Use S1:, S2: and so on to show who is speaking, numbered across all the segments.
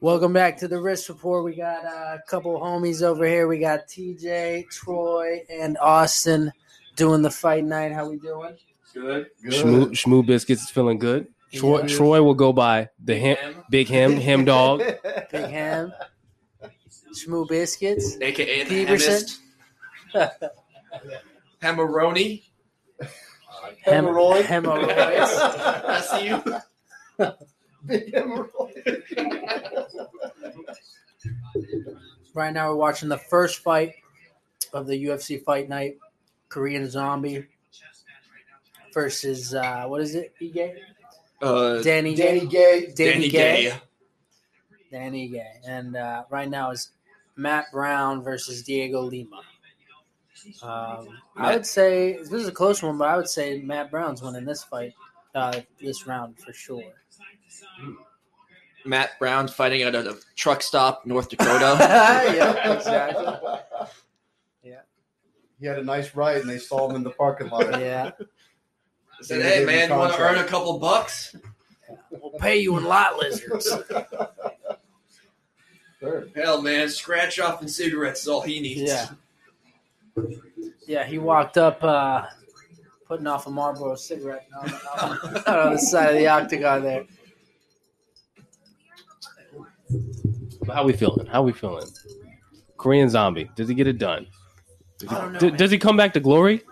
S1: Welcome back to the Risk Report. We got uh, a couple homies over here. We got TJ, Troy, and Austin doing the fight night. How we doing?
S2: Good.
S3: Shmoo, Shmoo Biscuits is feeling good. Troy,
S1: Yeah.
S3: Troy will go by the ham, big ham, ham dog.
S1: Big Ham, Shmoo Biscuits.
S2: AKA the
S1: Peterson?
S2: Hemmist. Hammeroni.
S1: Hem-
S4: Hemorrhoid.
S1: hemorrhoids.
S2: I see you.
S4: Big hemorrhoid.
S1: Right now, we're watching the first fight of the UFC Fight Night, Korean Zombie versus uh, what is it? Ige?
S2: Uh,
S1: Danny
S4: Danny
S1: Gay.
S4: Gay.
S1: Danny Gay. Danny Gay. And uh, right now is Matt Brown versus Diego Lima. Um, I would say this is a close one, but I would say Matt Brown's winning this fight, uh, this round for sure.
S2: Matt Brown fighting at a truck stop, North Dakota.
S1: yeah, exactly. Yeah.
S4: He had a nice ride, and they saw him in the parking lot.
S1: Yeah,
S2: Said, "Hey man, want to earn a couple bucks?
S1: we'll pay you in lot lizards.
S4: Sure.
S2: Hell, man, scratch off and cigarettes is all he needs."
S1: Yeah. Yeah, he walked up, uh, putting off a Marlboro cigarette on, on, on the side of the octagon there.
S3: How we feeling? How we feeling? Korean zombie. Does he get it done? Does he,
S1: I don't know,
S3: d-
S1: man.
S3: does he come back to glory?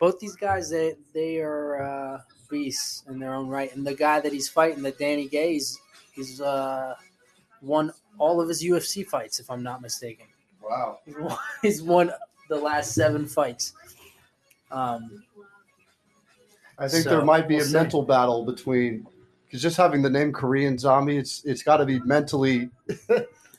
S1: Both these guys, they they are uh, beasts in their own right, and the guy that he's fighting, the Danny Gay, he's, he's uh, won all of his UFC fights, if I'm not mistaken.
S4: Wow.
S1: He's won, he's won the last seven fights. Um,
S4: I think
S1: So,
S4: there might be
S1: we'll
S4: a
S1: see.
S4: mental battle between because just having the name Korean Zombie, it's it's got to be mentally.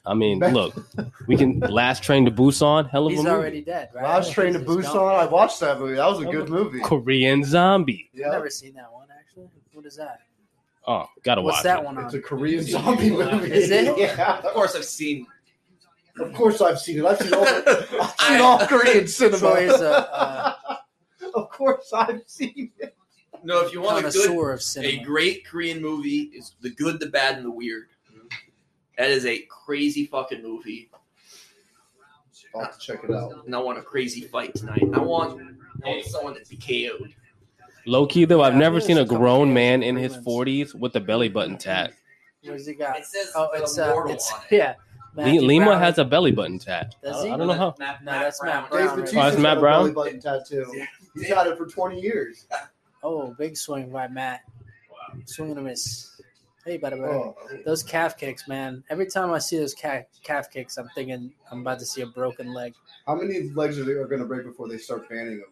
S3: I mean,
S4: Man.
S3: look, we can last train to Busan. Hell of a
S1: he's
S3: movie.
S1: already dead, right?
S4: Last Train to
S1: He's- he's
S4: Busan.
S1: gone.
S4: I watched that movie. That was a good movie.
S3: Korean zombie.
S1: I've
S4: Yeah,
S1: never seen that one actually. What is that?
S3: Oh, gotta
S1: What's
S3: watch
S1: that
S3: it.
S1: one on?
S4: it's a Korean Zombie movie.
S1: Is it?
S4: Yeah.
S2: Of course, I've seen.
S4: Of course, I've seen it. I've seen all. I've seen
S2: I-
S4: all Korean cinema.
S1: Troy is a, uh,
S4: of course, I've seen it.
S2: No, if you want a good
S1: connoisseur of
S2: A
S1: cinema.
S2: great Korean movie is The Good, the Bad, and the Weird. That is a crazy fucking movie,
S4: I'll have to check it out.
S2: and I want a crazy fight tonight. I want, I want someone to be KO'd.
S3: Low key though, I've
S1: Yeah,
S3: never
S1: there's
S3: seen
S1: a
S3: a
S1: couple
S3: grown
S1: games
S3: man
S1: with
S3: in
S1: free
S3: his
S1: wins.
S3: forties with a belly button tat.
S1: What does he got?
S2: It says
S1: Oh, it's uh,
S2: immortal
S1: it's
S2: on it.
S1: yeah.
S3: Li-
S1: Matthew
S3: Lima
S1: Brown.
S3: has a belly button tat.
S1: Does
S3: I-
S1: he?
S3: I don't know how.
S2: Matt-
S1: No, that's Matt
S4: Dave
S1: Brown,
S4: Bautista's
S1: right? Oh,
S3: it's Matt
S4: got a
S3: Brown?
S4: belly button tattoo. He's had it for twenty years.
S1: Oh, big swing by Matt. Swing and a miss. Hey, better, better.
S4: Oh.
S1: Those calf kicks, man. Every time I see those calf, calf kicks, I'm thinking I'm about to see a broken leg.
S4: How many legs are they are going to break before they start banning them?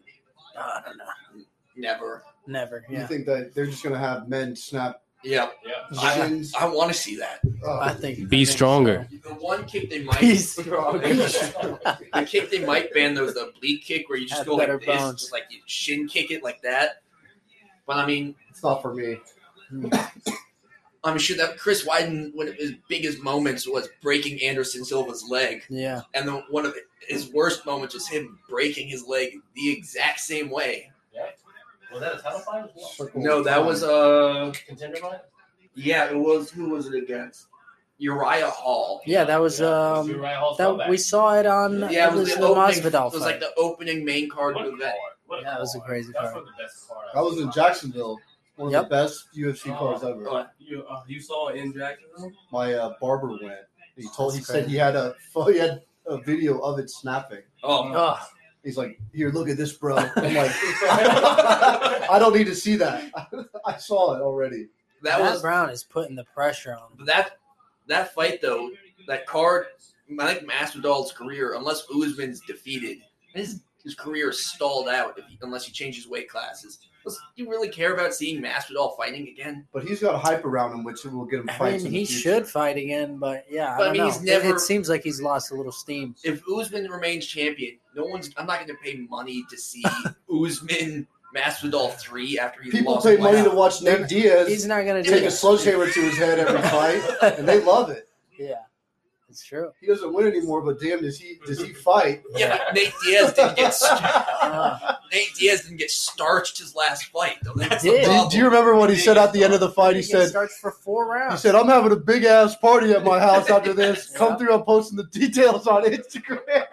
S1: Oh, I don't know.
S2: Never.
S1: Never.
S4: You
S1: Yeah.
S4: think that they're just going to have men snap
S2: Yeah, I,
S4: shins?
S2: I want to see that.
S4: Oh,
S1: I think.
S3: Be
S1: I think
S3: stronger.
S1: so.
S2: The one kick they might,
S1: Peace.
S2: the kick they might ban though is the bleed kick, where you just
S1: Have
S2: go like
S1: better
S2: this,
S1: bones.
S2: just like you shin kick it like that. But I mean,
S4: it's not for me.
S2: I'm sure that Chris Wyden, one of his biggest moments was breaking Anderson Silva's leg.
S1: Yeah.
S2: And then one of his worst moments was him breaking his leg the exact same way.
S5: Was that a title fight as well?
S4: Circle
S2: No,
S4: of
S2: that
S4: time.
S2: was uh
S5: Contender fight?
S2: yeah, it was who was it against? Uriah Hall.
S1: Yeah, that was
S5: You're
S1: um
S5: right, Hall's
S1: that
S5: comeback.
S1: we saw it on
S2: Yeah,
S1: it was the,
S2: opening,
S1: Masvidal
S2: It was
S1: fight.
S2: like the opening main card
S5: What a
S2: of that.
S5: card. What
S1: Yeah, it was a
S5: card.
S1: crazy
S5: That's
S1: card.
S5: one of the best cards.
S4: That was in Jacksonville. One of
S1: Yep.
S4: the best UFC cards ever.
S2: Uh,
S5: You, uh, you saw it in Jacksonville?
S4: My uh, barber went. He told. He
S1: That's
S4: said he had a. He had a video of it snapping.
S2: oh,
S1: Ugh.
S4: He's like, "Here, look at this, bro." I'm like,
S1: Oh.
S4: "I don't need to see that. I saw it already."
S2: that
S1: Matt
S2: was
S1: Brown is putting the pressure on. him.
S2: that that fight though, that card I think Masvidal's career, unless Usman's defeated, his his career is stalled out if he, unless he changes weight classes. Do you really care about seeing Masvidal fighting again?
S4: But he's got hype around him, which will get him
S1: I
S4: fights.
S1: mean,
S4: in the
S1: he
S4: future.
S1: should fight again, but yeah, I
S2: But I
S1: don't
S2: mean,
S1: know.
S2: he's
S1: It-
S2: never-
S1: it seems like he's lost a little steam.
S2: if Usman remains champion, no one's. I'm not going to pay money to see Usman Masvidal three after he
S4: People
S2: lost.
S4: pay
S2: twice.
S4: money to watch Nate Diaz
S1: He's not gonna do
S4: take a
S1: that.
S4: sledgehammer to his head every fight, and they love it.
S1: Yeah. It's true.
S4: He doesn't win anymore, but damn, does he does he fight?
S2: Yeah, but Nate Diaz didn't get st-
S1: Uh,
S2: Nate Diaz didn't get starched his last fight. Though. That's
S1: did.
S2: the
S4: do,
S2: problem.
S4: do you remember what he said at the end of the fight? He Oh, said,
S1: starts for four
S4: He
S1: rounds.
S4: said, I'm having a big ass party at my house after this.
S1: Yeah.
S4: Come through, I'm posting the details on Instagram.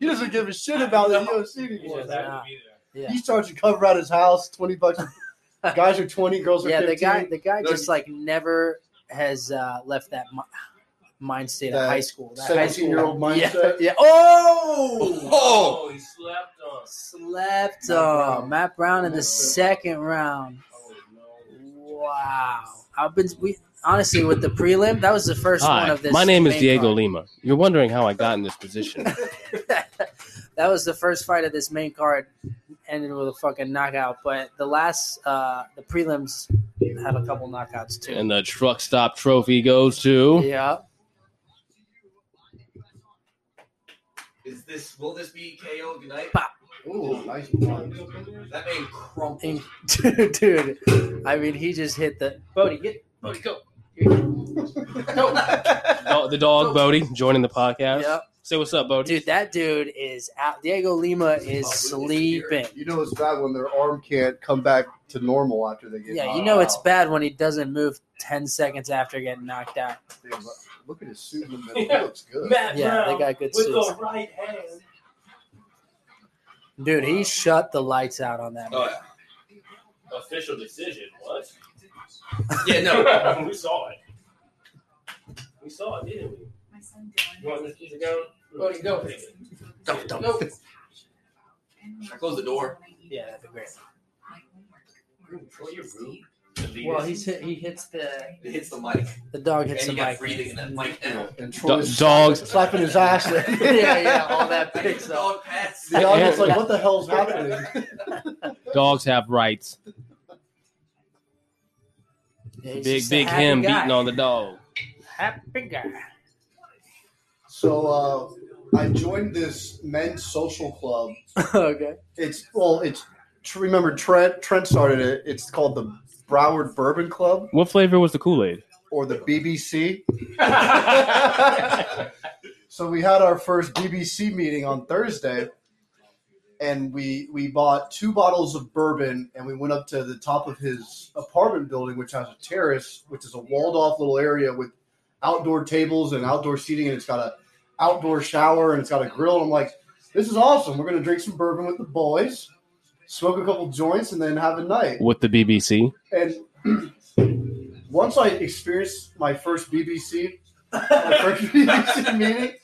S4: He doesn't give a shit about the UFC
S5: He's
S4: anymore.
S5: just happy to be there.
S1: yeah,
S4: He starts to cover at his house, 20 bucks. Guys are 20, girls are
S1: yeah.
S4: 15.
S1: The guy, the guy,
S4: No,
S1: just like never has uh, left that mi- mind state of
S4: That
S1: high school. That high
S4: 17
S1: school
S4: year old
S1: Yeah,
S4: mindset.
S1: yeah. Oh,
S2: Oh,
S5: he slapped us.
S1: slept
S4: Matt
S1: on
S4: Brown.
S1: Matt Brown in
S4: Matt
S1: the
S4: Brown.
S1: second round.
S5: Oh no.
S1: Wow, I've been we honestly with the prelim. That was the first
S3: Hi,
S1: one of this.
S3: my name is
S1: main
S3: Diego
S1: card.
S3: Lima. You're wondering how I got in this position.
S1: that was the first fight of this main card, ended with a fucking knockout. But the last, uh, the prelims had a couple knockouts too.
S3: and the truck stop trophy goes to.
S1: yeah,
S2: is this will this be KO tonight?
S4: Ooh, nice punch.
S2: That man crumpled.
S1: And- dude, dude, I mean, he just hit the Bodie. Get Bodie, go.
S3: Do- the dog Bodie joining the podcast.
S1: Yeah,
S3: Say what's up, Bodie.
S1: dude, that dude is out. Diego Lima is sleeping.
S4: You know it's bad when their arm can't come back to normal after they get
S1: Yeah,
S4: knocked
S1: you know it's
S4: out.
S1: bad when he doesn't move ten seconds after getting knocked out.
S4: Damn, look- Look at his suit in the middle. He looks good.
S5: Matt
S1: Yeah, they
S5: Brown
S1: got good
S5: with
S1: suits.
S5: the right hand.
S1: Dude, he shut the lights out on that.
S2: Oh,
S1: man.
S2: yeah.
S5: Official decision. What?
S2: yeah, no.
S5: we saw it. We saw it, didn't we?
S6: My son
S5: You
S6: Dylan.
S5: want this to go?
S2: Bodie, go. Don't, don't.
S5: Nope.
S2: Should I close the door?
S1: Yeah, that'd be great.
S5: Well, you're rude.
S1: Well, he's hit, he hits the
S2: It hits the mic.
S1: the dog
S2: And
S1: hits
S2: you
S1: the
S2: got
S1: mic.
S2: breathing in that mic now.
S4: And
S3: Do- dogs.
S4: slapping his ass.
S1: yeah, yeah, all that
S2: That
S1: big
S2: is
S1: stuff.
S2: dog pass.
S4: The audience like, what the hell's happening?
S3: Dogs have rights.
S1: Yeah, he's
S3: big
S1: just a
S3: big
S1: happy
S3: him
S1: guy.
S3: beating on the dog.
S1: happy guy.
S4: So uh, I joined this men's social club.
S1: okay.
S4: It's well, it's remember Trent. Trent started it. It's called the Broward Bourbon Club
S3: What flavor was the Kool Aid?
S4: or the BBC.
S5: That's
S4: So we had our first BBC meeting on Thursday, and we we bought two bottles of bourbon, and we went up to the top of his apartment building, which has a terrace, which is a walled off little area with outdoor tables and outdoor seating, and it's got a outdoor shower and it's got a grill. And I'm like, this is awesome. We're gonna drink some bourbon with the boys, smoke a couple joints, and then have a night.
S3: With the BBC.
S4: And once I experienced my first BBC, my first BBC meeting,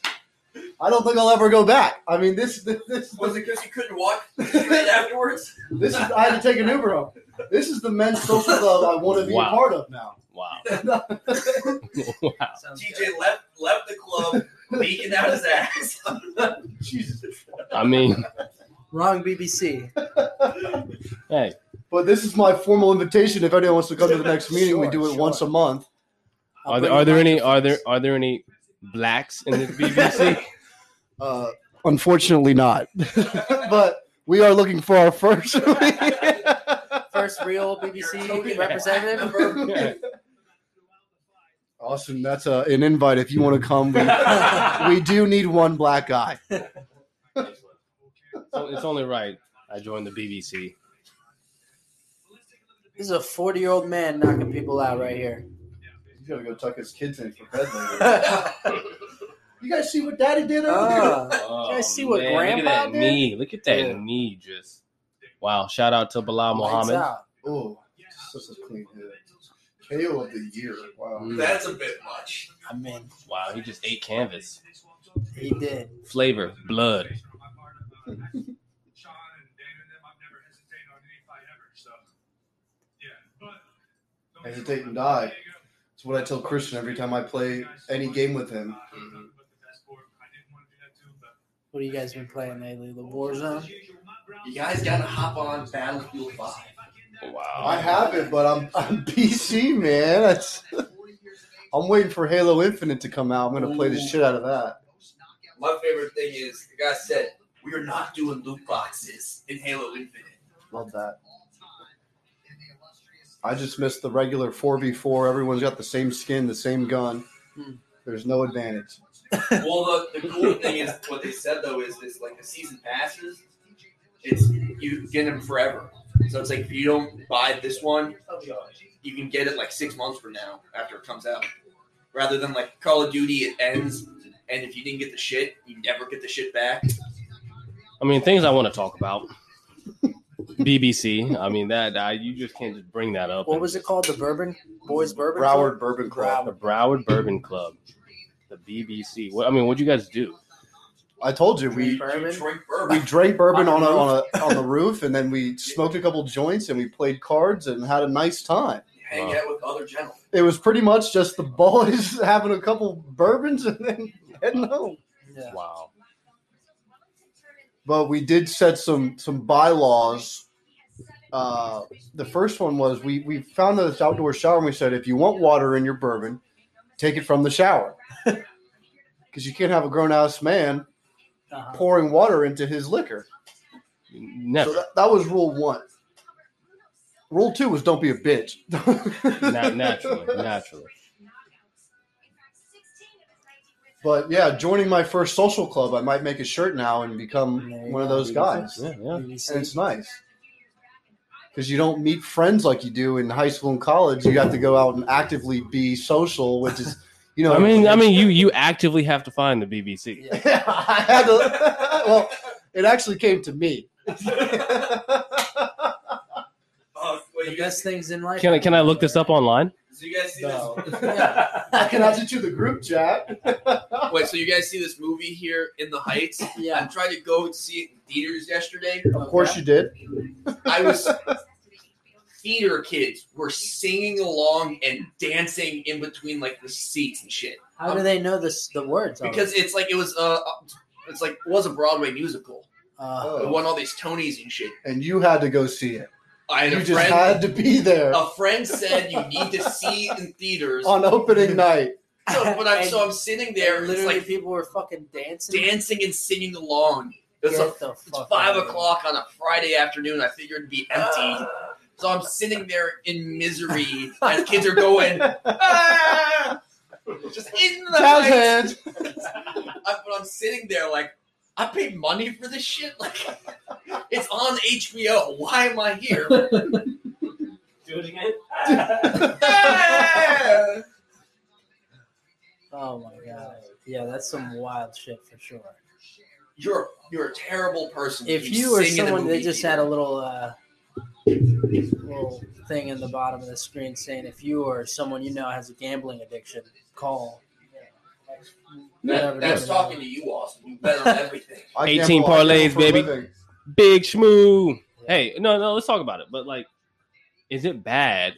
S4: I don't think I'll ever go back. I mean, this this this,
S2: Was it because you couldn't walk straight
S4: this
S2: afterwards?
S4: is I had to take an Uber home. This is the men's social club I want to be
S3: Wow.
S4: a part of now.
S3: Wow. wow.
S1: Sounds good.
S2: TJ left left the club, leaking out his ass.
S4: Jesus.
S3: I mean,
S1: Wrong BBC.
S3: hey,
S4: But this is my formal invitation. If anyone wants to come to the next meeting, we
S1: Sure,
S4: do it
S1: sure.
S4: once a month.
S1: I'll
S3: are there
S1: bring
S3: are there
S1: the
S3: any are there
S1: microphones.
S3: are there any blacks in this BBC?
S4: Uh, unfortunately, not. but we are looking for our first. meeting.
S1: first real BBC representative?
S4: awesome. That's a, an invite. If you want to come, we, we do need one black guy.
S3: So it's only right. I joined the BBC.
S1: This is a forty-year-old man knocking people out right here.
S4: He's gonna go tuck his kids in for bed later. you guys see what Daddy did earlier?
S1: Ah.
S3: Oh,
S1: guys see what
S3: Look at
S1: Grandpa
S3: that
S1: did?
S3: knee. Look at that
S4: Yeah.
S3: knee. Just wow. Shout out to Bilal
S1: Lights
S3: Muhammad.
S1: out.
S4: oh, such a clean hit. KO of the year. Wow.
S3: Mm.
S2: That's a bit much.
S1: I mean,
S3: Wow, he just ate canvas.
S1: he did.
S3: Flavor, blood.
S5: uh,
S4: Hesitate and die.
S5: uh,
S4: It's what I tell Christian every time I play any game with him.
S1: What have you guys been playing lately? The Warzone?
S2: You guys gotta hop on Battlefield 5.
S3: Wow.
S4: I have it, but I'm I'm PC man. That's, I'm waiting for Halo Infinite to come out. I'm gonna play the shit out of that.
S2: My favorite thing is the guy said, We are not doing loot boxes in Halo Infinite.
S4: Love that. I just missed the regular 4v4. Everyone's got the same skin, the same gun.
S1: Hmm.
S4: There's no advantage.
S2: well, the, the cool thing is what they said though is is like the season passes, it's you get them forever. So it's like if you don't buy this one, you can get it like six months from now after it comes out, rather than like Call of Duty it ends, and if you didn't get the shit, you never get the shit back.
S3: I mean, things I want to talk about. BBC. I mean that I, you just can't just bring that up.
S1: What
S3: and
S1: was it
S3: just-
S1: called? The Bourbon Boys Bourbon.
S4: Broward Bourbon Club.
S1: Club?
S3: The Broward Bourbon Club. The BBC. What I mean, what'd you guys do?
S4: I told you we
S1: Bourbon?
S2: Drink
S4: we
S2: bourbon.
S4: drank bourbon on a, on a on the roof, and then we smoked a couple joints, and we played cards, and had a nice time.
S2: hang out with other gentlemen.
S4: It was pretty much just the boys having a couple bourbons and then heading home.
S1: Yeah.
S3: Wow.
S4: But we did set some some bylaws. Uh, the first one was we we found this outdoor shower, and we said if you want water in your bourbon, take it from the shower, because you can't have a grown ass man
S1: Uh-huh.
S4: pouring water into his liquor.
S3: Never.
S4: So that, that was rule one. Rule two was don't be a bitch.
S3: Na- naturally. Naturally.
S4: But yeah, joining my first social club, I might make a shirt now and become
S1: There you
S4: one of
S1: go,
S4: those
S1: dude.
S4: guys.
S3: Yeah, yeah.
S4: And it's
S1: BBC.
S4: nice because you don't meet friends like you do in high school and college. You have to go out and actively be social, which is, you know,
S3: I mean, I mean, you you actively have to find the BBC.
S1: Yeah.
S4: I had to. Well, it actually came to me.
S2: Oh, wait,
S1: The
S2: you guys,
S1: best things in life.
S3: Can I can I look this up online?
S2: so you guys see
S4: No.
S2: this?
S4: I can add you to the group chat.
S2: Wait, so you guys see this movie here in the Heights? I
S1: Yeah.
S2: tried to go see it in theaters yesterday. Uh,
S4: Of course, you did.
S2: I was theater kids were singing along and dancing in between like the seats and shit
S1: How do they know this? The words. Oh, already?
S2: because it's like it was uh it's like it was a Broadway musical.
S1: Uh,
S2: It
S4: Oh.
S2: won all these Tonys and shit.
S4: and you had to go see it.
S2: I had
S4: You
S2: a
S4: just
S2: friend.
S4: had to be there
S2: a friend said you need to see it in theaters.
S4: on opening night.
S2: so, but I'm,
S1: And-
S2: so I'm sitting there,
S1: and
S2: and it's
S1: literally,
S2: like
S1: people were fucking dancing.
S2: dancing and singing along. It's,
S1: Get
S2: a,
S1: the
S2: it's
S1: fuck
S2: five
S1: out of here.
S2: o'clock on a Friday afternoon. I figured it'd be empty.
S1: Ah.
S2: So I'm sitting there in misery as kids are going, ah! just in the
S4: Jazz
S2: night.
S4: hands.
S2: I, but I'm sitting there like, I paid money for this shit. Like, it's on HBO. Why am I here?
S5: Do it again.
S2: Ah!
S1: Oh my god. Yeah, that's some wild shit for sure.
S2: you're you're a terrible person.
S1: If
S2: keep
S1: you were
S2: singing in a
S1: someone that
S2: movie
S1: just had
S2: theater.
S1: a little uh, little thing in the bottom of the screen saying, if you or someone you know has a gambling addiction, call.
S2: That, that's talking to you, Austin. You bet on everything.
S4: I
S3: 18
S4: gamble- I gamble
S3: parlays,
S4: for a
S3: baby.
S4: living.
S3: Big Schmoo. Hey, no, no, let's talk about it. But like, is it bad?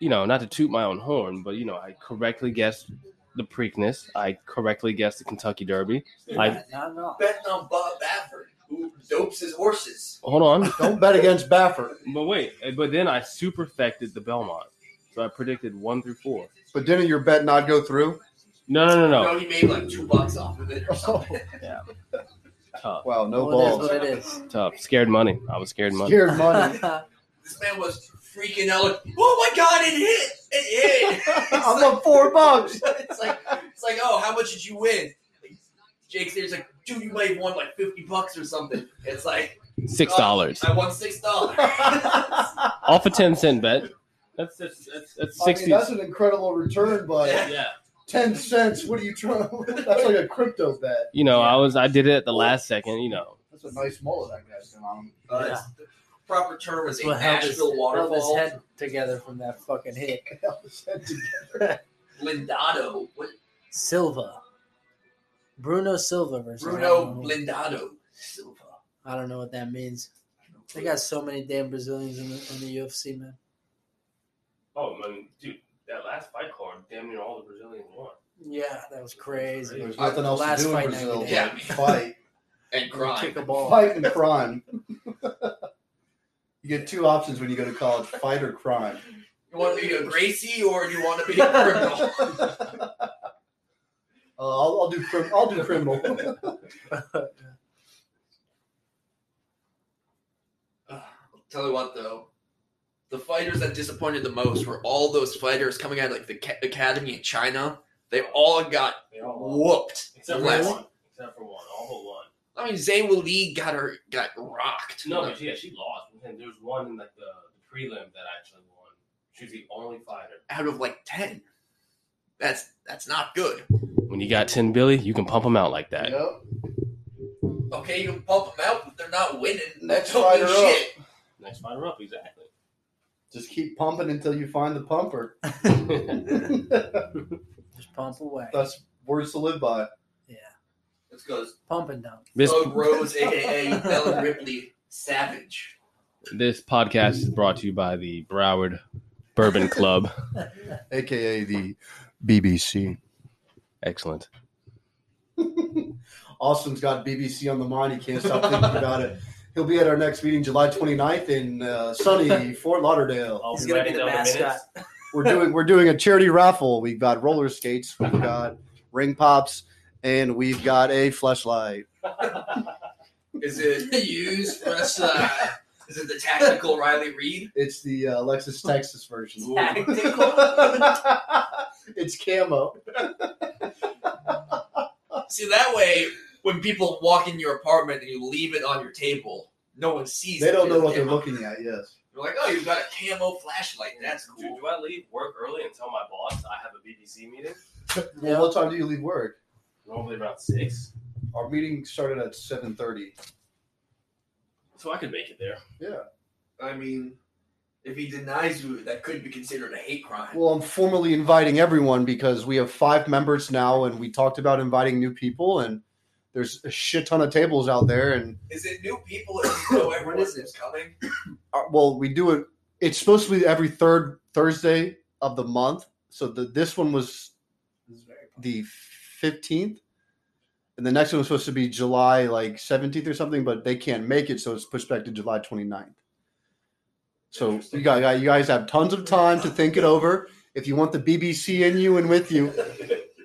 S3: You know, not to toot my own horn, but you know, I correctly guessed the Preakness. I correctly guessed the Kentucky Derby. I
S1: Not at all.
S2: Betting on Bob Baffert, who dopes his horses.
S3: hold on,
S4: Don't bet against Baffert.
S3: but wait. But then I superfected the Belmont, so I predicted one through four.
S4: But didn't your bet not go through?
S3: No, no, no,
S2: No,
S3: no.
S2: he made like two bucks off of it or something.
S3: Tough,
S4: Wow, no
S1: Well,
S4: balls.
S1: It is
S3: tough. Scared money. I was scared money.
S4: Scared
S1: what it
S4: money.
S1: is.
S2: this man was freaking out like, "Oh my god, it hit! It hit!" It's
S4: I'm
S2: like-
S4: up four bucks.
S2: it's like it's like, oh, how much did you win? Like, Jake's there's like, dude, you might have won like fifty bucks or something. It's like
S3: Six dollars
S2: I won six dollars.
S3: off a ten cent bet. That's that's that's, that's
S4: I mean,
S3: sixty.
S4: that's an incredible return, but
S3: yeah.
S4: ten cents. What are you trying to? That's like a crypto bet.
S3: You know, I was I did it at the last second. You know,
S4: That's a nice mullet that guy's got on. him.
S2: Uh, it's- the proper term is a
S1: Well, held his,
S2: Nashville
S1: held his
S2: waterfall.
S1: head together from that fucking hit.
S2: Blindado. What
S1: Silva. Bruno Silva versus
S2: Bruno
S1: Ronaldo.
S2: Blindado Silva.
S1: I don't know what that means. They got so many damn Brazilians in the, in the UFC, man.
S5: oh, man, dude, that last fight card, damn near all the Brazilians won.
S1: Yeah, that was crazy.
S4: There's nothing else
S1: Last
S4: to do in
S1: fight
S4: Brazil.
S1: night.
S4: but
S2: Yeah.
S4: Fight,
S2: And crime.
S1: Kick a ball.
S4: fight, and crime. You get two options when you go to college: fight or crime.
S2: You want to be a Gracie or you want to be a criminal?
S1: Oh.
S4: Uh, I'll, I'll do. Crim- I'll do criminal.
S2: Tell you what though, the fighters that disappointed the most were all those fighters coming out of like the ca- academy in China They all got
S5: They all lost.
S2: whooped.
S5: Except for
S2: Last-
S5: one. Except for one. All but one.
S2: I mean, Zay Lee got her got rocked.
S5: No, but yeah, she lost. And there was one in like the, the prelim that actually won. She's the only fighter.
S2: out of like ten. That's that's not good.
S3: When you got ten Billy, you can pump them out like that.
S4: Yep.
S2: Okay, you can pump them out, but they're not winning.
S4: Next
S2: Holy
S4: fighter
S2: shit.
S3: Next fighter up, exactly.
S4: Just keep pumping until you find the pumper.
S1: Just pump away.
S4: That's words to live by.
S1: Yeah.
S2: Let's go.
S1: Pump and dump.
S3: This
S2: Thug Rose, aka Ellen Ripley, Savage.
S3: this podcast is brought to you by the Broward Bourbon Club.
S4: AKA the BBC.
S3: Excellent.
S4: Austin's got BBC on the mind. He can't stop thinking about it. He'll be at our next meeting July 29th in uh, sunny Fort Lauderdale.
S5: I'll
S1: He's gonna be
S5: writing
S1: the
S5: down
S1: mascot.
S5: minutes.
S4: We're doing we're doing a charity raffle. We've got roller skates, we've got ring pops, and we've got a flashlight.
S2: Is it used? That's, uh, is it the tactical Riley Reed?
S4: It's the uh, Lexus Texas version.
S2: Tactical.
S4: it's camo.
S2: See that way, when people walk in your apartment and you leave it on your table, no one sees.
S4: They
S2: it.
S4: don't know what they're
S2: Camo.
S4: looking at. Yes.
S2: They're like, oh, you've got a camo flashlight. That's
S5: Do,
S2: cool.
S5: do I leave work early and tell my boss I have a BBC meeting?
S4: Well, what time do you leave work?
S5: Normally around six,
S4: Our meeting started at seven thirty.
S5: so I could make it there.
S2: I mean, if he denies you, that could be considered a hate crime.
S4: Well, I'm formally inviting everyone because we have five members now, and we talked about inviting new people, and there's a shit ton of tables out there, and
S2: Is it new people if you know everyone
S1: What is
S2: is coming?
S4: uh, well, we do it. It's supposed to be every third Thursday of the month, so the, this one was the fifteenth, and the next one was supposed to be July like seventeenth or something, but they can't make it, so it's pushed back to July 29th. So you
S2: Interesting.
S4: guys, you guys have tons of time to think it over. If you want the BBC in you and with you,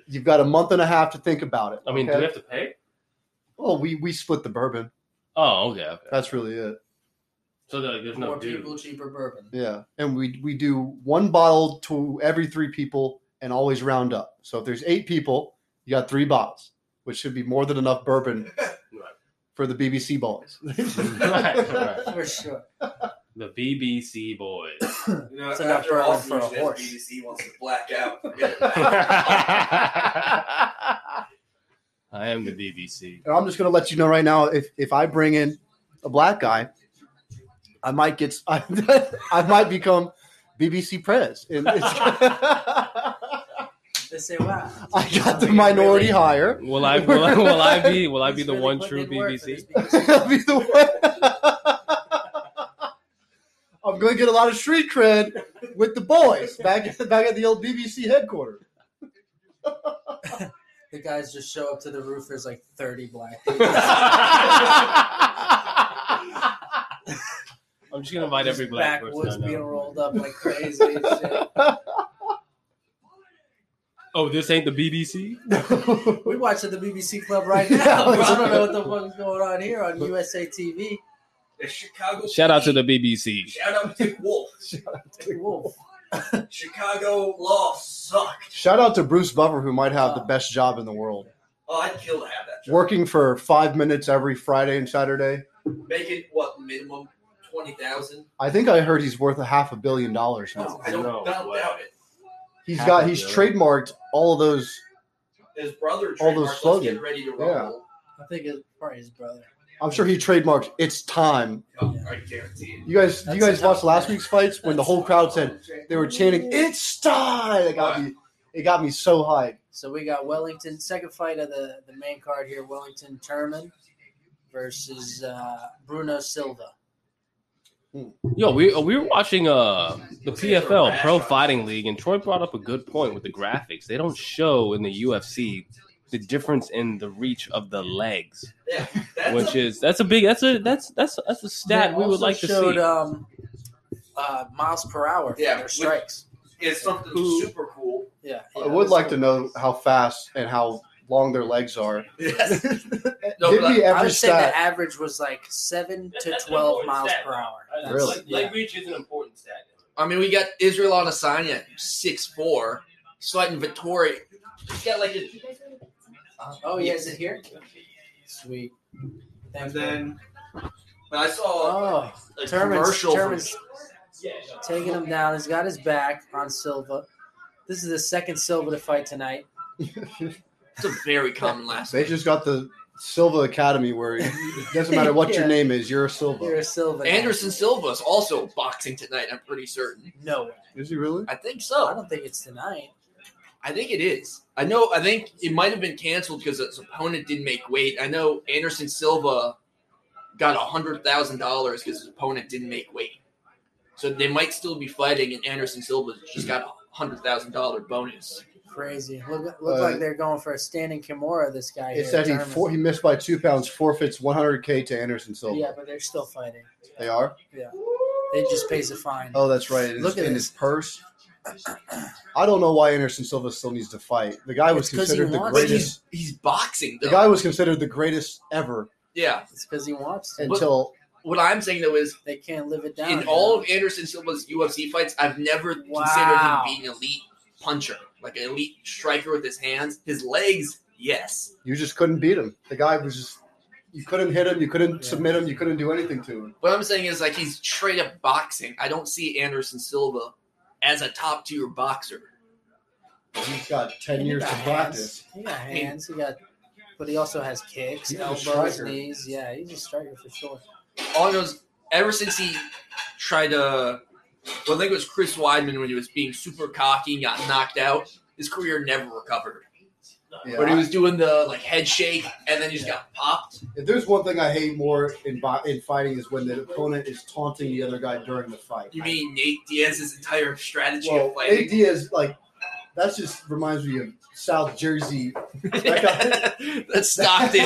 S4: you've got a month and a half to think about it.
S3: I mean, do
S4: okay?
S3: we have to pay?
S4: well, we we split the bourbon.
S3: Oh, okay, okay.
S4: That's really it.
S3: So there- there's
S1: More
S3: no
S1: people,
S3: dude.
S1: cheaper bourbon.
S4: Yeah, and we we do one bottle to every three people, and always round up. So if there's eight people, you got three bottles, which should be more than enough bourbon for the BBC boys.
S3: Right, right.
S1: For sure.
S3: The BBC boys.
S2: You know,
S1: It's enough
S2: after
S1: for-
S2: all
S1: for a
S2: for a
S1: horse.
S2: BBC wants to black out.
S3: I am the BBC.
S4: And I'm just gonna let you know right now, if if I bring in a black guy, I might get s- I, might become BBC Prez. And it's-
S1: They say, wow.
S4: I got the minority
S1: Really?
S4: hire.
S3: Will I? Will I, will I be? Will I be
S1: He's
S3: the
S1: really
S3: one
S1: putting in
S3: true
S1: work for
S3: BBC?
S1: this BBC.
S4: I'll be the one. I'm going to get a lot of street cred with the boys back at the, back at the old BBC headquarters.
S1: The guys just show up to the roof. There's like 30 black.
S3: I'm just gonna invite
S1: Just
S3: every black
S1: backwoods
S3: person. I
S1: being
S3: know.
S1: rolled up like crazy. and shit.
S3: Oh, this ain't the BBC.
S1: We watch at the BBC Club right
S4: Yeah.
S1: now. I don't know what the fuck is going on here on USA TV.
S2: The Chicago.
S3: Shout out to the BBC.
S2: Shout out to Dick Wolf.
S1: Wolf.
S2: Chicago law sucked.
S4: Shout out to Bruce Buffer, who might have the best job in the world,
S2: Oh, I'd kill to have that job.
S4: working for five minutes every Friday and Saturday.
S2: Making what minimum twenty thousand?
S4: I think I heard he's worth a half a billion dollars now.
S2: I don't
S5: No
S2: doubt,
S5: way.
S2: doubt it.
S4: He's
S3: Half
S4: got
S3: a
S4: he's
S3: billion.
S4: trademarked all of those.
S2: His brother.
S4: All those
S2: trademarked, "Let's
S4: slogans."
S2: Get ready to
S4: Yeah.
S2: rumble.
S1: I think it's probably his brother.
S4: I'm sure he trademarked. It's time.
S2: Oh, I guarantee it.
S4: You guys, you
S1: That's
S4: guys watched
S1: enough,
S4: last
S1: man.
S4: week's fights when the whole crowd said they were chanting "It's time." It got me. It got me so hyped.
S1: So we got Wellington, second fight of the, the main card here Wellington Terman versus uh, Bruno Silva.
S3: Yo, we we were watching uh the PFL Pro Fighting League, and Troy brought up a good point with the graphics. They don't show in the UFC the difference in the reach of the legs,
S2: Yeah, that's
S3: which
S2: a,
S3: is that's a big that's a that's that's that's a stat
S1: They
S3: we would
S1: also
S3: like to
S1: showed,
S3: see.
S1: Um, uh, miles per hour for
S2: Yeah,
S1: their
S2: with-
S1: strikes.
S2: is something
S3: Who-
S2: super cool.
S1: yeah,
S4: I
S1: yeah,
S4: would
S1: that's
S4: like to
S1: cool.
S4: know how fast and how long their legs are.
S2: Yes. No,
S4: Give
S2: but
S4: me
S1: I
S4: every
S1: would say the
S4: stat.
S1: average was like seven
S5: That-
S1: to
S5: that's an
S1: twelve
S5: important
S1: miles
S5: stat.
S1: per hour.
S5: I-
S1: That's-
S4: Really?
S5: Like, like
S1: yeah.
S5: reach is an important stat.
S2: I mean, we got Israel Adesanya, six four, fighting Vittori, He's got like his.
S1: Oh, yeah, is it here? Sweet.
S2: And
S1: Thanks, man.
S2: then when I saw
S1: Oh,
S2: a
S1: Terman's,
S2: commercial, from-
S1: Terman's taking him down. He's got his back on Silva. This is the second Silva to fight tonight.
S2: it's a very common last
S4: They
S2: name.
S4: just got the Silva Academy where it doesn't matter what
S1: Yeah.
S4: your name is, you're a Silva.
S1: You're a Silva. now.
S2: Anderson Silva is also boxing tonight. I'm pretty certain.
S1: No way.
S4: Is he really?
S2: I think
S1: I
S2: so.
S1: don't think it's tonight.
S2: I think it is. I know. I think it might have been canceled because his opponent didn't make weight. I know Anderson Silva got a hundred thousand dollars because his opponent didn't make weight. So they might still be fighting, and Anderson Silva just got a hundred thousand dollar bonus.
S1: Crazy. Look, look
S4: Uh,
S1: like they're going for a standing Kimura. This guy.
S4: It
S1: here,
S4: said he
S1: Terman.
S4: four, he missed by two pounds, forfeits 100k to Anderson Silva.
S1: Yeah, but they're still fighting.
S4: They are.
S1: They just pays a fine.
S4: Oh, that's right. In,
S1: Look
S4: his,
S1: at
S4: in
S1: this.
S4: his purse. I don't know why Anderson Silva still needs to fight. The guy was
S1: It's 'cause he
S4: considered the
S1: wants to.
S4: greatest.
S2: He's boxing
S4: The
S2: though.
S4: guy was considered the greatest ever
S2: yeah.
S1: It's because he wants. To.
S4: until
S2: What I'm saying though is
S1: They can't live it down.
S2: in
S1: here.
S2: all of Anderson Silva's UFC fights, I've never
S1: Wow.
S2: considered him being an elite puncher, like an elite striker with his hands. His legs, yes.
S4: you just couldn't beat him. The guy was just you couldn't hit him, you couldn't
S1: Yeah.
S4: submit him, you couldn't do anything to him.
S2: What I'm saying is like he's straight up boxing. I don't see Anderson Silva as a top tier boxer.
S4: He's got ten
S1: He
S4: years to
S1: got
S4: practice.
S1: hands. He got hands. He got, but he also has kicks,
S4: He's a
S1: elbows,
S4: striker.
S1: knees. Yeah, he's a striker for sure.
S2: All I know is ever since he tried to, well, I think it was Chris Weidman when he was being super cocky and got knocked out. His career never recovered.
S4: Yeah.
S2: But he was doing the like head shake and then he just got popped.
S4: If there's one thing I hate more in bo- in fighting is when the opponent is taunting the other guy during the fight.
S2: You mean Nate Diaz's entire strategy
S4: well,
S2: of
S4: Nate
S2: fighting?
S4: Diaz like that just reminds me of South Jersey.
S2: That's Stockton.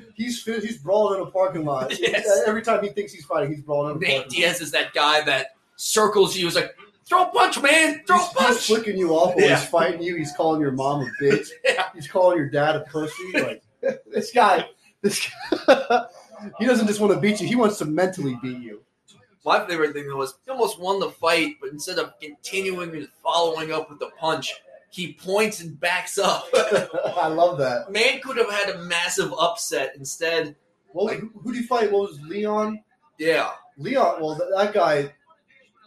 S4: he's fi- he's brawling in a parking lot.
S2: Yes.
S4: Every time he thinks he's fighting, he's brawling in a
S2: Nate
S4: parking lot.
S2: Diaz is that guy that circles you. Is like, throw a punch, man, throw a
S4: He's, he's
S2: punch.
S4: flicking you off when
S2: Yeah.
S4: he's fighting you. He's calling your mom a bitch.
S2: Yeah.
S4: He's calling your dad a pussy. Like this guy, this guy, he doesn't just want to beat you. He wants to mentally beat you.
S2: My favorite thing though was he almost won the fight, but instead of continuing and following up with the punch, he points and backs up.
S4: I love that.
S2: man could have had a massive upset instead.
S4: What,
S2: Like-
S4: who, who do you fight? What was Leon?
S2: Yeah,
S4: Leon. Well, that, that guy.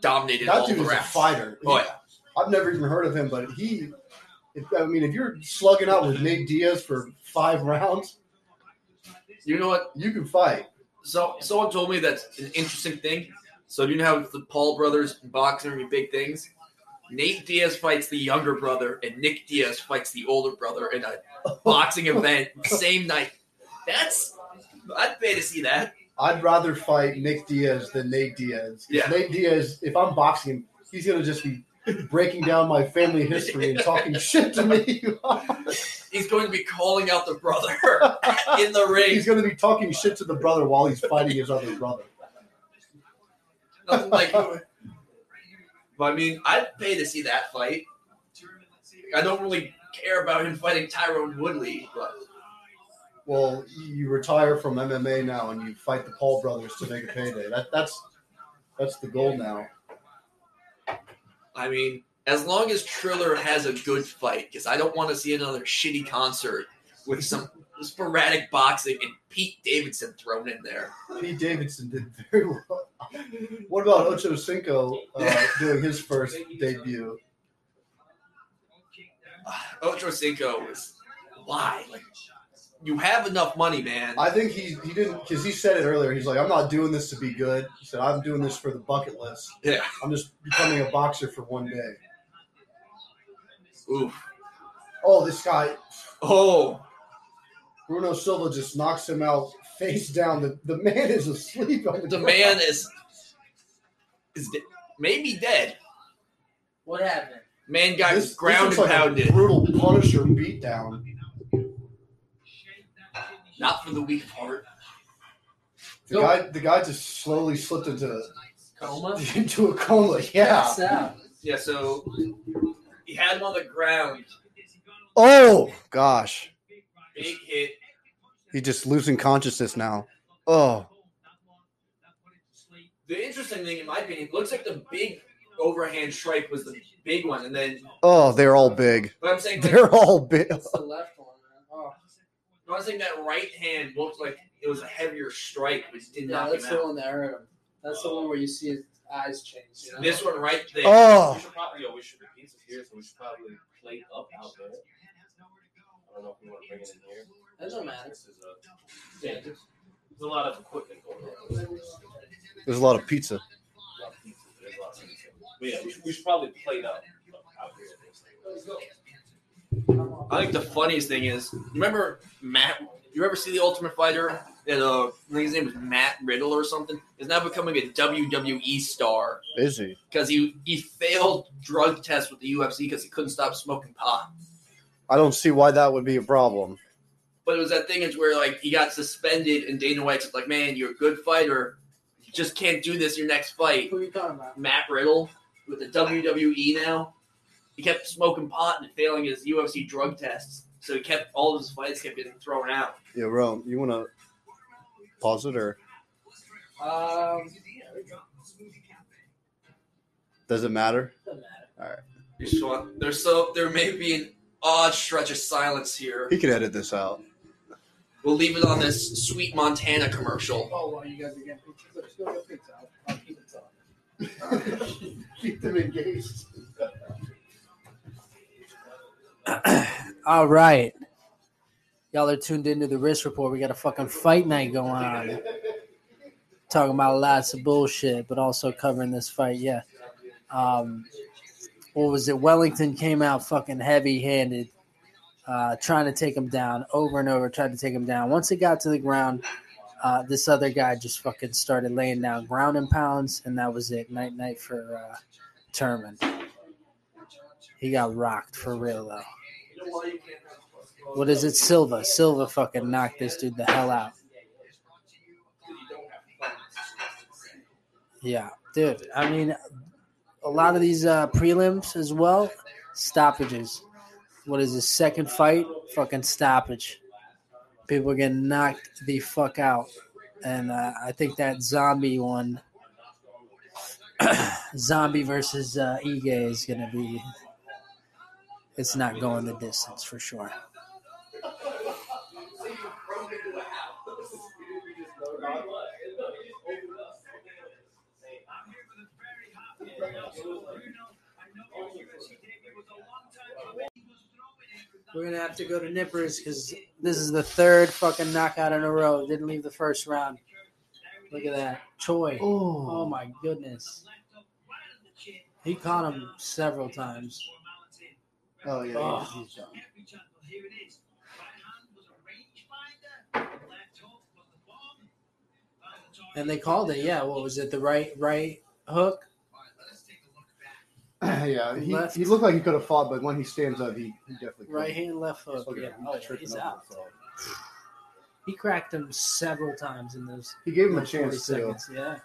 S2: dominated
S4: That
S2: all
S4: dude
S2: the
S4: is a
S2: rounds.
S4: fighter.
S2: Oh yeah,
S4: I've never even heard of him, but he. If, I mean, if you're slugging out with Nate Diaz for five rounds,
S2: you know what?
S4: you can fight.
S2: So someone told me that's an interesting thing. So you know how the Paul brothers in boxing are your big things. Nate Diaz fights the younger brother, and Nick Diaz fights the older brother in a boxing event the same night. That's I'd pay to see that.
S4: I'd rather fight Nick Diaz than Nate Diaz. 'Cause
S2: Yeah.
S4: Nate Diaz, if I'm boxing him, he's gonna just be breaking down my family history and talking shit to me.
S2: He's going to be calling out the brother in the ring.
S4: he's gonna be talking shit to the brother while he's fighting his other brother.
S2: Nothing like. But I mean, I'd pay to see that fight. I don't really care about him fighting Tyrone Woodley, but
S4: Well, you retire from MMA now and you fight the Paul brothers to make a payday. That, that's that's the goal now.
S2: I mean, as long as Triller has a good fight, because I don't want to see another shitty concert with some sporadic boxing and Pete Davidson thrown in there.
S4: Pete Davidson did very well. What about Ocho Cinco uh, doing his first debut?
S2: Ah, Ocho Cinco was why? Like, you have enough money, man.
S4: I think he he didn't because he said it earlier. He's like, I'm not doing this to be good. He said, I'm doing this for the bucket list.
S2: Yeah.
S4: I'm just becoming a boxer for one day.
S2: Oof.
S4: Oh, this guy
S2: Oh,
S4: Bruno Silva just knocks him out face down. The the man is asleep on the,
S2: the
S4: ground.
S2: man is is de- maybe dead.
S1: What happened?
S2: Man got
S4: This- this looks
S2: ground and
S4: like a
S2: pounded.
S4: brutal Punisher beatdown.
S2: Not for the weak of heart.
S4: The guy the guy just slowly slipped into
S1: Coma.
S4: into a coma. Yeah.
S1: Pass out.
S2: Yeah. So he had him on the ground.
S4: Oh gosh,
S2: Big hit.
S4: he's just losing consciousness now. Oh,
S2: The interesting thing, in my opinion, looks like the big overhand strike was the big one, and then
S6: Oh, they're all big.
S2: but I'm saying like,
S6: They're all big.
S1: It's the left one. man. Oh,
S2: I was saying that right hand looked like it was a heavier strike, which did
S1: yeah,
S2: knock him
S1: that's the
S2: out.
S1: one that hurt him. That's the one where you see his eyes change. You know?
S2: This one right there.
S5: We
S6: Oh,
S5: should probably, yo, we should repeat this here, so we should probably plate up out there. I don't know if we want to bring it in here.
S1: Doesn't matter.
S5: This is a, yeah, there's there's a lot of equipment going around.
S6: there's a lot of pizza.
S5: A lot of pieces, there's a lot of things. But yeah, we should, we should probably plate up out here.
S2: I think the funniest thing is, you remember Matt? You ever see the Ultimate Fighter? And uh, I think his name was Matt Riddle or something. Is now becoming a WWE star
S6: Is he?
S2: because he he failed drug tests with the UFC because he couldn't stop smoking pot.
S6: I don't see why that would be a problem.
S2: But it was that thing is where like he got suspended, and Dana White's like, "Man, you're a good fighter. You just can't do this your next fight."
S1: Who are you talking about?
S2: Matt Riddle with the WWE now. He kept smoking pot and failing his UFC drug tests, so he kept all of his fights kept getting thrown out.
S6: Yeah, Rome, you want to pause it or
S1: Um,
S6: does it matter?
S1: doesn't matter.
S2: You just want- There's so there may be an odd stretch of silence here.
S6: He can edit this out.
S2: We'll leave it on this sweet Montana commercial.
S1: Oh, well, you guys are getting pictures. Let's go get pizza. I'll, I'll keep it on.
S4: Keep them engaged.
S1: All right. Y'all are tuned into the Risk Report. We got a fucking fight night going on. Talking about lots of bullshit, but also covering this fight. Yeah. Um, what was it? Wellington came out fucking heavy handed, uh, trying to take him down over and over, tried to take him down. Once it got to the ground, uh, this other guy just fucking started laying down ground and pounds, and that was it. Night night for uh, Terman. He got rocked for real, though what is it? Silva. Silva fucking knocked this dude the hell out. Yeah, dude. I mean, a lot of these uh, prelims as well, stoppages. What is this second fight? Fucking stoppage. People are getting knocked the fuck out, and uh, I think that zombie one, zombie versus uh, Ige is gonna be. It's not going the distance for sure. We're gonna have to go to nippers because this is the third fucking knockout in a row. Didn't leave the first round. Look at that, Choi. Oh
S4: Oh,
S1: my goodness. He caught him several times.
S4: oh yeah.
S1: Oh.
S4: he's- he's done.
S1: And they called it, yeah. What was it? The right right hook?
S4: yeah, he,
S1: Left.
S4: he looked like he could have fought, but when he stands up, he, he definitely
S1: Right
S4: couldn't.
S1: hand, left hook.
S4: Look at
S1: Yeah.
S4: him, he's
S1: Oh, yeah.
S4: tripping
S1: He's
S4: over
S1: out.
S4: himself.
S1: He cracked him several times in those
S4: He gave him a
S1: 40
S4: chance too.
S1: seconds. Yeah.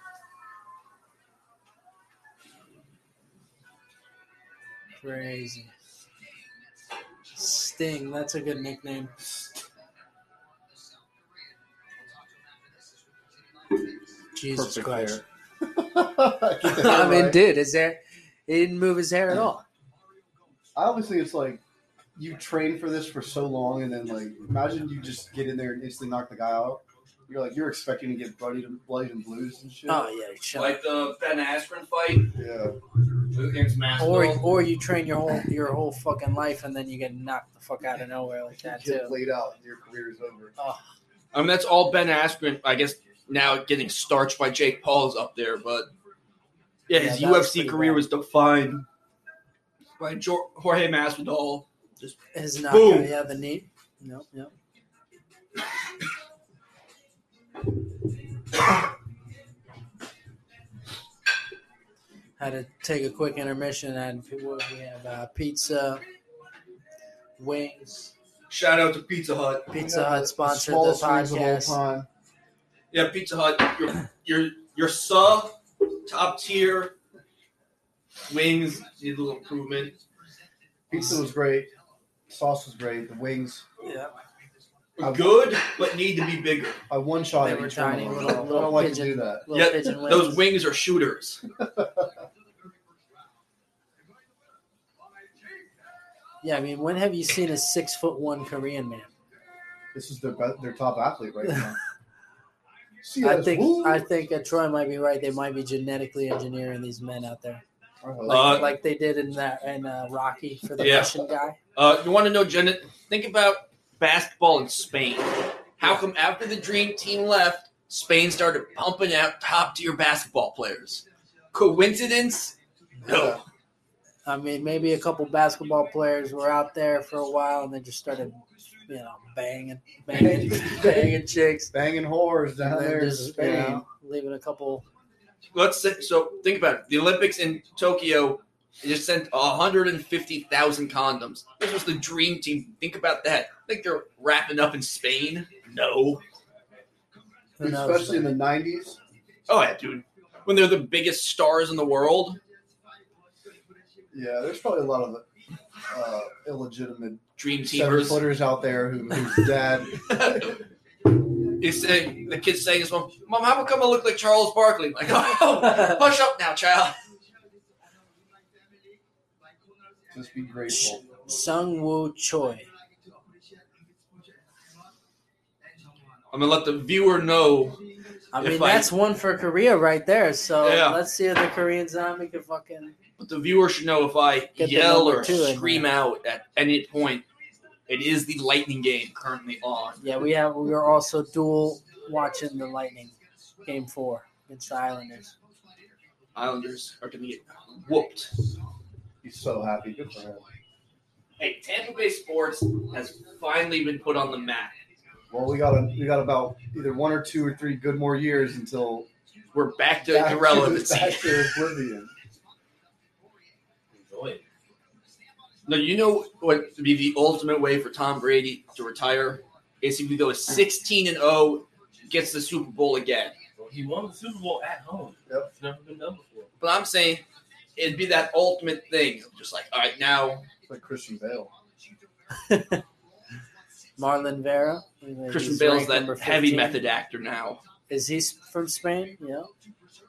S1: Crazy. Sting, that's a good nickname. Jesus
S4: Perfect
S1: Christ.
S4: hair. Get the hair
S1: I mean,
S4: right.
S1: dude, his hair. He didn't move his hair at all.
S4: I always think it's like you train for this for so long, and then like imagine you just get in there and instantly knock the guy out. You're like you're expecting to get bloodied and bloodied and blues and shit.
S1: Oh yeah, shut up.
S2: Like the Ben Askren fight
S4: yeah,
S2: against
S1: Or
S2: Masvidal.
S1: or you train your whole your whole fucking life and then you get knocked the fuck out of nowhere like that
S4: you get
S1: too.
S4: laid out, and your career is over.
S2: I mean, that's all Ben Askren. I guess now getting starched by Jake Paul's up there, but yeah, his
S1: Yeah, that was
S2: UFC
S1: pretty
S2: career
S1: bad.
S2: was defined by Jor- Jorge Masvidal.
S1: His
S2: Boom.
S1: knockout, yeah, the knee. No, no. Had to take a quick intermission and what we have uh, pizza, wings.
S2: Shout out to Pizza Hut.
S1: Pizza Hut sponsored the
S4: Smallest wings of all
S1: podcast.
S4: time.
S2: Yeah, Pizza Hut. Your your your sub top tier wings need a little improvement.
S4: Pizza was great. Sauce was great. The wings.
S1: Yeah.
S2: Good, but need to be bigger.
S4: I one shot
S1: They were
S4: each one.
S1: tiny
S4: of them.
S1: little-
S4: I don't like to
S1: pigeon.
S4: do that.
S1: Little
S2: Yeah,
S1: pigeon wings.
S2: Those wings are shooters.
S1: Yeah, I mean, when have you seen a six foot one Korean man?
S4: This is their be- their top athlete right now. See,
S1: I
S4: that's
S1: think
S4: Wu.
S1: I think that Troy might be right. They might be genetically engineering these men out there,
S4: Uh,
S1: like, like they did in that in uh, Rocky for the
S2: Yeah.
S1: Russian guy.
S2: Uh, you want to know, Jen? Think about basketball in Spain. How come after the Dream Team left, Spain started pumping out top tier basketball players? Coincidence? No.
S1: I mean, maybe a couple basketball players were out there for a while and they just started, you know, banging, banging, banging chicks.
S4: banging whores down
S1: And
S4: there
S1: then
S4: in
S1: just, you
S4: Spain.
S1: know, leaving a couple.
S2: Let's say, so. Think about it. The Olympics in Tokyo just sent 150,000 condoms. This was the Dream Team. Think about that. Think they're wrapping up in Spain? No.
S1: Who knows?
S4: especially in the '90s.
S2: Oh yeah, dude. When they're the biggest stars in the world,
S4: Yeah, there's probably a lot of uh, illegitimate
S2: Dream
S4: seven
S2: Teamers.
S4: footers out there who, whose dad.
S2: He's saying the kid's saying to his mom, "Mom, how come I look like Charles Barkley?" Like, oh, hush up now, child.
S4: just be grateful.
S1: Sung Woo Choi.
S2: I'm gonna let the viewer know.
S1: I
S2: If
S1: mean,
S2: I-
S1: that's one for Korea right there. So
S2: Yeah.
S1: let's see if the Korean zombie can fucking.
S2: But the viewer should know if I
S1: Get the
S2: yell
S1: number
S2: or
S1: two in
S2: scream
S1: there.
S2: out at any point. It is the Lightning game currently on.
S1: Yeah, we have. We are also dual watching the Lightning game four against the Islanders.
S2: Islanders are gonna get whooped.
S4: He's so happy. Good for him.
S2: Hey, Tampa Bay sports has finally been put on the map.
S4: Well, we got a, we got about either one or two or three good more years until
S2: We're back to
S4: back to-
S2: irrelevancy.
S4: back to oblivion.
S5: Enjoy it.
S2: No, you know what would be the ultimate way for Tom Brady to retire is if he goes 16 and 0, gets the Super Bowl again.
S5: Well, he won the Super Bowl at home.
S4: Yep.
S5: It's never been done before.
S2: But I'm saying it'd be that ultimate thing of just like, all right, now
S4: It's like Christian Bale.
S1: Marlon Vera. he's
S2: Christian
S1: ranked
S2: Bale's that
S1: number
S2: heavy
S1: 15.
S2: method actor now.
S1: Is he s- from Spain? Yeah,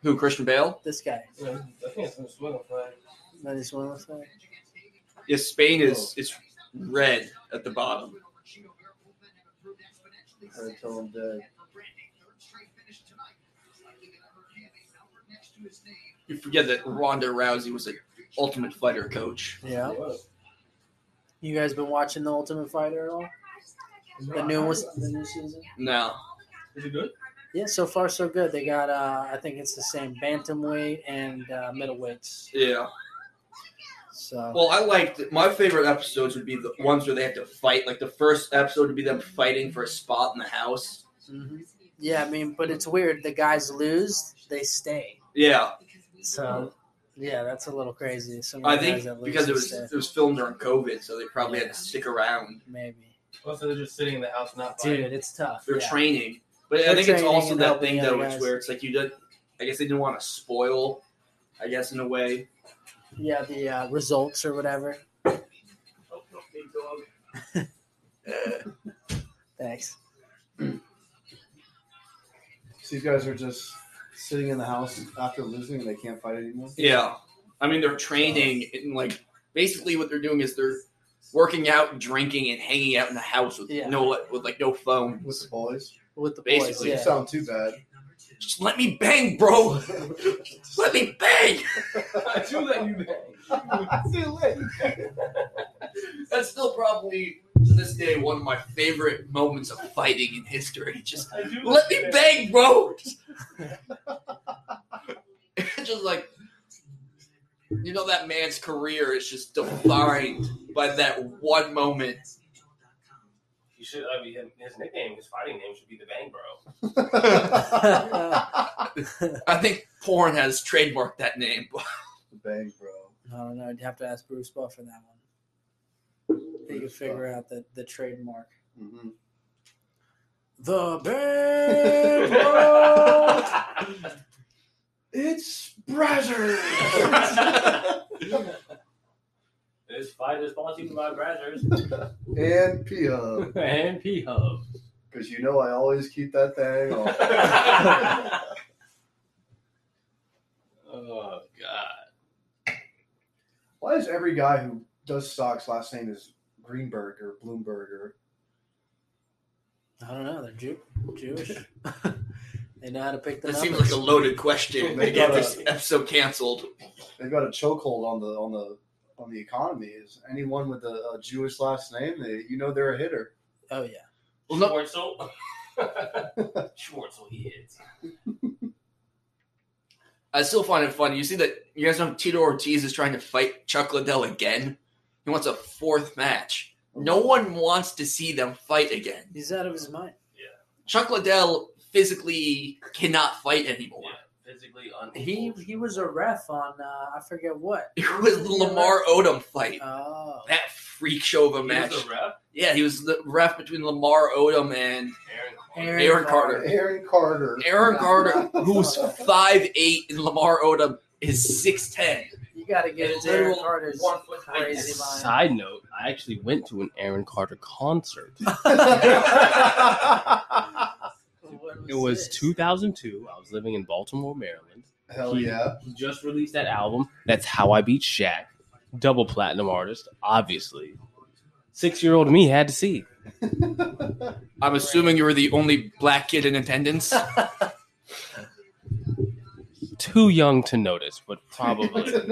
S2: Who, Christian Bale?
S1: this guy.
S5: Yeah, I think it's been swinging flag.
S1: That is one of them.
S2: Yeah, Spain is it's red at the bottom.
S4: Heard till I'm dead.
S2: You forget that Ronda Rousey was an ultimate fighter coach.
S1: Yeah.
S5: It was.
S1: You guys been watching the Ultimate Fighter at all? The new one, the new season.
S2: No.
S5: Is it good?
S1: Yeah, so far so good. They got, uh, I think it's the same bantamweight and uh, middleweights.
S2: Yeah.
S1: So
S2: Well, I liked my favorite episodes would be the ones where they have to fight. Like the first episode would be them fighting for a spot in the house.
S1: mhm. yeah, I mean, but it's weird. The guys lose, they stay.
S2: Yeah,
S1: So yeah, that's a little crazy. Some of
S2: I
S1: the guys
S2: think
S1: that lose,
S2: because it
S1: they
S2: was
S1: stay.
S2: it was filmed during COVID, so they probably had to stick around.
S1: maybe
S5: Oh, so they're just sitting in the house not fighting.
S1: dude, it's tough.
S2: They're
S1: yeah.
S2: training, but I
S1: They're
S2: think it's
S1: training
S2: also
S1: and
S2: that
S1: helping
S2: thing
S1: the other
S2: though, it's
S1: guys.
S2: where it's like you did. I guess they didn't want to spoil. I guess in a way.
S1: yeah, the uh, results or whatever. Thanks.
S4: So these guys are just sitting in the house after losing and they can't fight anymore.
S2: Yeah, I mean they're training and like basically what they're doing is they're working out, drinking, and hanging out in the house with
S1: Yeah.
S2: no with like no phone.
S4: With the boys.
S1: With the
S2: Basically,
S4: Doesn't
S1: boys, yeah.
S4: sound too bad.
S2: Just let me bang, bro.
S4: See
S2: Let me bang.
S5: I do let you bang.
S4: you later.
S2: That's still probably to this day one of my favorite moments of fighting in history. Just
S5: I do
S2: let me bang, bro. Just, just like you know that man's career is just defined by that one moment.
S5: He should. I mean, his nickname, his fighting name, should be the Bang Bro.
S2: I think porn has trademarked that name.
S4: Bang, bro.
S1: I don't know. I'd have to ask Bruce Buff for that one. He could
S4: Bruce
S1: figure out the, the trademark.
S4: hmm
S1: The big world.
S4: It's Brazzers.
S5: this fight is brought to you by Brazzers
S4: and Pia.
S5: and P Hub.
S4: Because you know I always keep that thing on.
S5: Oh God! Uh,
S4: Why is every guy who does Sox last name is Greenberg or Bloomberg or
S1: I don't know. They're Jew- Jewish. they know how to pick the
S2: That seems
S1: numbers.
S2: like a loaded question.
S4: They
S2: They get
S4: gotta-
S2: this episode canceled.
S4: they've got a chokehold on the on the on the economy. Is anyone with a, a Jewish last name, they, you know they're a hitter.
S1: oh yeah.
S2: Well, no-
S5: Schwartzel. Schwartzel, he is.
S2: I still find it funny. You see that you guys know Tito Ortiz is trying to fight Chuck Liddell again. He wants a fourth match. No one wants to see them fight again.
S1: He's out of his mind.
S2: Chuck Liddell physically cannot fight anymore.
S5: Yeah, physically unable.
S1: He he was a ref on uh, I forget what.
S2: It was the Lamar Odom fight.
S1: Oh.
S2: That freak show of a
S5: He
S2: match.
S5: was a rep.
S2: yeah, he was the ref between Lamar Odom and
S5: Aaron Clark.
S1: Aaron
S2: Aaron Carter.
S4: Aaron Carter.
S2: Aaron Carter, who's five eight, and Lamar Odom is 6'10.
S1: You got to get
S2: It's
S1: into Aaron
S2: literal
S1: Carter's
S2: one foot
S1: crazy mind.
S3: Side note: I actually went to an Aaron Carter concert. It was
S1: this?
S3: 2002. I was living in Baltimore, Maryland.
S4: Hell yeah.
S3: He just released that album. That's how I beat Shaq. Double platinum artist, obviously. Six-year-old me had to see.
S2: I'm assuming you were the only black kid in attendance.
S3: Too young to notice, but probably.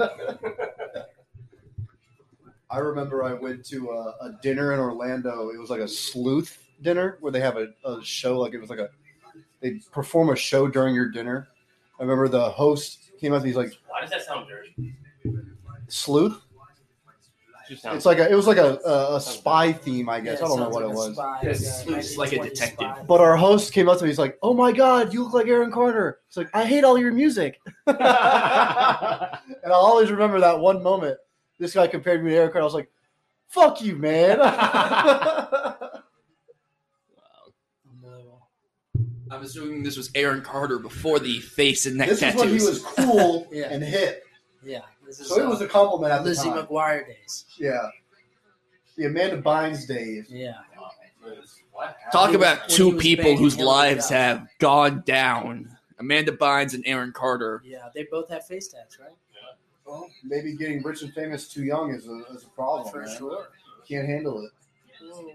S4: I remember I went to a, a dinner in Orlando. It was like a sleuth dinner where they have a, a show. Like it was like a they perform a show during your dinner. I remember the host came up. and He's like
S5: Why does that sound dirty?
S4: sleuth.
S3: Just sounds-
S4: It's like a, it was like a, a, a spy theme, I guess. I don't know what it was.
S2: Yes, it's like a detective.
S4: But our host came up to me. He's like, "Oh my god, you look like Aaron Carter." He's like, "I hate all your music." and I'll always remember that one moment. This guy compared me to Aaron Carter. I was like, "Fuck you, man."
S2: I'm assuming this was Aaron Carter before the face and neck
S4: this is
S2: tattoos.
S4: when he was cool
S1: Yeah.
S4: and hip.
S1: Yeah, this is uh,
S4: So it was a compliment at the
S1: Lizzie
S4: time.
S1: McGuire days.
S4: Yeah. The Amanda Bynes days.
S1: Yeah,
S5: What?
S2: Talk
S1: He was-
S2: about
S1: when he
S2: two
S1: was
S2: people
S1: banging
S2: whose
S1: Hillary
S2: lives
S1: Duff.
S2: have gone down. Amanda Bynes and Aaron Carter.
S1: yeah, they both have face tats, right?
S4: Well, maybe getting rich and famous too young is a, is a problem.
S1: Oh. For
S4: Oh, man.
S1: sure.
S4: Can't handle it
S1: Oh,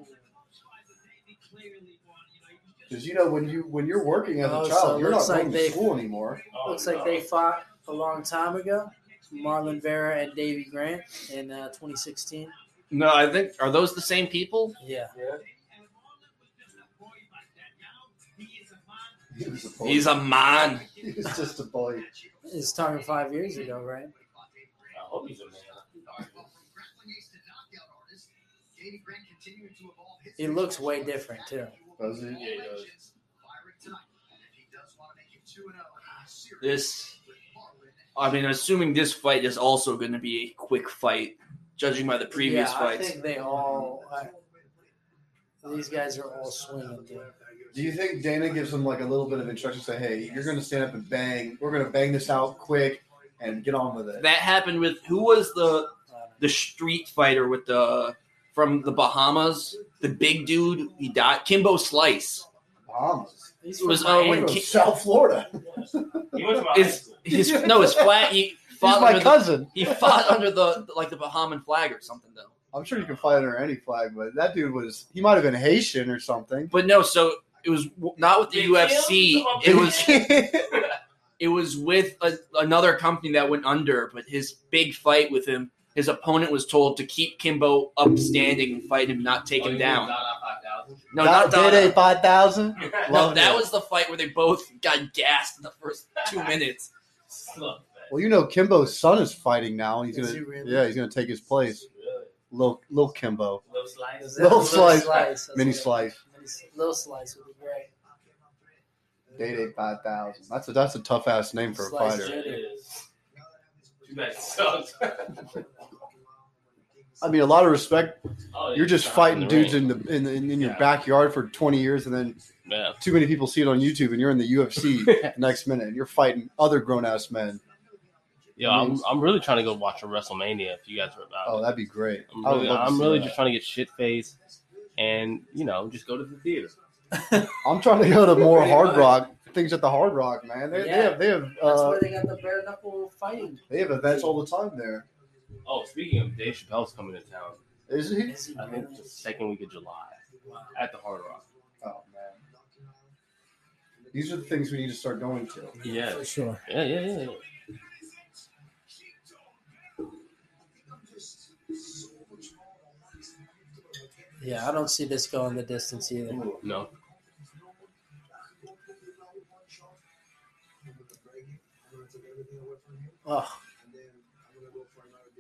S4: because you know when you when you're working as a
S1: Oh, so
S4: child,
S1: it
S4: you're not
S1: looks like
S4: going to
S1: they-
S4: school anymore.
S5: Oh,
S1: Looks like
S5: no.
S1: they fought a long time ago. Marlon Vera and Davy Grant in uh, 2016.
S2: No, I think are those the same people?
S1: Yeah,
S4: He was a boy.
S2: He's a man.
S4: He was just a boy.
S1: it's talking five years ago, right?
S5: I hope he's a man.
S1: He looks way different too.
S4: Does
S2: Mm-hmm.
S4: he?
S5: Yeah, he does.
S2: This, I mean, assuming this fight is also going to be a quick fight, judging by the previous
S1: yeah, I
S2: fights.
S1: think they all. I, these guys are all swinging. Dude.
S4: Do you think Dana gives him like a little bit of instruction? Say, hey, you're going to stand up and bang. We're going to bang this out quick and get on with it.
S2: that happened with who was the
S1: Uh,
S2: the street fighter with the from the Bahamas, the big dude. He died. Kimbo Slice.
S4: Bahamas.
S1: he's
S2: It was
S1: from
S2: uh,
S1: Miami.
S2: when
S4: From
S2: Ki-
S4: South Florida.
S5: He went to my high
S2: his
S5: school.
S2: his no his flag. He
S4: He's
S2: fought
S4: my
S2: under the,
S4: cousin.
S2: he fought under the like the Bahaman flag or something though.
S4: I'm sure you can fight under any flag, but that dude was he might have been Haitian or something.
S2: But no, so it was w- not with the
S5: Big
S2: UFC.
S5: deal? Come on,
S2: It was
S4: Did
S2: it was with a, another company that went under, but his big fight with him, his opponent was told to keep Kimbo upstanding and fight him, not take
S5: Oh,
S2: him
S5: he
S2: down.
S5: was Dada 5000.
S2: No, not
S4: a
S2: Dada.
S4: five thousand.
S2: No,
S4: Love
S2: that
S4: it.
S2: was the fight where they both got gassed in the first two minutes.
S5: Slug fest.
S4: Well, you know Kimbo's son is fighting now. He's
S1: Is
S4: gonna
S1: he really?
S4: yeah, he's gonna take his place.
S5: Really?
S4: Little little Kimbo,
S5: Little slice.
S1: That
S4: Little
S1: was
S4: Slice.
S1: that's
S4: mini
S1: what-
S4: slice.
S1: mini s- Little slice would be great.
S4: Day Day five thousand. That's a that's a tough ass name for a
S1: Slice
S4: fighter.
S5: It is. You guys suck.
S4: I mean, a lot of respect.
S5: Oh,
S4: You're just
S5: yeah.
S4: fighting
S3: in the
S4: dudes in the in, the, in, in your
S5: Yeah.
S4: backyard for 20 years, and then
S3: yeah.
S4: too many people see it on YouTube, and you're in the UFC next minute, and you're fighting other grown ass men.
S3: Yo, I'm, I'm really trying to go watch a WrestleMania if you guys are about.
S4: Oh,
S3: it.
S4: that'd be great.
S3: I'm
S4: I would
S3: really,
S4: love to
S3: I'm
S4: see
S3: really
S4: that.
S3: just trying to get shit faced and, you know, just go to the theater.
S4: I'm trying to go to more
S1: Pretty
S4: Hard
S1: much.
S4: Rock things at the Hard Rock, man. They,
S1: Yeah.
S4: they have they have
S1: That's
S4: uh,
S1: where they got the bare knuckle fighting.
S4: they have events all the time there.
S3: Oh, speaking of Dave Chappelle's coming to town,
S4: Is he?
S1: Is it
S3: I think it's
S1: really?
S3: the second week of July
S1: Wow.
S3: at the Hard Rock.
S4: Oh man. These are the things we need to start going to.
S3: Yeah,
S1: For sure.
S3: yeah, yeah, yeah. yeah.
S1: Yeah, I don't see this going the distance either.
S3: No,
S1: Oh,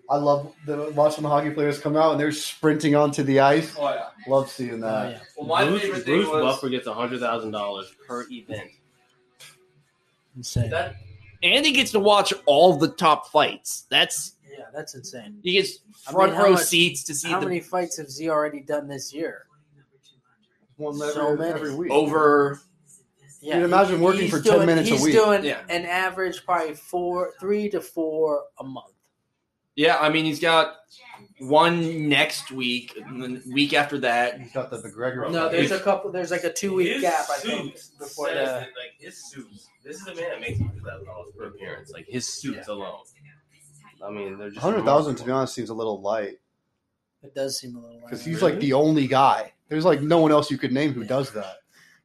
S4: I love the watching the hockey players come out and they're sprinting onto the ice.
S2: Oh yeah.
S4: Love seeing that.
S1: oh, yeah.
S2: Well, my
S3: Bruce,
S2: favorite
S3: Bruce
S2: thing was
S3: Buffer gets hundred thousand dollars per event.
S1: Insane.
S2: that Andy gets to watch all the top fights. That's
S1: yeah, that's insane.
S2: he gets
S1: I mean,
S2: front
S1: how
S2: row
S1: much-
S2: seats to see
S1: How
S2: the
S1: many fights has he already done this year?
S4: One
S1: So
S4: every,
S1: many.
S4: every week.
S2: over.
S1: Yeah,
S6: Dude, imagine working
S1: he's
S6: for 10
S1: doing,
S6: minutes a
S1: he's
S6: week.
S1: doing
S2: Yeah.
S1: an average probably four, three to four a month.
S2: Yeah, I mean he's got one next week, and then week after that.
S4: He's got the McGregor.
S1: No,
S4: fight.
S1: there's a couple. There's like a two week
S5: His
S1: gap, I think,
S5: suit
S1: before
S5: says
S1: the.
S5: that, like his suits. This is a man that makes hundred thousand dollars per
S3: per appearance.
S5: appearance.
S3: Like his suits alone. I mean, they're just
S6: Hundred thousand, to be honest, seems a little light
S1: It does seem a little.
S6: because
S1: lame.
S6: he's like the only guy. There's like no one else you could name who does that.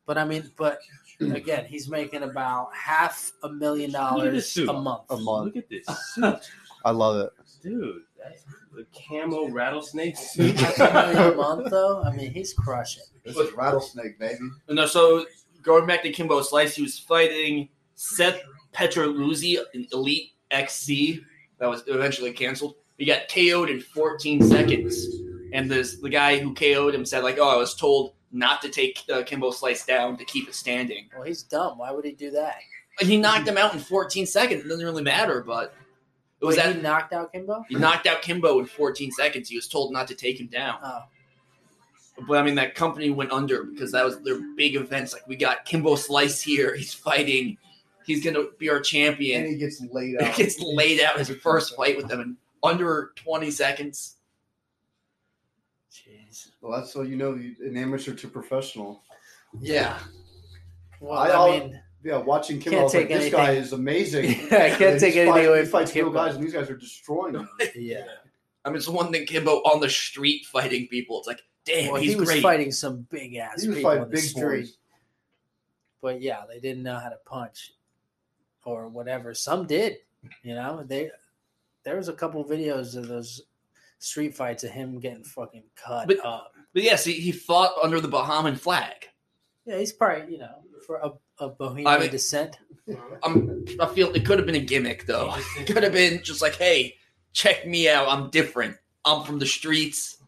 S1: But I mean, but again, he's making about half a million dollars
S3: suit.
S1: a month.
S6: A month.
S3: Look at this suit,
S6: I love it.
S3: dude. That's the camo rattlesnake suit.
S1: half a million a month, though. I mean, he's crushing.
S4: This is rattlesnake, baby.
S2: No, so going back to Kimbo Slice, he was fighting Seth Petroluzzi, an elite XC that was eventually canceled. He got KO'd in 14 seconds, and this the guy who KO'd him said like, "Oh, I was told not to take uh, Kimbo Slice down to keep it standing."
S1: Well, he's dumb. Why would he do that?
S2: And he knocked him out in 14 seconds. It doesn't really matter, but it was
S1: Wait,
S2: that
S1: he knocked out Kimbo?
S2: he knocked out Kimbo in 14 seconds. He was told not to take him down.
S1: Oh,
S2: But I mean, that company went under because that was their big events. Like we got Kimbo Slice here. He's fighting. He's gonna be our
S4: And
S2: champion.
S4: he gets laid
S2: It
S4: out.
S2: gets laid out his first fight with them in under 20 seconds.
S1: jeez.
S6: Well, that's so you know an amateur to professional.
S2: Yeah,
S1: Well,
S4: I
S1: I,
S4: al-
S1: mean,
S4: Yeah, watching Kim,
S1: Can't
S4: I was like,
S1: take
S4: this guy
S1: anything-
S4: is amazing.
S1: yeah, I can't take
S4: any
S1: anything away
S4: He
S1: from
S4: fights real guys,
S1: Kimbo.
S4: and these guys are destroying him.
S1: Yeah.
S2: I mean, it's one thing Kimbo on the street fighting people. It's like, damn,
S1: Well,
S2: he's
S1: he was
S2: great.
S1: fighting some big ass
S4: He was
S1: people
S4: fighting
S1: on the
S4: big
S1: street,
S4: boys.
S1: but yeah, they didn't know how to punch or whatever. Some did, you know. They there was a couple videos of those street fights of him getting fucking cut
S2: But-
S1: up.
S2: But yes, he, he fought under the Bahamian flag.
S1: Yeah, he's probably you know for a, a Bohemian
S2: I mean-
S1: descent.
S2: I'm, I feel it could have been a gimmick though. It could have been just like, hey, check me out. I'm different. I'm from the streets.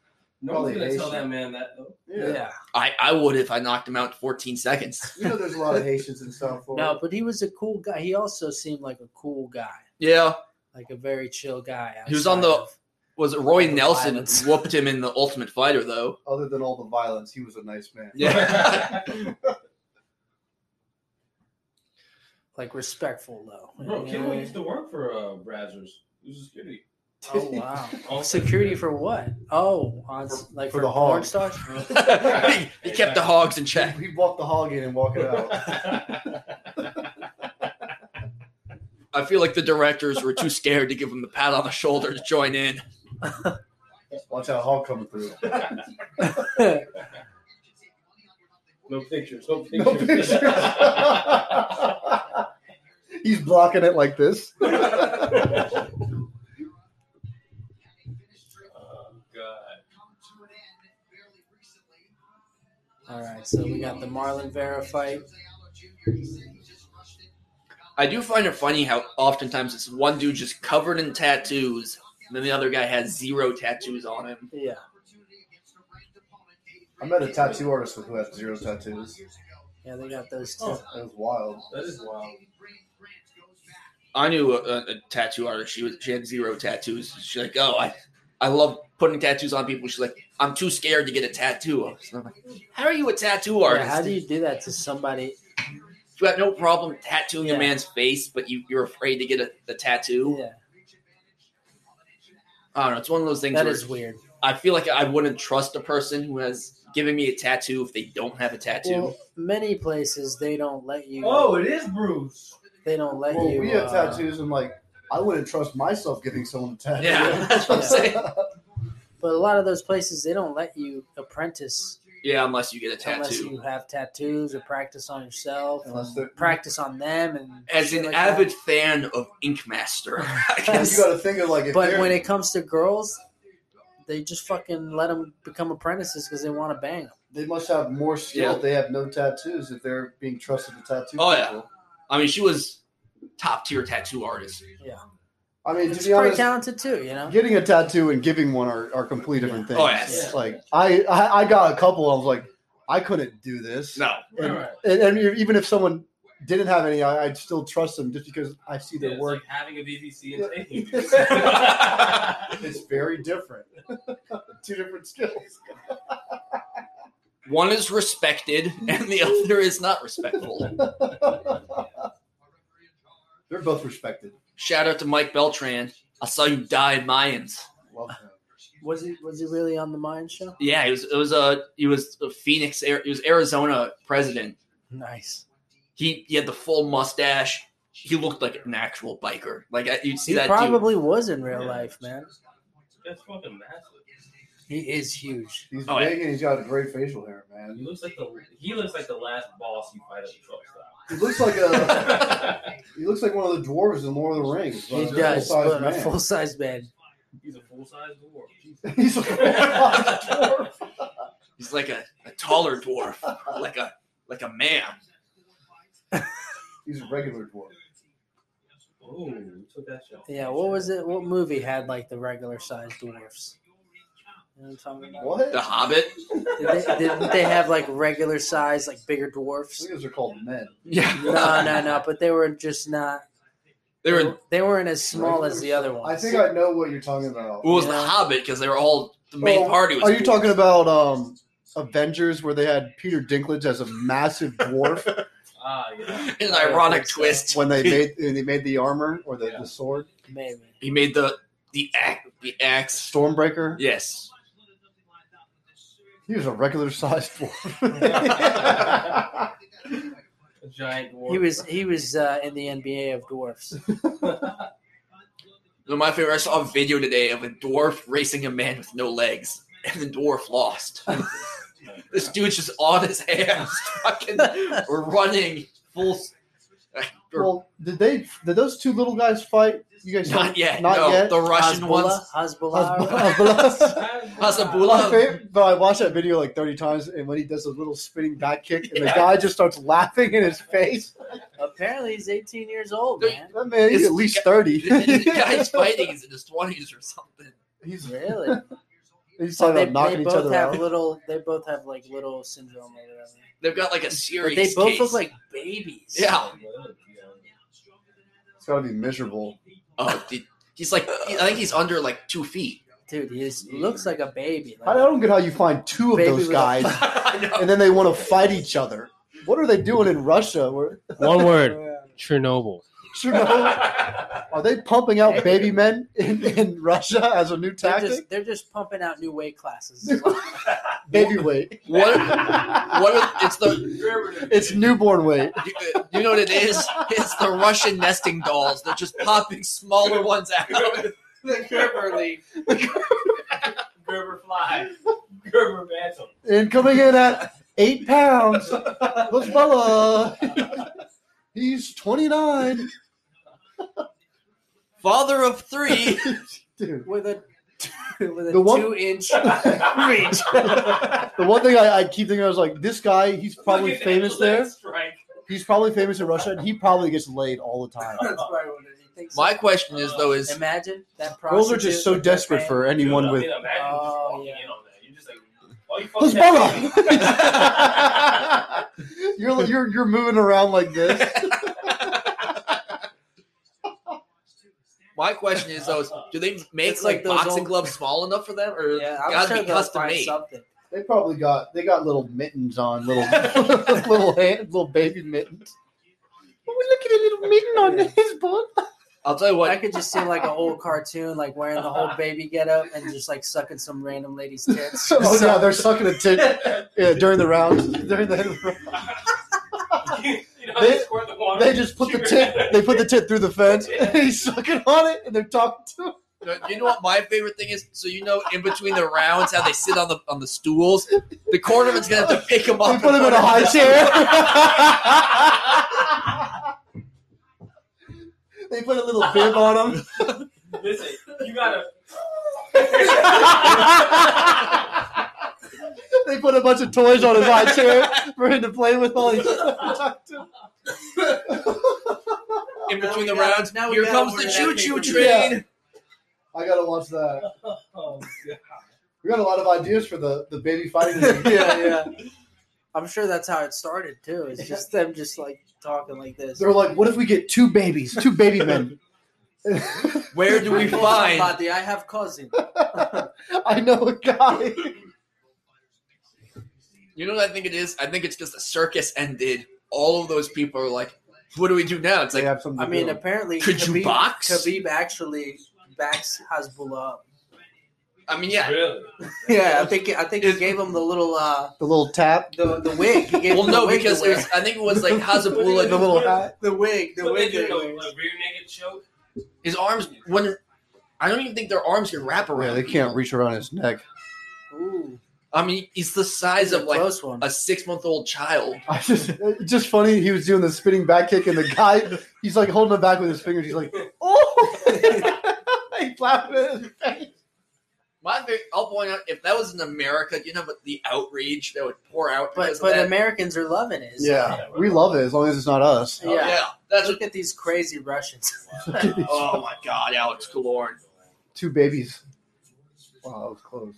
S5: No one's gonna
S4: Probably
S5: tell
S4: Asian.
S5: that man that though.
S1: Yeah.
S2: I, I would if I knocked him out in 14 seconds.
S4: You know, there's a lot of Haitians in South Florida.
S1: No, but he was a cool guy. He also seemed like a cool guy,
S2: Yeah.
S1: like a very chill guy.
S2: He was on
S1: outside
S2: the-
S1: of-
S2: Was it Roy Nelson
S1: Violence.
S2: whooped him in the Ultimate Fighter though?
S4: Other than all the violence, he was a nice man.
S2: Yeah.
S1: like respectful though. You
S5: Bro,
S1: know
S5: Kimbo
S1: what I
S5: used
S1: mean?
S5: to work for uh, Brazzers. He was a security.
S1: Oh wow.
S5: All
S1: Security for what? Oh, on s- like
S4: for
S1: for,
S4: the hog.
S1: porn stars.
S2: he, he kept the hogs in check.
S4: He walked the hog in and walked it out.
S2: I feel like the directors were too scared to give him the pat on the shoulder to join in.
S4: Watch out, hog coming through.
S5: no pictures. No pictures. Oh,
S4: No pictures. He's blocking it like this.
S5: oh god.
S1: All right, so we got the Marlon Vera fight.
S2: I do find it funny how oftentimes it's one dude just covered in tattoos, and then the other guy has zero tattoos on him.
S1: Yeah,
S4: I met a tattoo artist who had zero tattoos.
S1: yeah, they got those two.
S2: Oh.
S4: That was wild.
S5: That is wild.
S2: I knew a, a, a tattoo artist. She was she had zero tattoos. She's like, oh, I, I love putting tattoos on people. She's like, I'm too scared to get a tattoo. I was like, how are you a tattoo
S1: Yeah,
S2: artist?
S1: how do you do that to somebody?
S2: you have no problem tattooing
S1: Yeah.
S2: a man's face, but you, you're afraid to get a, a tattoo.
S1: Yeah,
S2: I don't know. It's one of those things.
S1: that
S2: where
S1: is weird.
S2: I feel like I wouldn't trust a person who has given me a tattoo if they don't have a tattoo.
S1: Well, many places they don't let you.
S5: Oh, it is Bruce.
S1: they don't let
S4: Well,
S1: you.
S4: we have
S1: uh,
S4: tattoos, and like
S7: I wouldn't trust myself giving someone a tattoo.
S2: Yeah, that's what I'm saying.
S1: But a lot of those places they don't let you apprentice
S2: Yeah, unless you get a
S1: unless
S2: tattoo.
S1: you have tattoos or practice on yourself, and
S7: Unless they're-
S1: practice on them, and
S2: As
S1: shit
S2: an
S1: like
S2: avid fan of Ink Master, I
S7: You
S2: guess.
S7: got to think of like
S1: That.
S7: if
S1: But
S7: they're-
S1: when it comes to girls, they just fucking let them become apprentices because they want to bang them.
S7: they must have more skill
S2: Yeah.
S7: if they have no tattoos if they're being trusted to tattoo.
S2: Oh, yeah.
S7: people.
S2: I mean, she was top tier tattoo artist.
S7: I mean, to
S1: It's
S7: be
S1: pretty
S7: honest,
S1: talented too, you know.
S4: Getting a tattoo and giving one are, are complete different things.
S2: Oh, yes.
S4: It's Like I, I I got a couple. I was like, I couldn't do this.
S2: No,
S4: And, and, and e-, even if someone didn't have any, I, I'd still trust them just because I see
S5: Yeah,
S4: their
S5: it's
S4: work.
S5: like having a VVC
S7: Yeah.
S5: and taking it.
S7: it's very different. Two different skills.
S2: one is respected and the other is not respectful.
S7: They're both respected.
S2: Shout out to Mike Beltran. I saw you die in Mayans.
S7: Love them.
S1: Was he was he really on the Mind show?
S2: Yeah, it was it was a he was a Phoenix. Ari- He was Arizona president.
S1: Nice.
S2: He he had the full mustache. He looked like an actual biker. Like I- you'd see
S1: He
S2: that dude.
S1: probably was in real
S5: Yeah.
S1: life, man.
S5: That's fucking massive.
S1: He is huge.
S7: He's
S2: Oh, yeah.
S7: big and he's got great facial hair, man.
S5: He looks like the he looks like the last boss you fight at the truck stop.
S7: He looks like a he looks like one of the dwarves in Lord of the Rings. but
S1: He
S7: he's a
S1: does,
S7: full-size
S1: but a
S7: man.
S1: full size man.
S5: He's a full size dwarf. Jesus.
S7: he's a full-size dwarf.
S2: He's like a, a taller dwarf, like a like a man.
S7: He's a regular dwarf.
S5: Oh, you took that shot.
S1: Yeah. What was it? What movie had like the regular sized dwarfs? You know what I'm talking about?
S7: What?
S2: The
S7: I
S2: Hobbit.
S1: Did they, didn't they have like regular size, like bigger dwarfs?
S7: think those are called men.
S2: Yeah.
S1: No, no, no. But they were just not.
S2: They were. It
S1: They weren't as small as the other ones.
S7: I think I know what you're talking about.
S2: was the
S1: Yeah.
S2: Hobbit because they were all the main
S4: Oh,
S2: party. Was
S4: Are you talking about um Avengers where they had Peter Dinklage as a massive dwarf
S5: Ah, yeah.
S2: An ironic twist.
S4: when they made when they made the armor or the,
S5: Yeah.
S4: the sword
S1: maybe.
S2: He made the the act the axe.
S4: Stormbreaker?
S2: Yes.
S4: He was a regular sized dwarf.
S5: a giant dwarf.
S1: He was he was uh, in the NBA of dwarfs.
S2: So my favorite. I saw a video today of a dwarf racing a man with no legs, and the dwarf lost. this dude's just on his hands, fucking running full. s-
S4: well, did they did those two little guys fight? You guys
S2: Not yet.
S4: Not
S2: no,
S4: yet?
S2: the Russian ones.
S1: Hezbollah, Hezbollah.
S4: Hezbollah- My
S2: Hasabullah.
S4: favorite, but I watched that video like 30 times, and when he does a little spinning back kick, and the
S2: Yeah.
S4: guy just starts laughing in his face.
S1: Apparently, he's 18 years old,
S2: No,
S1: man.
S4: That man, he's
S2: This
S4: at least
S2: guy-
S4: 30.
S2: the guy's fighting is in his twenties or something.
S4: He's,
S1: Really?
S4: he's
S1: So
S4: talking
S1: they,
S4: about
S1: they
S4: knocking each
S1: both
S4: other
S1: have
S4: out.
S1: little. They both have like little syndrome or whatever.
S2: They've got like a
S1: But
S2: serious.
S1: they both
S2: case.
S1: look like babies.
S2: Yeah.
S4: It's got to be miserable.
S2: Oh, dude. he's like. I think he's under like two feet.
S1: Dude, he is- looks like a baby.
S4: I
S1: Like,
S4: don't get how you find two of
S1: Baby
S4: those
S1: with a-
S4: guys,
S2: I know.
S4: and then they want to fight each other. What are they doing in Russia? Where,
S3: One word: Chernobyl.
S4: sure no- are they pumping out baby men in, in Russia as a new
S1: they're
S4: tactic?
S1: just, they're just pumping out new weight classes.
S4: baby weight.
S2: What? What? Are, it's the.
S4: It's newborn weight.
S2: You, you know what it is? It's the Russian nesting dolls. They're just popping smaller ones out.
S5: the Gerber League. Gerber Fly. Gerber Bantam.
S4: And coming in at eight pounds, this fella, he's 29.
S2: Father of three.
S4: Dude,
S1: with a with a
S4: The one-
S1: two inch
S5: Reach.
S4: the one thing I, I keep thinking, I was like, this guy, he's probably famous there.
S5: Strike.
S4: He's probably famous in Russia, and he probably gets laid all the time.
S1: That's probably what it is. He thinks
S2: My question is though is
S1: Imagine that.
S4: Girls are just
S1: prostitute
S4: so
S1: with that
S4: desperate
S1: bang.
S4: for anyone with.
S5: I mean, imagine just
S1: Oh,
S5: walking
S1: yeah.
S5: in on that. You're just like, oh, you fucking
S4: Hezbollah! you're, you're, you're moving around like this.
S2: my question is though is do they make
S1: It's like
S2: like,
S1: those
S2: boxing
S1: old-
S2: gloves small enough for them or
S1: Yeah,
S2: gotta
S1: I'm sure
S2: be
S1: they'll
S2: custom
S1: find
S2: made?
S1: something.
S4: They probably got they got little mittens on, little little hand, little baby mittens. Oh, look at a little mitten on his butt.
S2: I'll tell you
S1: I
S2: what.
S1: could just see like an old cartoon, like wearing the whole baby getup and just like sucking some random lady's tits.
S4: oh yeah, they're sucking a tit yeah, during the rounds. During the
S5: you know, they,
S4: They-
S5: squirt the on
S4: They
S5: it.
S4: just put the tit. They put the tit through the fence. And he's sucking on it, and they're talking to him.
S2: No, You know what my favorite thing is? So you know, in between the rounds, how they sit on the on the stools. The cornerman's gonna have to pick him up.
S4: They put
S2: and
S4: him in a high
S2: down.
S4: They put a little bib on him.
S5: Listen, you gotta.
S4: They put a bunch of toys on his high chair for him to play with while he's talking to him.
S2: in between
S7: Now
S2: the
S7: we got-
S2: rounds,
S7: now we
S2: here
S7: got
S2: comes
S7: one
S2: the
S7: of that
S2: choo choo
S7: paper
S2: train.
S4: I gotta watch that.
S5: Oh,
S4: We got a lot of ideas for the, the baby fighting. game.
S1: yeah, yeah. I'm sure that's how it started too. It's just them just like talking like this.
S4: They're like, what if we get two babies, two baby men?
S2: Where do we find?
S1: Somebody, "Oh, I have cousin.
S4: I know a guy.
S2: You know what I think it is? I think it's just the circus ended. All of those people are like, "What do we do now?" It's
S4: They
S2: like,
S4: have something
S1: I
S4: to
S1: mean,
S4: do.
S1: apparently,
S2: Could you
S1: Khabib,
S2: box?
S1: Khabib actually backs Hasbullah. up.
S2: I mean, yeah.
S5: Really?
S1: Yeah, I think I think he gave him the little uh
S4: the little tap,
S1: the the wig. He gave
S2: Well,
S1: him the
S2: no,
S1: wig to
S2: because it
S1: wear.
S2: was, I think it was like
S4: the
S2: Hazabullah.
S4: little hat.
S1: the wig, the
S5: What they
S1: wig.
S5: do,
S1: that
S5: a,
S1: he
S5: a rear
S1: wears.
S5: naked choke?
S2: His arms when I don't even think their arms can wrap
S4: Yeah,
S2: around.
S4: they can't reach around his neck.
S1: Ooh,
S2: I mean, he's the size
S1: that's a
S2: of like
S1: close one.
S2: a six month old child.
S4: I just, it's just funny. He was doing the spinning back kick, and the guy, he's like holding it back with his fingers. He's like, oh, he's laughing at his face.
S2: My, fa- I'll point out if that was in America, you know, but the outrage that would pour out
S1: But
S2: because
S1: but
S2: of that.
S1: Americans are loving it. It's-
S4: Yeah, we love it as long as it's not us.
S1: yeah.
S2: that's what,
S1: Look at these crazy Russians.
S2: oh my god, Alex Galorn.
S4: Two babies. Wow, that was close.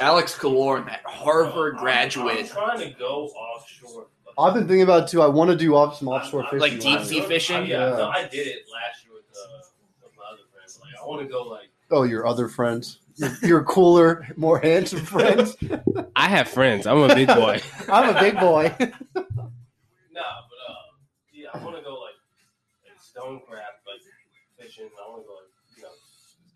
S2: Alex Galorn, that Harvard
S5: I'm
S2: graduate,
S5: trying to go offshore.
S4: I've been thinking about it too. I want to do off some offshore
S5: I'm-
S4: fishing.
S2: Like deep
S4: right
S2: sea
S4: now.
S2: fishing?
S5: Yeah,
S4: Yeah.
S5: No, I did it last year with, uh, with my other friends. Like, I want to go like
S4: Oh, your other friends, your, your cooler, more handsome friends.
S3: I have friends. I'm a big boy.
S4: I'm a big boy.
S5: no, but uh, yeah, I want to go like, like stone crab, like fishing. I want to go like you know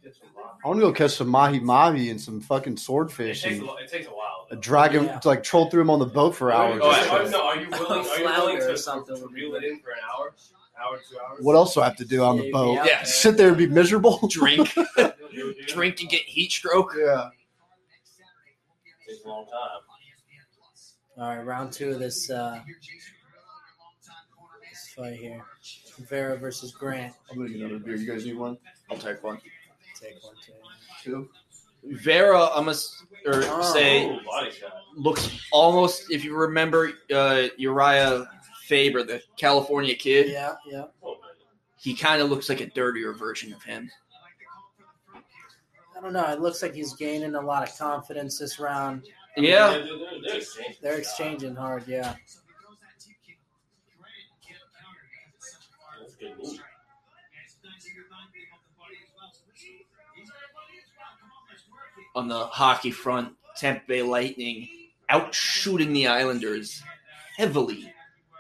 S5: get some rock.
S4: I want to go catch some mahi mahi and some fucking
S5: It
S4: swordfish
S5: takes a,
S4: and
S5: lo- it takes a while. though.
S4: drag him
S1: Yeah.
S4: to like troll through him on the boat for
S5: Are
S4: hours.
S5: you-
S2: Oh,
S5: are-
S2: I-
S5: are- no, are you willing? Are you willing
S1: Flounder or
S5: to,
S1: something.
S5: to reel it in for an hour, hour, two hours?
S4: what else do I have to do on the
S1: Yeah,
S4: boat?
S2: yeah.
S4: Sit there and be miserable.
S2: drink,
S5: You'll do it.
S2: drink and get heat stroke.
S4: Yeah.
S5: Takes a long time.
S1: All right, round two of this uh, this fight here. Vera versus Grant.
S4: I'm gonna get another beer. You guys need one?
S2: I'll take one.
S1: Take one too.
S4: Two.
S2: Vera, I'm gonna s- or
S1: Oh.
S2: say
S5: Ooh, body shot.
S2: looks almost. If you remember uh, Uriah Faber, the California kid,
S1: Yeah, yeah.
S5: Come on, man.
S2: he kind of looks like a dirtier version of him.
S1: I don't know. It looks like he's gaining a lot of confidence this round.
S2: Yeah,
S5: They're, they're, they're exchanging.
S1: They're exchanging hard, yeah.
S5: That's a good move.
S2: on the hockey front, Tampa Bay Lightning out shooting the Islanders heavily,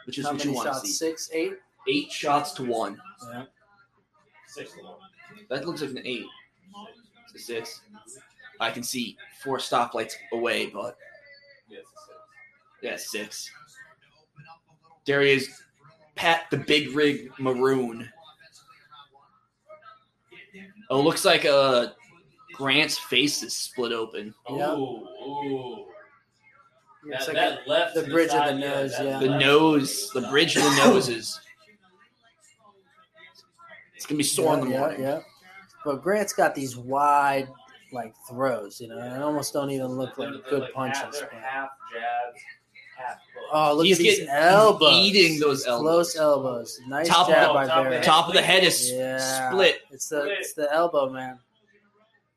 S2: which is
S1: How
S2: what you
S1: many
S2: want to
S1: shots?
S2: see.
S1: Six, eight.
S2: Eight shots to one.
S1: Yeah.
S5: Six to one.
S2: That looks like an eight. It's a six. I can see four stoplights away, but
S5: Yes, it's six.
S2: yeah, it's six. There is Pat the Big Rig Maroon. It looks like uh, Grant's face is split open.
S1: Yeah.
S5: Ooh, ooh.
S1: Looks
S5: That,
S1: like
S5: that left
S1: the
S5: to
S1: bridge of
S5: side,
S1: the nose,
S5: that
S1: yeah.
S2: The
S5: left
S2: nose, the
S5: to side.
S2: bridge of the nose is. It's gonna be
S1: a-
S2: sore in the
S1: yeah,
S2: morning.
S1: Yeah, yeah. But Grant's got these wide, like, throws, you know, and almost don't even look
S5: They're-
S1: like
S5: they're
S1: good
S5: like Half,
S1: punches.
S5: they're
S1: but-
S5: half jabs, half hooks.
S1: Oh, look
S2: He's
S1: at these
S2: getting- he's
S1: elbows.
S2: eating those elbows.
S1: Close elbows. Nice
S2: Top of
S1: jab
S5: the-
S1: by
S5: top of the
S1: Barrett.
S2: Top of the head is
S1: Yeah.
S2: split.
S1: It's the it's the elbow, man.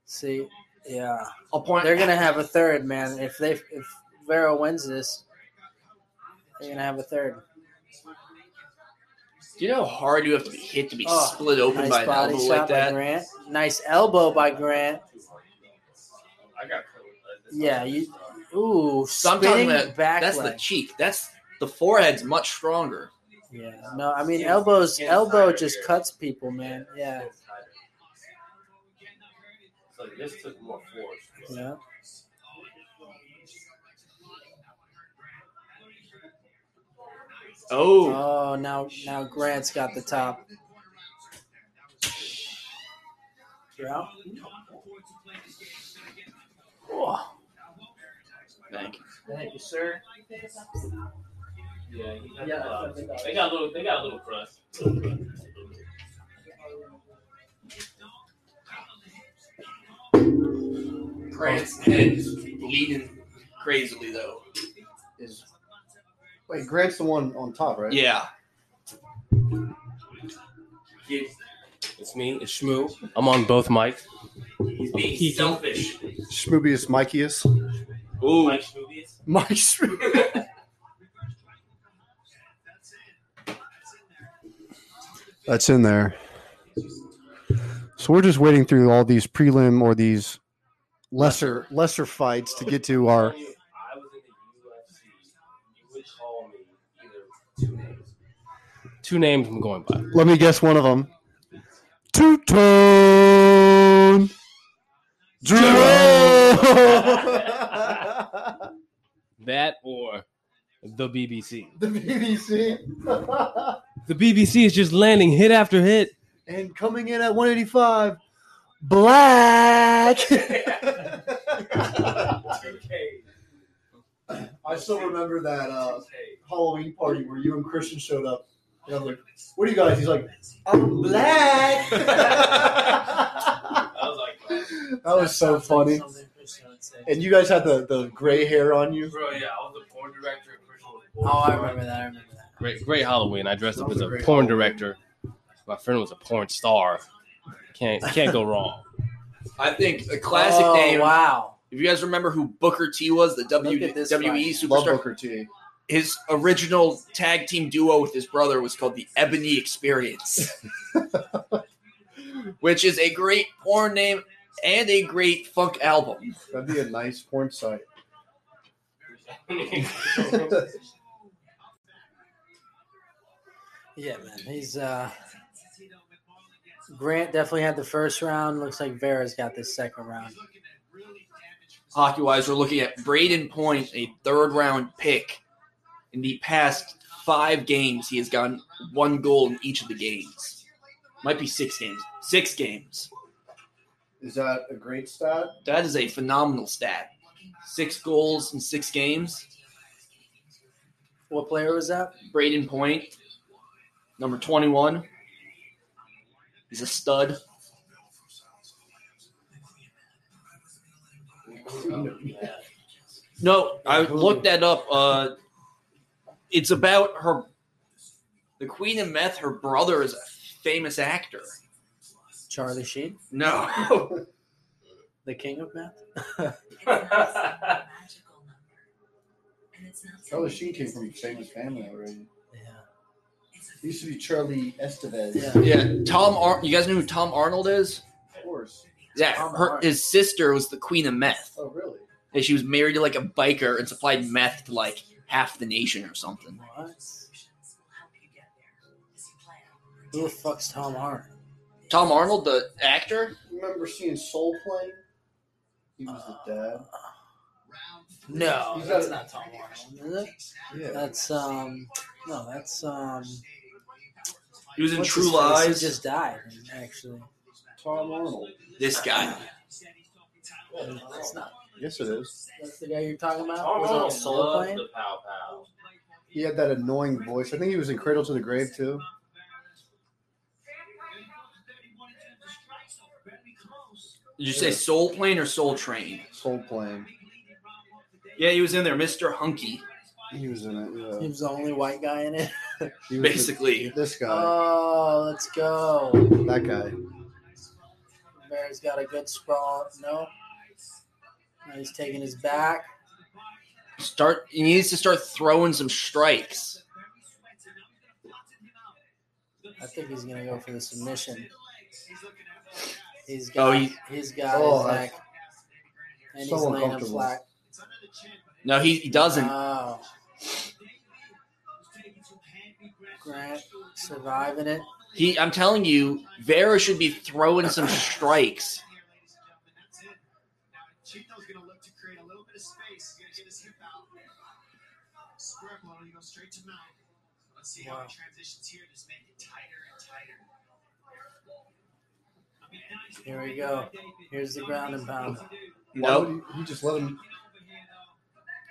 S1: See, yeah,
S2: I'll point.
S1: they're gonna have a third, man. If they if Vera wins this, they're gonna have a third.
S2: Do you know how hard you have to be hit to be
S1: Oh,
S2: split open
S1: Nice
S2: by an
S1: body
S2: elbow
S1: shot
S2: like
S1: by
S2: that?
S1: Grant. Nice elbow by Grant.
S5: I got curled. Like, this
S1: Yeah,
S5: is-
S1: you- Ooh,
S2: So I'm
S1: spinning
S2: talking about
S1: back
S2: that's the
S1: leg.
S2: cheek. That's the forehead's much stronger.
S1: Yeah, no, I mean
S5: Inside-
S1: elbows.
S5: inside
S1: elbow
S5: right
S1: just
S5: here.
S1: cuts people, man. Yeah,
S5: It's tighter. So this took more force. but-
S1: yeah.
S2: Oh,
S1: Oh, now now Grant's got the top. You're out. Oh,
S2: thank you.
S1: thank you, sir.
S5: Yeah, he got
S1: Yeah,
S5: the
S1: that's
S5: gloves.
S1: what they
S5: They got a little. They got a little crust.
S2: Grant's head is bleeding crazily though. Is
S4: Wait, Grant's the one on top, right?
S2: yeah. He-
S3: It's me. It's Shmoo. I'm on both mics.
S2: He's being selfish.
S4: Schmoobius Mikeyus.
S2: Ooh,
S5: Mike Schmoobius.
S4: Mike Schmoo- That's in there. So we're just waiting through all these prelim or these lesser lesser fights to get to our
S5: If I was in the UFC, you would call me either two names.
S3: Two names I'm going by.
S4: Let me guess one of them. Two tone.
S5: Jerome.
S3: That or the BBC.
S4: the BBC.
S3: The BBC is just landing hit after hit.
S4: and coming in at 185, Black.
S5: Two K.
S4: I still remember that uh,
S5: Two K.
S4: Halloween party where you and Christian showed up. And I'm like, what are you guys? He's like, I'm black.
S5: I was like,
S4: that was so
S1: sounds like
S4: funny.
S1: something Christian would say.
S4: And you guys had the, the gray hair on you.
S5: bro, yeah, I was the porn director at Christian.
S1: Oh, I remember that. I remember that.
S3: Great, great Halloween. I dressed up
S4: That was
S3: as
S4: a
S3: a
S4: great
S3: porn
S4: Halloween.
S3: director. My friend was a porn star. Can't can't go wrong.
S2: I think a classic
S1: oh,
S2: name.
S1: Wow.
S2: If you guys remember who Booker T was, the w,
S1: Look at this
S2: WWE
S1: fight.
S4: Love
S2: superstar,
S4: Booker T.
S2: his original tag team duo with his brother was called the Ebony Experience, which is a great porn name and a great funk album.
S4: That'd be a nice porn site.
S1: Yeah, man. He's uh Grant definitely had the first round. Looks like Vera's got this second round.
S2: Hockey wise, we're looking at Braden Point, a third round pick. In the past five games, he has gotten one goal in each of the games. Might be six games. Six games.
S4: Is that a great stat?
S2: That is a phenomenal stat. Six goals in six games.
S1: What player was that?
S2: Braden Point, number 21. He's a stud. No, I looked that up. Uh, it's about her, the Queen of Meth. Her brother is a famous actor.
S1: Charlie Sheen,
S2: No,
S1: the king of math.
S4: Charlie Sheen Oh, came from a famous family already.
S1: Yeah.
S4: He used to be Charlie Estevez.
S1: Yeah.
S2: yeah, Tom. Ar- you guys know who Tom Arnold is?
S4: Of course.
S2: Yeah,
S1: Tom
S2: her,
S1: Arnold.
S2: his sister was the Queen of Meth,
S4: Oh, really?
S2: and she was married to like a biker and supplied meth to like half the nation or something.
S1: What? Who the fuck's Tom Hart?
S2: Tom Arnold, the actor?
S4: Remember seeing Soul playing? He was the dad.
S1: Oh, No,
S4: He's
S1: that's
S4: got-
S1: not Tom Arnold, is it?
S4: Yeah.
S1: That's um, no, that's um.
S2: He was in
S1: what's
S2: True
S1: his face? He
S2: Lies.
S1: just died, actually.
S4: Tom Arnold.
S2: This guy.
S1: No, Oh, that's not.
S4: Yes, it is.
S1: That's the guy you're talking about.
S5: Tom
S1: was on
S5: Arnold
S1: Soul
S5: loves
S1: Plane.
S5: the pow pow.
S4: He had that annoying voice. I think he was in Cradle to the Grave too.
S2: Did you say Soul Plane or Soul Train?
S4: Soul playing.
S2: Yeah, he was in there, Mr. Hunky,
S4: He was in it.
S1: He
S4: Yeah.
S1: was the only white guy in it.
S4: He was
S2: basically.
S4: the- this guy,
S1: Oh, let's go.
S4: that guy.
S1: Bear's got a good sprawl. No. Now he's taking his back.
S2: Start. He needs to start throwing some strikes.
S1: I think he's gonna go for the submission. He's got
S2: Oh, he-
S1: he's got
S4: Oh,
S1: his
S4: that's
S1: neck. And
S4: so
S1: he's laying him
S4: uncomfortable.
S1: flat.
S2: No, he, he doesn't.
S1: Oh. Grant surviving it.
S2: He. I'm telling you, Vera should be throwing some strikes.
S7: Let's see how it transitions here. Just make it tighter and tighter. I mean, now he's
S1: Here we go. Here's the ground and pound.
S4: Why
S2: Nope.
S4: would he, he just let him.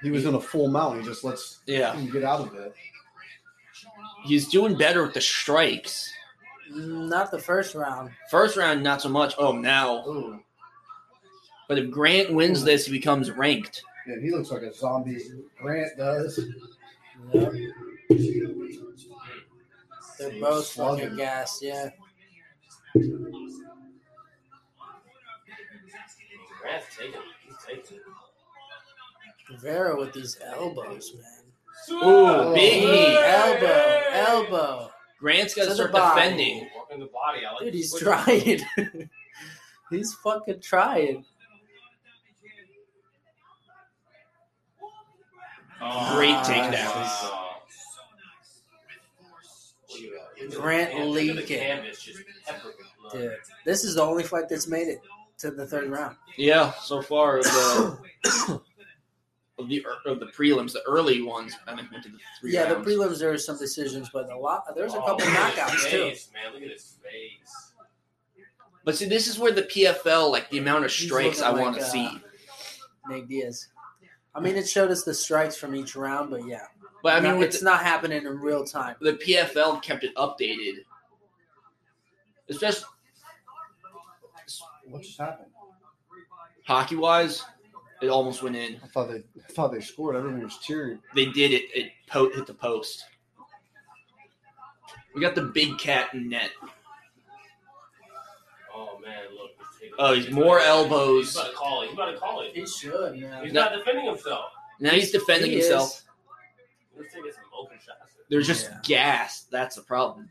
S4: He was in a full mount. He just lets
S2: Yeah.
S4: him get out of it.
S2: He's doing better with the strikes.
S1: Mm, Not the first round.
S2: First round, not so much. Oh, now.
S4: Ooh,
S2: But if Grant wins this, he becomes ranked.
S4: man, he looks like a zombie. Grant does.
S1: Yep. They're both
S4: Slugging.
S1: fucking gas, yeah.
S5: Grant's taking it. He's taking it.
S1: Rivera with these elbows, man.
S2: Ooh, big knee.
S1: Elbow, elbow.
S2: Grant's got
S1: To
S2: to
S1: the
S2: start
S1: body.
S2: defending.
S5: Working the body. I like
S1: Dude,
S5: the
S1: he's
S5: switch.
S1: trying. he's fucking trying.
S5: Oh,
S2: Great
S5: nice.
S2: takedown.
S5: Wow. Look at that.
S1: Grant
S5: Look at the
S1: Lincoln.
S5: canvas, just peppered with blood.
S1: Dude, this is the only fight that's made it to the third round.
S2: Yeah, so far of the of the, er- of the prelims, the early ones, I think went to the three
S1: yeah,
S2: rounds.
S1: the prelims there are some decisions, but a lot there's a
S5: Oh,
S1: couple
S5: look at his
S1: knockouts too.
S5: face, Man, look at his face.
S2: but see, this is where the PFL, like the amount of
S1: He's
S2: strikes I
S1: looking
S2: want to
S1: like, uh,
S2: see.
S1: Nate Diaz. I mean, it showed us the strikes from each round, but yeah,
S2: But I
S1: No,
S2: mean, with
S1: it's not happening in real time.
S2: the, the PFL kept it updated. It's just
S4: What just happened?
S2: hockey wise, it almost went in.
S4: I thought they I thought they scored. Everyone was cheering.
S2: They did it. It po- hit the post. We got the big cat in net.
S5: Oh man, look. he's taking-
S2: Oh, he's more
S5: about-
S2: elbows.
S5: He's about to call it. He's about to call it.
S1: He should, man.
S5: He's not defending himself.
S2: Now he's defending
S1: He
S2: himself.
S1: is.
S5: Let's take some open shots.
S2: They're just
S1: Yeah.
S2: gassed. That's the problem.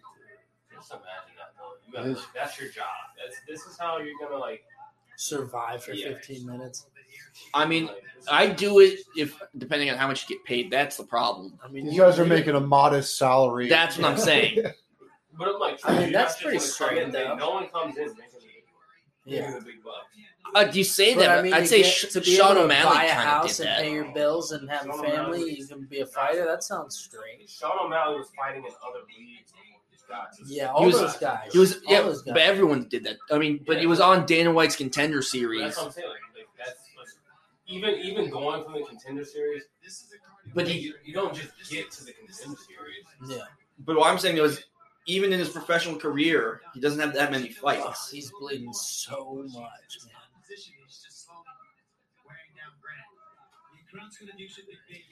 S5: Just imagine that though. You gotta,
S4: It is.
S5: like, that's your job. That's this is how you're gonna like.
S1: Survive for
S5: Yeah.
S1: 15 minutes.
S2: I mean,
S5: like, this is-
S2: I do it if depending on how much you get paid. That's the problem.
S1: I mean,
S4: These
S1: you-
S4: guys are
S1: you-
S4: making a modest salary.
S2: That's what I'm saying.
S5: But I'm like,
S1: I mean,
S5: you're
S1: that's
S5: not just
S1: pretty
S5: gonna come in
S1: solid,
S5: there.
S1: though.
S5: No one comes in making
S1: Yeah.
S5: making the big bucks.
S2: Uh, do you say
S1: But
S2: that?
S1: I mean,
S2: I'd say
S1: get-
S2: Sh-
S1: to be
S2: Sean
S1: able to
S2: O'Malley
S1: buy a
S2: kind of
S1: house
S2: did
S1: and
S2: that.
S1: pay your bills and have a
S5: Sean
S1: family,
S5: O'Malley.
S1: you can be a fighter. That sounds strange.
S5: Sean O'Malley was fighting in other leagues. before he got to-
S1: Yeah, all
S2: was-
S1: those guys.
S2: He was,
S1: all
S2: yeah,
S1: those guys.
S2: but everyone did that. I mean, but he
S5: Yeah.
S2: was on Dana White's contender
S5: But
S2: series.
S5: That's what I'm saying. Like, like that's like, even even going from the contender series.
S2: But he-
S5: you, you don't just get to the contender series.
S1: yeah,
S2: But what I'm saying is, even in his professional career, he doesn't have that many fights.
S1: he's bleeding so much, man.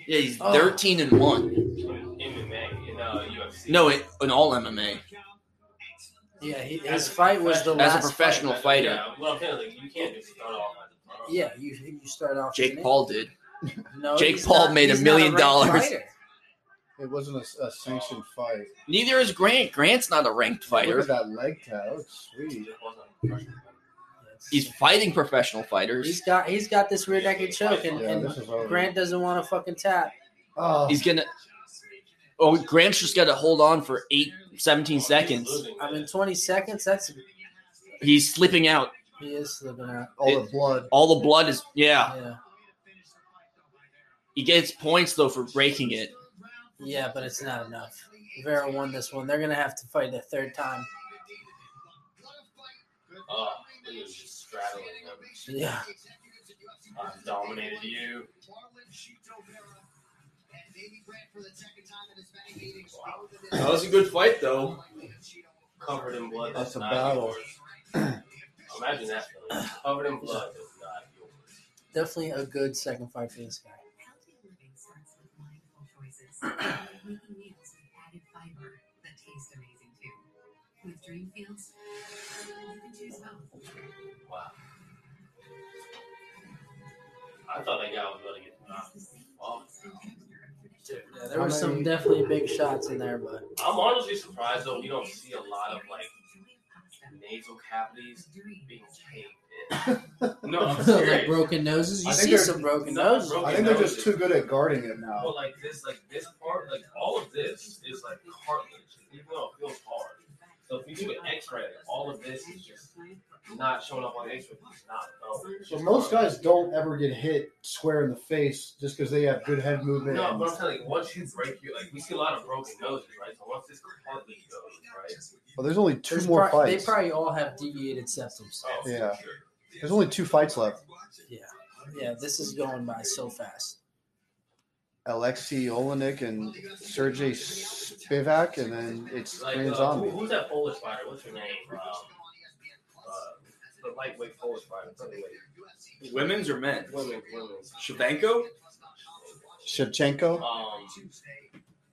S2: Yeah, he's
S1: Oh.
S2: 13 and one.
S5: In MMA, in uh, UFC.
S2: No, in, in all MMA.
S1: Yeah, he, his fight was the
S2: As a
S1: last.
S2: professional-
S5: Like,
S2: fighter.
S5: Yeah, well, I'm saying, like, you can't just start off.
S1: fight. Yeah, you you start off. as
S2: Jake
S1: an-
S2: Paul did.
S1: No,
S2: Jake
S1: he's
S2: Paul
S1: not-
S2: made a
S1: he's not
S2: million
S1: ranked
S2: dollars.
S1: fighter.
S4: It wasn't a, a sanctioned fight.
S2: Neither is Grant. Grant's not a ranked
S4: Look at
S2: fighter.
S4: that leg tag. That looks
S5: He
S4: sweet.
S5: just wasn't a professional.
S2: He's fighting professional
S1: He's
S2: fighters.
S1: got he's got this rear naked choke, and,
S4: Yeah,
S1: and
S4: this is over.
S1: Grant doesn't want to fucking tap.
S4: Oh,
S2: He's gonna. Oh, Grant's just got to hold on for eight, 17 seconds.
S1: I mean, 20 seconds. That's
S2: He's slipping out.
S1: he is slipping out.
S4: all the blood.
S2: All the blood is.
S4: Ah.
S2: Yeah,
S1: Yeah,
S2: he gets points though for breaking it.
S1: yeah, but it's not enough. Rivera won this one. They're gonna have to fight a third time.
S5: Oh, he was just straddling him.
S1: Yeah,
S5: Uh, dominated you.
S2: That was a good fight though.
S5: Covered in blood.
S4: That's a
S5: not
S4: battle.
S5: yours. Imagine that. feeling. Covered in blood. That's not yours.
S1: definitely a good second fight for this guy.
S5: Wow. I thought that guy was going to get knocked. Well,
S1: Yeah, there were some definitely big shots in there, but
S5: I'm honestly surprised though we don't see a lot of like nasal cavities being taped in. No, I'm
S1: like
S5: serious.
S1: broken noses. You
S4: I think
S1: see
S4: they're-
S1: some broken
S5: Not
S1: noses.
S5: broken
S4: I think they're
S5: noses.
S4: just too good at guarding it now.
S5: But like this, like this part, like all of this is like cartilage, even though it feels hard. So if you do an X-ray, all of this is just not showing up on H with not. No.
S4: But most guys don't ever get hit square in the face just because they have good head movement.
S5: No,
S4: and-
S5: but I'm telling you, once you break your like, we see a lot of broken noses, right? So once this completely goes,
S4: well, there's only two
S1: There's
S4: more
S1: prob-
S4: fights.
S1: They probably all have deviated septums.
S5: right? Oh,
S4: yeah, there's only two fights left.
S1: Yeah, this is going by so fast.
S4: Alexei Olenek and Sergey Spivak, and then it's
S5: like
S4: Korean
S5: uh, who,
S4: Zombie.
S5: who's that Polish fighter? What's her name? Um, uh, the lightweight Polish fighter. Tell me what-
S2: Women's or men's?
S5: Women, women's.
S2: Shevchenko?
S4: Shevchenko.
S5: Um,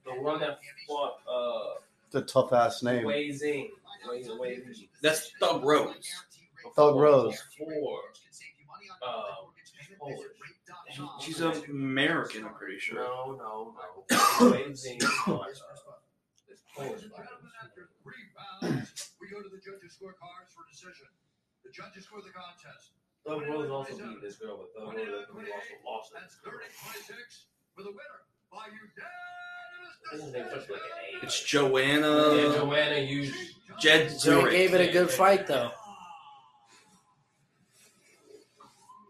S5: the one that fought uh,
S4: It's a tough ass name.
S5: Wei Zing. Wei Wei Li.
S2: That's Thug Rose.
S4: Thug Rose.
S5: Four. Uh, Polish.
S2: She's American, I'm pretty sure.
S5: No, no, no. Wei Zing. fought, uh, this Polish fighter.
S7: We go to the judges' scorecards for decision. The judges score the contest.
S5: Thug Rose also beat this girl, but Thug Rose who also lost
S7: That's
S5: it.
S7: 30-26 for the winner by
S5: This
S7: unanimous
S5: is named such like an A.
S2: It's
S5: yeah,
S2: Joanna
S5: Joanna used.
S2: Jed
S1: So they
S2: Zurich.
S1: gave it a good fight though.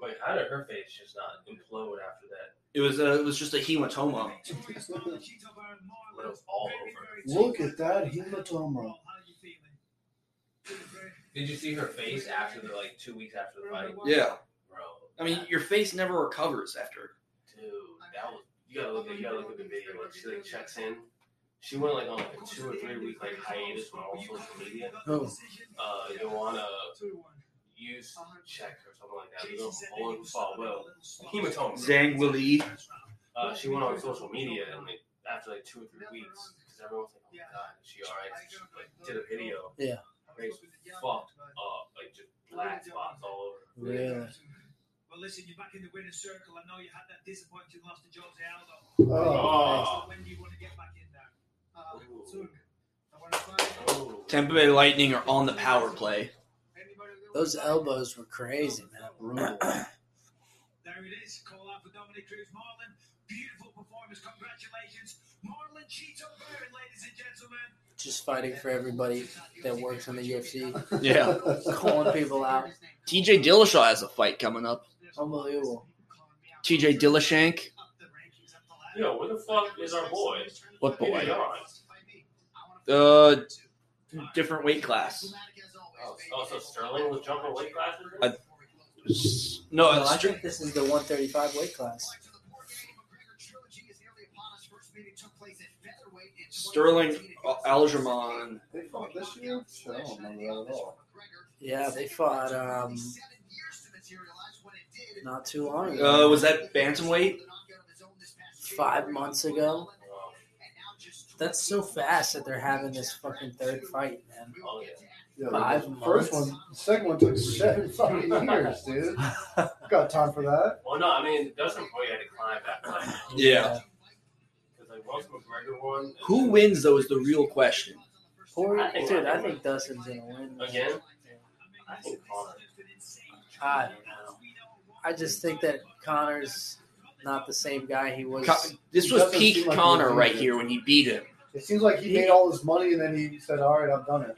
S5: Wait, how did her face just not implode after that?
S2: It was a, it was just a hematoma.
S5: When it was all over.
S4: Look at that hematoma.
S5: Did you see her face after the like two weeks after the fight,
S2: Yeah.
S5: bro?
S2: I mean, your face never recovers after.
S5: dude, that was you gotta look at you gotta look at the video. Like she like checks in. She went like on like a two or three week like hiatus from all social media.
S1: Who?
S5: Uh, Joanna used check or something like that. You know, Owen fought well. Hematoma.
S2: Zhang Willi.
S5: Uh, she went on social media and like after like two or three weeks, because everyone's like, "Oh my god, is she alright?" She like did a video.
S1: Yeah.
S5: Her face was fucked up, like just black spots all over.
S1: Really?
S7: Well, listen, you're back in the winner's circle. I know you had that disappointing loss to Jose Aldo.
S5: Oh.
S7: So when do you want to get back in there? Uh,
S5: Ooh. Oh.
S7: soon. I want to find
S5: Ooh.
S2: Tampa Bay Lightning are on the power play.
S7: anybody that-
S1: Those elbows were crazy, man.
S4: Brutal.
S7: There it is. Call out for Dominic Cruz Marlin. Beautiful performance. Congratulations. Marlin Cheeto Baron, ladies and gentlemen.
S1: Just fighting for everybody that works in the UFC,
S3: Yeah.
S1: calling people out.
S2: TJ Dillashaw has a fight coming up.
S1: Unbelievable.
S2: TJ Dillashank.
S5: Yo, where the fuck is our boy?
S2: What
S5: Here they
S2: boy?
S5: are.
S2: Uh, different weight class.
S5: Oh, oh, so Sterling was jumping weight classes.
S2: I- No,
S1: Well, I
S2: Oh, it's-
S1: think this is the 135 weight class.
S2: Sterling Al- Algernon.
S4: They fought this year? Shit, I don't remember that at all.
S1: Yeah, they fought um, not too long ago.
S2: Uh, was that bantamweight?
S1: Five months ago.
S5: Oh.
S1: That's so fast that they're having this fucking third fight, man.
S5: Oh yeah.
S4: Yeah,
S1: Five
S4: the first
S1: months.
S4: one, the second one took seven fucking years, dude. Got time for that?
S5: Well, no, I mean Dustin Poirier had to climb back. Because
S2: Yeah.
S5: like once McGregor won, and
S2: Who wins though is the real question.
S1: Poor,
S5: I think-
S1: dude, I think Dustin's gonna win.
S5: then-
S1: man.
S5: again? I think Connor.
S1: I don't know. I just think that Connor's not the same guy he was.
S2: Co- this
S4: He
S2: was
S4: doesn't
S2: peak
S4: seem like
S2: Connor
S4: he's
S2: right
S4: injured.
S2: here when he beat him.
S4: It seems like he made all his money and then he said, all right, I've done it.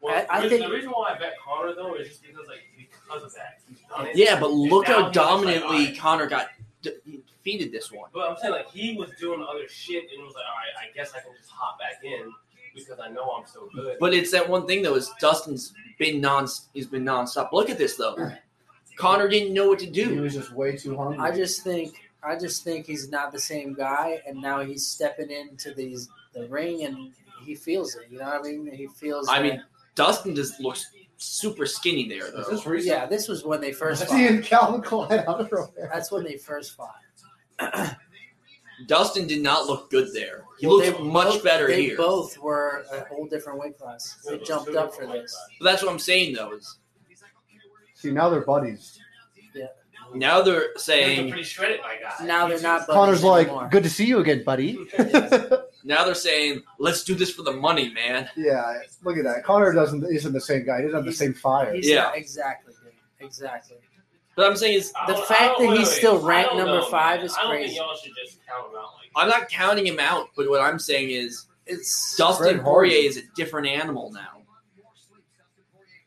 S5: Well,
S1: I- I
S5: the
S1: think-
S5: reason- the reason why I bet Connor though is just because like because of that. He's done it.
S2: Yeah, but
S5: And
S2: look
S5: now
S2: how
S5: he's like,
S2: dominantly
S5: alright.
S2: Connor got de- defeated this one.
S5: But I'm saying like he was doing other shit and was like, all right, I guess I can just hop back in because I know I'm so good.
S2: But it's that one thing though is Dustin's been non he's been nonstop. Look at this though. Connor didn't know what to
S4: He
S2: do.
S4: was just way too hungry.
S1: I just think I just think he's not the same guy, and now he's stepping into these the ring, and he feels it. You know what I mean? He feels. that-
S2: I mean, Dustin just looks super skinny there
S4: Is
S2: though.
S4: this recent?
S1: yeah, this was when they first
S4: See,
S1: fought.
S4: and Calvin Klein out of nowhere.
S1: That's when they first fought.
S2: Dustin did not look good there. He
S1: Well,
S2: looks
S1: they
S2: much
S1: both-
S2: better
S1: they
S2: here.
S1: both were a whole different weight class. They jumped up for this.
S2: But that's what I'm saying though is
S4: See, now they're buddies.
S2: now they're
S5: He's a
S2: saying
S5: pretty shredded my guy.
S1: Now they're not. buddies
S6: Connor's like,
S1: anymore.
S6: good to see you again, buddy.
S2: now they're saying let's do this for the money, man.
S4: Yeah, look at that. Connor doesn't isn't the same guy. He doesn't have the
S1: He's-
S4: same fire.
S1: He's
S2: Yeah.
S1: not- exactly, dude. Exactly.
S2: But I'm saying is
S5: I
S1: The
S5: don't- I
S1: fact
S5: don't-
S1: that
S5: wait,
S1: he's
S5: wait,
S1: still
S5: I
S1: ranked
S5: don't
S1: number
S5: know,
S1: five
S5: man.
S1: is
S5: I don't think
S1: crazy.
S5: y'all should just count him out like.
S2: I'm not counting him out, but what I'm saying is
S1: It's
S2: Dustin
S4: Fred Hardy.
S2: Poirier is a different animal now.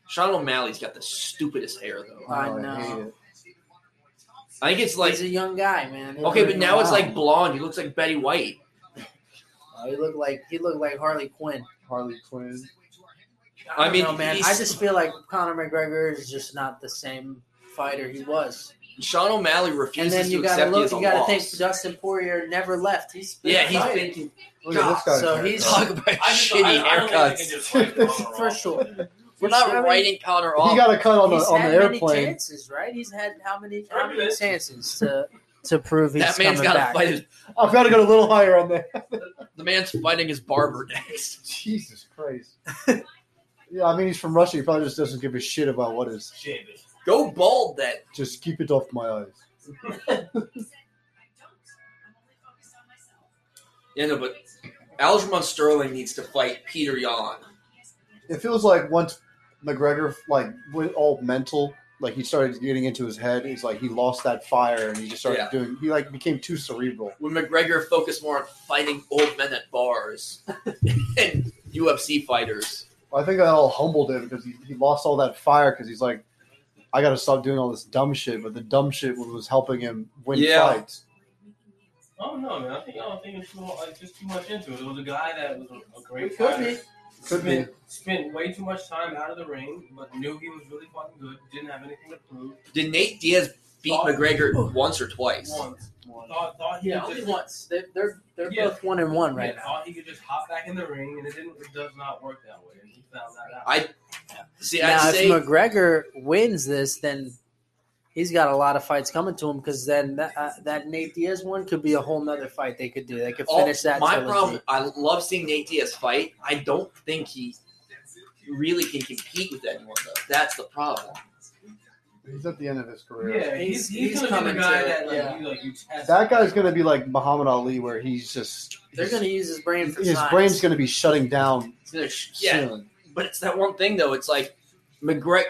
S2: Sean O'Malley's got the stupidest hair though.
S1: I
S4: Oh,
S1: know.
S4: hate it.
S2: I think it's like
S1: He's a young guy, man.
S2: okay, but now it's
S1: Wow.
S2: like blonde. He looks like Betty White.
S1: Oh, he looked like he looked like Harley Quinn.
S4: Harley Quinn.
S2: I
S1: don't
S2: mean,
S1: know, man,
S2: he's-
S1: I just feel like Conor McGregor is just not the same fighter he was.
S2: Sean O'Malley
S1: And
S2: refuses
S1: then you
S2: to
S1: gotta
S2: accept
S1: look,
S2: he
S1: you
S2: has a
S1: gotta
S2: loss.
S1: think Dustin Poirier never left. He's been
S2: yeah, he's
S1: fighting.
S2: been
S4: Look at this guy's
S1: so
S4: haircut.
S1: he's-
S8: Talk about
S5: just-
S8: shitty
S5: don't think they can
S8: haircuts.
S5: just write it all
S1: for
S5: off.
S1: sure.
S4: Oh.
S8: We're not
S1: I mean,
S8: writing Connor
S4: he
S8: off.
S4: got a cut on the
S1: he's
S4: on
S1: had
S4: the
S1: Many
S4: airplane.
S1: chances, right? He's had how many how many
S5: Argument.
S1: chances to to prove he's
S2: that man's
S1: coming
S2: gotta
S1: back?
S2: fight. His,
S4: I've got to go a little higher on that.
S2: the man's fighting his barber next.
S4: Jesus Christ. yeah, I mean he's from Russia. He probably just doesn't give a shit about what is.
S5: Shave it.
S2: Go bald that
S4: Just keep it off my eyes.
S2: Yeah, no, but Algernon Sterling needs to fight Peter Yan.
S4: It feels like once McGregor like went all mental, like he started getting into his head. He's like he lost that fire and he just started
S2: Yeah.
S4: doing. He like became too cerebral.
S2: When McGregor focused more on fighting old men at bars and UFC fighters.
S4: I think that all humbled him because he, he lost all that fire because he's like, I got to stop doing all this dumb shit. But the dumb shit was, was helping him win
S2: Yeah.
S4: fights.
S5: Oh no, man! I think I don't think it's too, like, just too much into it. It was a guy that was a, a great
S1: Could
S5: fighter.
S1: be.
S4: Could be.
S5: spent, spent way too much time out of the ring, but knew he was really fucking good. Didn't have anything to prove.
S2: Did Nate Diaz beat McGregor once or twice?
S5: Once thought, thought he
S1: Yeah,
S5: could
S1: only
S5: just,
S1: once. They're they're, they're
S5: Yeah.
S1: both one and one
S5: yeah,
S1: right now.
S5: thought he could just hop back in the ring, and it didn't. It does not work that way, and he found that out.
S2: I- See,
S1: now,
S2: I'd
S1: if
S2: say
S1: McGregor wins this, then he's got a lot of fights coming to him because then that, uh, that Nate Diaz one could be a whole nother fight they could do. They could
S2: all-
S1: finish that.
S2: my
S1: trilogy.
S2: problem. I love seeing Nate Diaz fight. I don't think he really can compete with anyone though. That's the problem.
S4: He's at the end of his career.
S5: yeah,
S1: he's-
S5: he's, he's,
S1: he's
S5: gonna be
S1: coming
S5: the
S1: to
S5: guy
S1: it,
S5: that like,
S1: yeah.
S5: you like you test.
S4: That guy's going to be like Muhammad Ali, where he's just
S1: They're
S4: his-
S1: going to use his brain for
S4: his
S1: science.
S4: brain's going to be shutting down
S2: It's gonna sh- yeah,
S4: soon.
S2: but it's that one thing though. It's like McGregor.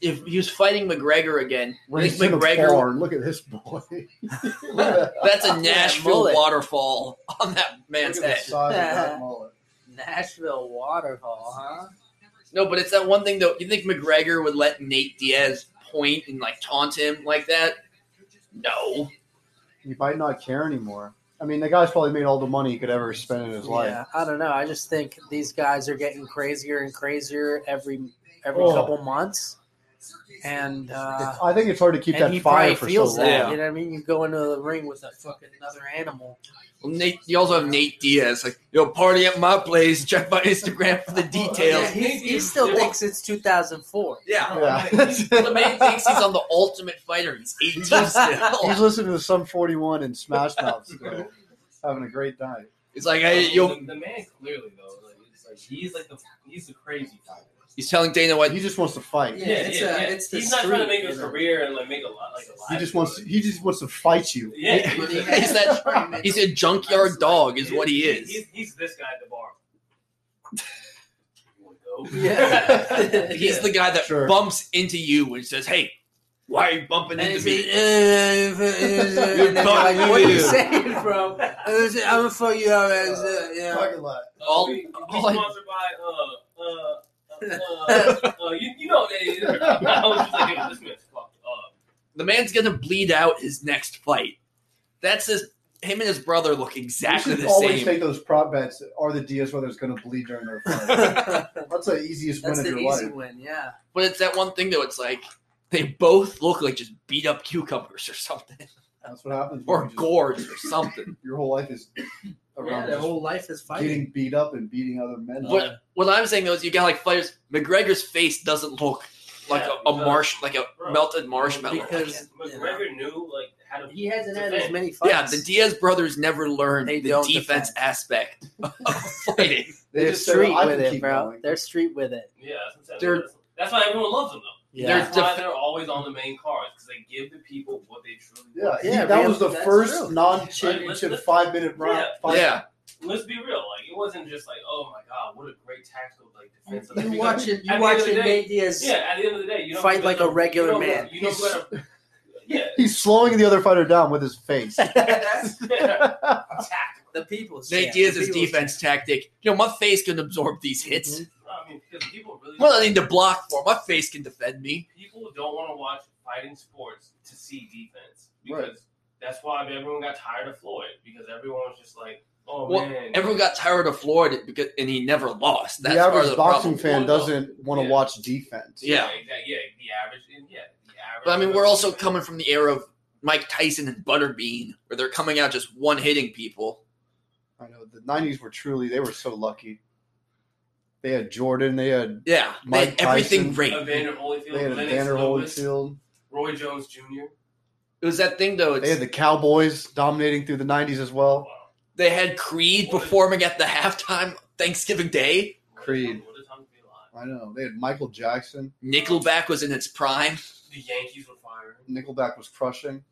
S2: If he was fighting McGregor again, I
S4: When
S2: think
S4: he's in a
S2: McGregor
S4: barn. Look at this boy. Look at
S2: That's a
S1: Yeah,
S2: Nashville
S1: mullet.
S2: waterfall on that man's
S4: the
S2: head.
S4: size of that mullet.
S1: Nashville waterfall, huh?
S2: No, but it's that one thing though. You think McGregor would let Nate Diaz point and like taunt him like that? No.
S4: He might not care anymore. I mean, the guy's probably made all the money he could ever spend in his life.
S1: Yeah, I don't know. I just think these guys are getting crazier and crazier every every
S4: Oh.
S1: couple months, and uh,
S4: I think it's hard to keep
S1: and
S4: that
S1: he
S4: fire
S1: probably
S4: for
S1: feels
S4: so long.
S1: that.
S2: long.
S1: You know what I mean? You go into the ring with a fucking another animal.
S2: Well, Nate, you also have Nate Diaz like, yo, party at my place. Check my Instagram for the
S1: Yeah,
S2: details.
S1: he, he still thinks it's 2004.
S2: Yeah.
S4: Yeah.
S2: The man thinks he's on the Ultimate Fighter. He's 18 still.
S4: He's listening to some 41 and Smash Mouth still, having a great night.
S2: He's like, hey, yo.
S5: the, the man clearly though, like, it's like he's like the he's the crazy fighter.
S2: He's telling Dana White,
S4: He just wants to fight.
S1: Yeah, it's a- it's the
S5: he's not trying to
S1: street,
S5: make
S1: you
S5: a
S1: know.
S5: career and like make a lot like a
S4: He
S5: life
S4: just wants.
S5: out of it.
S4: He just wants to fight you.
S5: Yeah,
S2: he's that. He's a junkyard dog, is what he
S5: He's-
S2: is.
S5: He's, he's this guy at the bar. You wanna go?
S1: Yeah.
S2: He's the guy that
S4: Sure.
S2: bumps into you and says, hey, why are you bumping
S1: And
S2: into
S1: it's
S2: me?
S1: like, uh,
S2: fucking
S1: like, what are you
S2: weird.
S1: saying, bro? I'm gonna fuck you up, as uh, you know.
S4: Parking lot.
S2: All-
S5: we, we
S2: all I-
S5: sponsored by uh uh uh, uh you, you know what it is. I was just like, yo, this man's fucked up.
S2: The man's gonna bleed out his next fight. That's his. Him and his brother look exactly
S4: you should
S2: the
S4: always
S2: same.
S4: take those prop bets. that Are the Diaz brothers going to bleed during their fight? That's the easiest
S1: That's
S4: win of
S1: the
S4: your
S1: easy
S4: life.
S1: win, yeah.
S2: but it's that one thing though. It's like they both look like just beat up cucumbers or something,
S4: That's what happens. when
S2: or
S4: you just-
S2: gourds or something.
S4: Your whole life is around
S1: their
S4: just
S1: whole life is fighting.
S4: getting beat up and beating other men. up.
S2: What what I'm saying though is you got like fighters. McGregor's face doesn't look like
S5: Yeah,
S2: a, a
S5: because-
S2: marsh, like a
S5: Bro.
S2: melted marshmallow.
S1: Because-
S5: McGregor knew like how to
S1: He hasn't had as many fights.
S2: yeah, the Diaz brothers never learned
S1: They
S2: the
S1: don't
S2: defense
S1: defend.
S2: aspect of fighting.
S4: They
S1: They're
S4: just said,
S1: street
S4: "I
S1: with
S4: can
S1: it,
S4: keep
S1: bro.
S4: going."
S1: They're street with it.
S5: Yeah, that's, what I'm saying.
S2: They're-
S5: that's why everyone loves them though.
S1: Yeah.
S2: They're
S5: That's why
S2: def-
S5: they're always on the main cards because they give the people what they truly
S4: Yeah,
S5: want.
S4: he-
S1: Yeah,
S4: that
S1: man,
S4: was the
S1: that's
S4: first
S1: true.
S4: non-championship
S5: Like,
S4: five-minute round.
S5: Yeah.
S4: Five
S2: yeah,
S5: Let's be real, like it wasn't just like, oh my god, what a great tactical like defensive.
S1: You
S5: Because-
S1: watch it.
S5: at
S1: You
S5: the
S1: watch
S5: end of the
S1: it.
S5: day-
S1: Nate Diaz.
S5: Yeah, at the end of the day, you know
S1: Fight
S5: who
S1: like
S5: better-
S1: a regular
S5: you know who-
S1: man.
S5: You know who
S4: He's-
S5: better- yeah.
S4: He's slowing the other fighter down with his face.
S5: That's- yeah. Tactical.
S1: The people's.
S2: Nate
S1: champ, the
S2: Diaz's
S1: people's
S2: defense tactic. You know, my face can absorb these hits.
S5: I mean, because people really
S2: Well, I need to block for. My face can defend me.
S5: people don't want to watch fighting sports to see defense because that's why everyone got tired of Floyd because everyone was just like, oh
S2: Well,
S5: man,
S2: Everyone got tired of Floyd because, and he never lost. That's
S4: the
S2: part
S4: average
S2: of the
S4: boxing
S2: problem.
S4: fan
S5: Well,
S4: doesn't want to
S5: yeah.
S4: watch defense.
S2: Yeah.
S5: exact- yeah, the average, and yeah, the average.
S2: But I mean, we're also coming from the era of Mike Tyson and Butterbean, where they're coming out just one hitting people.
S4: I know the '90s were truly they were so lucky. They had Jordan. They had
S2: Yeah, they
S4: Mike
S2: had
S4: Tyson.
S2: everything great.
S5: Evander Holyfield,
S4: they had
S5: Lennox
S4: Vander
S5: Lewis,
S4: Holyfield.
S5: Roy Jones Jr.
S2: It was that thing though. It's,
S4: They had the Cowboys dominating through the '90s as well.
S5: Wow.
S2: Creed performing at the halftime Thanksgiving Day.
S4: Creed.
S5: What a time to be alive.
S4: I know they had Michael Jackson.
S2: Nickelback was in its prime.
S5: The Yankees were firing.
S4: Nickelback was crushing.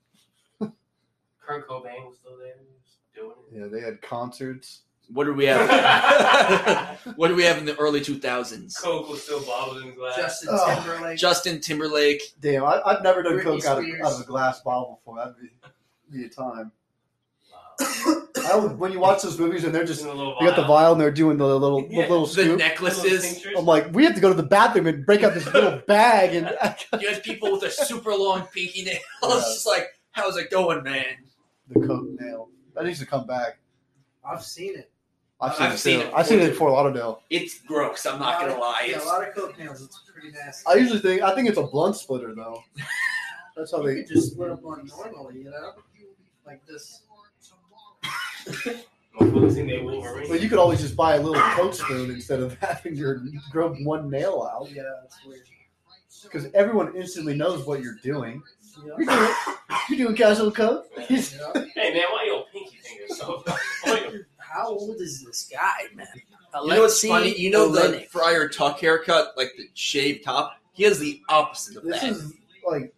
S5: Kurt Cobain was still there, just doing it.
S4: Yeah, they had concerts.
S2: What did we have? what did we have in the early two thousands?
S5: Coke was still bottled in glass.
S8: Justin
S4: Oh.
S8: Timberlake.
S2: Justin Timberlake.
S4: Damn, I, I've never done
S8: Britney
S4: coke out of,
S8: Spears.
S4: out of a glass bottle before. That'd be, be a time.
S5: wow.
S4: I would, when you watch those movies and they're just
S5: Just a little
S4: they got the
S5: vial.
S4: vial and they're doing the little
S5: Yeah,
S4: the little
S2: The
S4: scoop.
S2: necklaces.
S5: Little
S4: I'm like, we have to go to the bathroom and break out this little bag and
S2: You had people with a super long pinky nail. It's just like, how's it going, man?
S4: the coke nail. That needs to come back.
S8: I've seen it.
S4: I've seen
S2: I've
S4: it.
S2: seen
S4: too.
S2: it
S4: I've seen it in
S2: before,
S4: Fort Lauderdale.
S2: It's gross. I'm
S8: A
S2: not
S8: lot
S2: gonna
S8: of-
S2: lie.
S8: Yeah,
S2: It's,
S8: a lot of coke nails. It's pretty nasty.
S4: I usually think I think it's a blunt splitter though. That's how
S8: you
S4: they.
S8: could just split them on normally, you know, like this.
S5: thing. Motherfuckers think they Wolverine.
S4: But you could always just buy a little coke spoon instead of having your grow one nail
S1: Oh,
S4: out
S8: Yeah, it's weird.
S4: because everyone instantly knows what you're doing.
S8: Yeah.
S4: You're doing, you're doing casual coke.
S8: Yeah.
S5: Hey man, why your pinky finger so? why your-
S1: How old is this guy, man?
S2: you know what's
S1: Alexei
S2: funny? You know the
S1: Olenek.
S2: Friar Tuck haircut, like the shaved top. He has the opposite of
S4: This
S2: that.
S4: is like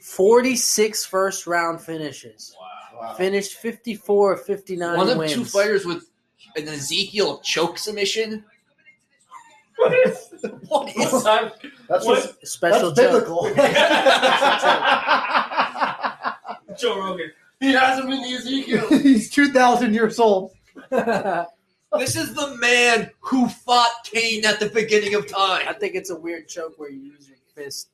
S1: 46 first round finishes.
S4: wow.
S1: Finished 54 of 59
S2: One of
S1: wins.
S2: two fighters with an Ezekiel choke submission.
S5: What is?
S2: What is
S5: What time?
S4: That's just,
S1: Special
S4: that's
S1: joke.
S4: biblical.
S5: Joe Rogan.
S8: He hasn't been the Ezekiel.
S4: He's two thousand years old.
S2: this? Is the man who fought Cain at the beginning of
S1: I
S2: time?
S1: think it's a weird choke where you use your fist,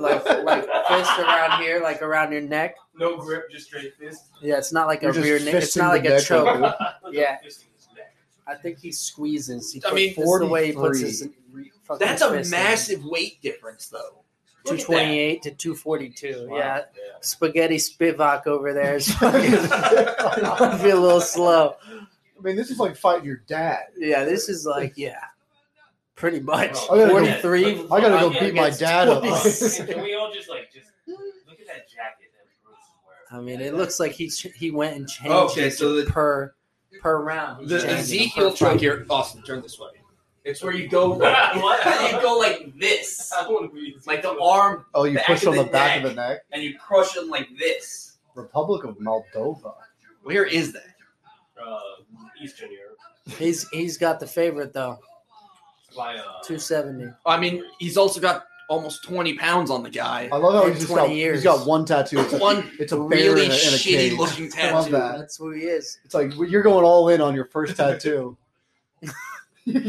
S1: like like fist around here, like around your neck.
S5: No grip, just straight fist.
S1: Yeah, it's not like
S4: You're
S1: a
S4: just
S1: rear neck. It's
S4: fisting
S1: not like
S4: the
S1: a
S4: neck
S1: choke.
S4: over.
S1: Yeah.
S5: Fist in his neck.
S1: I think he squeezes. He
S2: I
S1: put,
S2: mean,
S1: this is the way he puts
S4: 43.
S1: his re- fucking
S2: That's a
S1: fist in.
S2: massive weight difference, though. Look at that.
S1: 228 to 242. Yeah,
S5: Wow. Yeah.
S1: spaghetti spivak over there is fucking might be a little slow.
S4: I mean, this is like fighting your dad.
S1: Yeah, this is like yeah, pretty much
S5: I
S4: gotta go-
S1: 43.
S4: I gotta go
S5: Yeah,
S4: beat my
S1: against
S4: dad up.
S1: 26.
S5: Can we all just like just look at that jacket that Bruce is wearing?
S1: I mean, it looks like he ch- he went and changed
S2: Okay,
S1: it
S2: so the-
S1: per per round. He's
S2: The
S1: changing it
S2: Ezekiel
S1: per
S2: choke
S1: fight.
S2: here. Austin, turn this way. It's where you go.
S5: What?
S2: you go like this,
S5: I want to be
S2: like the arm
S4: Oh, you
S2: Back
S4: push
S2: of
S4: on the
S2: the
S4: back
S2: neck.
S4: of the neck.
S2: and you crush them like this.
S4: Republic of Moldova.
S2: Where is that?
S5: Uh, Eastern Europe.
S1: He's he's got the favorite though,
S5: By, uh,
S1: 270.
S2: I mean, he's also got almost 20 pounds on the guy.
S4: I love how
S1: In
S4: he's just
S1: 20
S4: got,
S1: years.
S4: he's got one tattoo. Oh, It's a,
S2: One
S4: it's a bear
S2: really
S4: in a, in a
S2: shitty
S4: cage.
S2: looking
S4: I love
S2: tattoo.
S4: that.
S1: That's who he is.
S4: It's like you're going all in on your first tattoo.
S2: And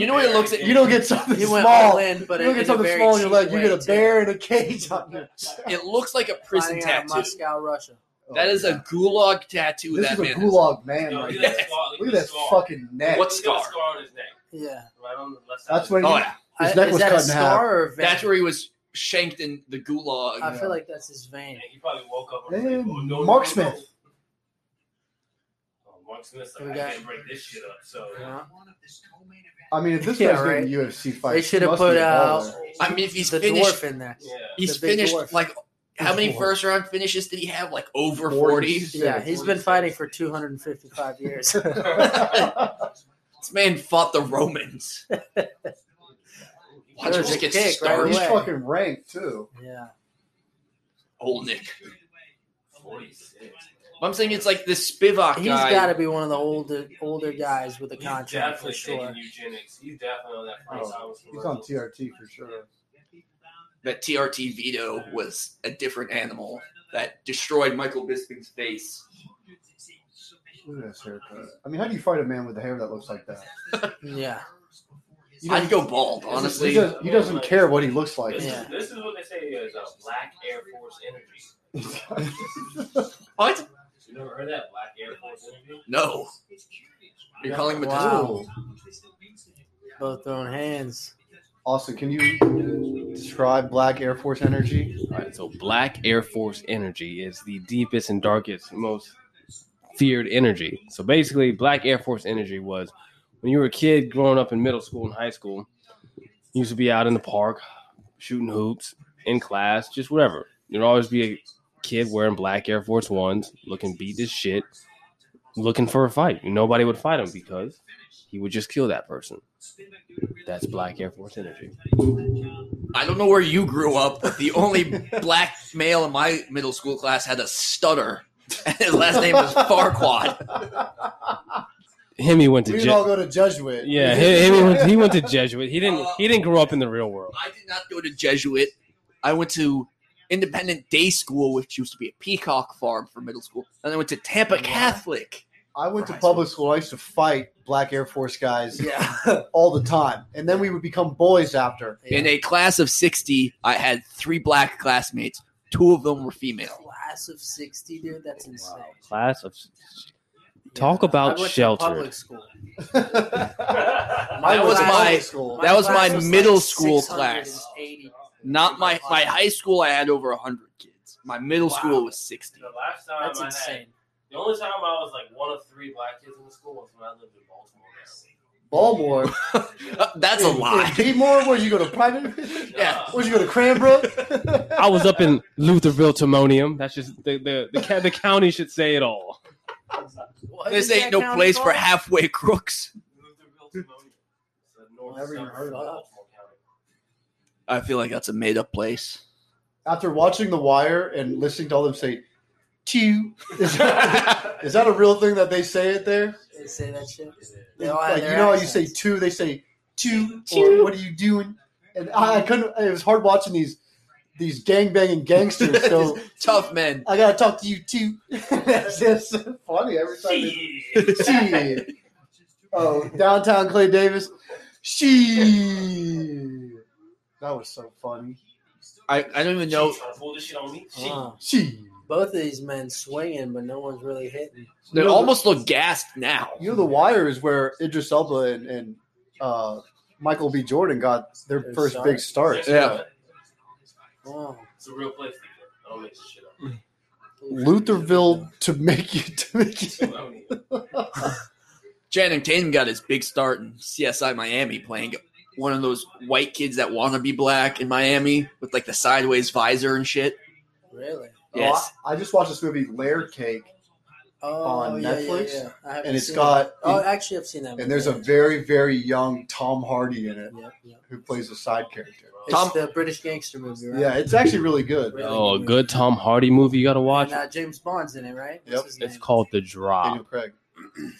S2: you know what it looks at?
S4: You don't get something
S1: He went all
S4: small.
S1: in, but
S4: you don't get
S1: in a
S4: something
S1: very
S4: small on your
S1: cheap
S4: leg. You get
S1: way,
S4: a
S1: too.
S4: bear in a cage on your.
S2: It looks like a prison
S1: Flying out of
S2: tattoo.
S1: Moscow, Russia.
S2: That is a gulag tattoo.
S4: Oh, This
S2: that
S4: is a
S2: man. has.
S4: gulag man
S5: Yo,
S4: right
S5: look
S4: there.
S5: at that scar.
S4: Look at
S5: the
S4: that
S5: scar.
S4: fucking neck.
S2: What
S5: He's got a
S2: scar?
S5: scar on his neck,
S1: Yeah.
S5: right on the left side.
S4: That's
S5: of
S4: when
S5: his
S2: Oh
S4: he,
S2: yeah,
S4: His
S1: I-
S4: neck
S1: is
S4: was
S1: that
S4: cut
S1: a
S4: in
S1: scar
S4: half.
S1: or a vein?
S2: that's where he was shanked in the gulag.
S1: I feel like that's his vein.
S5: neck. He probably woke up. and was
S4: Eh,
S5: like, oh, no,
S4: Mark
S5: no,
S4: Smith.
S5: no. Oh, Mark Smith.
S1: Who
S5: Like, I
S1: we got?
S5: can't break this shit up. So
S1: Uh-huh.
S4: I mean, if this
S1: Yeah,
S4: guy's
S1: right.
S4: getting a UFC fight,
S1: They
S4: he
S1: should have
S4: must be
S1: put
S4: a
S1: out
S4: baller.
S2: I mean, if he's
S1: the
S2: finished,
S1: dwarf in there.
S5: yeah.
S2: he's
S1: the big
S2: finished
S1: dwarf.
S2: like how many
S4: Dwarf.
S2: first round finishes did he have? Like over 40.
S4: 40.
S1: Yeah, he's been
S5: 46.
S1: fighting for 255 years.
S2: This man fought the Romans. Watch
S1: There's
S2: him
S1: a
S2: just get
S1: kick right
S2: started.
S4: He's
S1: away.
S4: fucking ranked too.
S1: yeah.
S2: Old Nick.
S5: Forty-six. man.
S2: But I'm saying it's like this Spivak
S1: He's
S2: guy.
S1: got to be one of the older older guys with a
S5: He's
S1: contract for
S5: definitely
S1: sure.
S5: taking eugenics. He's definitely on that
S4: Oh,
S5: Frank Thomas.
S4: He's on
S5: commercial.
S4: TRT for sure.
S2: that TRT Vito was a different animal that destroyed Michael Bisping's face.
S4: Look at this haircut. I mean, how do you fight a man with a hair that looks like that?
S1: Yeah.
S4: You
S2: I'd go bald, honestly.
S4: He, does, he doesn't care what he looks like.
S5: This,
S1: Yeah.
S5: is, this is what they say is uh, black Air Force energy.
S2: What?
S5: You never heard that? Black Air Force energy?
S2: No. You're calling him a
S1: Wow.
S4: Ooh.
S1: Both throwing hands.
S4: Austin, can you describe Black Air Force Energy?
S3: All right, so Black Air Force energy is the deepest and darkest, most feared energy. So basically, Black Air Force energy was when you were a kid growing up in middle school and high school, you used to be out in the park shooting hoops in class, just whatever. You'd always be a kid wearing black Air Force Ones, looking beat as shit, looking for a fight. Nobody would fight him because he would just kill that person. That's Black Air Force energy.
S2: I don't know where you grew up, but the only black male in my middle school class had a stutter. And his last name was Farquad.
S3: Him, he went
S4: We
S3: to
S4: didn't
S3: jail.
S4: all go to Jesuit.
S3: Yeah, he, he, went, he went to Jesuit. He didn't. He didn't grow up in the real world.
S2: I did not go to Jesuit. I went to independent day school, which used to be a peacock farm for middle school. And I went to Tampa Catholic.
S4: I went to public school. I used to fight Black Air Force guys
S2: Yeah.
S4: all the time, and then we would become boys after.
S2: In a class of 60, I had three black classmates. Two of them were female.
S1: Class of sixty, dude. That's insane.
S3: Class of talk
S1: I
S3: about
S1: went to
S3: shelter.
S1: Public school.
S2: That was
S1: class-
S2: my
S4: school.
S2: that was my
S1: class
S2: middle school
S1: 680.
S2: not my my high school I had over 100 kids. My middle
S5: Wow.
S2: school was 60.
S5: The last time
S1: That's
S5: I
S1: insane.
S5: had, the only time I was like one of three black kids in the school was when I lived in Baltimore.
S4: Baltimore.
S2: Uh, That's a
S4: In-
S2: lie.
S4: In Seymour, where'd you go to private?
S2: Yeah.
S4: Where'd you go to Cranbrook?
S3: I was up in Lutherville, Timonium. That's just the the the, ca- the county should say it all.
S1: What
S2: this
S1: is
S2: ain't
S1: that
S2: no
S1: county
S2: place for
S1: called?
S2: halfway crooks.
S5: Lutherville, Timonium. It's the north
S4: Never even
S5: suburb
S4: heard of that.
S5: Baltimore County.
S2: I feel like that's a made up place.
S4: After watching The Wire and listening to all them say, "Chew," is that, is that a real thing that they say it there?
S1: They say that shit. They all have
S4: Like you
S1: their
S4: know how you say
S1: accents.
S4: two, they say two,
S1: Chew.
S4: or what are you doing? And I, I couldn't. It was hard watching these these gang banging gangsters. So
S2: Tough men.
S4: I gotta talk to you too. That's just so funny every time. they- She. Oh, downtown Clay Davis. She. That was so funny.
S2: I, I don't even
S5: No.
S2: know.
S5: She's trying to pull this shit on me. She,
S1: Wow.
S4: She.
S1: Both of these men swinging, but no one's really hitting.
S2: They
S4: You know,
S2: almost look gassed now.
S4: You know, The Wire is where Idris Elba and, and uh, Michael B. Jordan got their
S1: Their
S4: first
S1: start.
S4: big start.
S2: Yeah.
S1: Wow.
S5: It's a real place. I don't make this shit up.
S4: Lutherville to make you to make you.
S5: Timonium.
S2: Channing Tatum got his big start in CSI Miami playing one of those white kids that want to be black in Miami with like the sideways visor and shit.
S1: Really?
S2: Yes.
S4: Oh, I, I just watched this movie Layer Cake,
S1: Oh,
S4: On
S1: yeah,
S4: Netflix?
S1: Yeah, yeah. I haven't
S4: and it's
S1: seen
S4: got
S1: It. Oh, actually, I've seen that.
S4: and there's a very very young Tom Hardy in it
S1: Yep, yep.
S4: who plays a side character.
S1: It's
S2: Tom-
S1: the British gangster movie, right?
S4: Yeah, it's actually really good.
S1: Really
S3: Oh, a good Tom Hardy movie you gotta watch.
S1: And, uh, James Bond's in it, right? What's
S4: Yep.
S1: his
S3: It's
S1: name?
S3: called The
S4: Daniel
S3: Drop.
S4: Craig.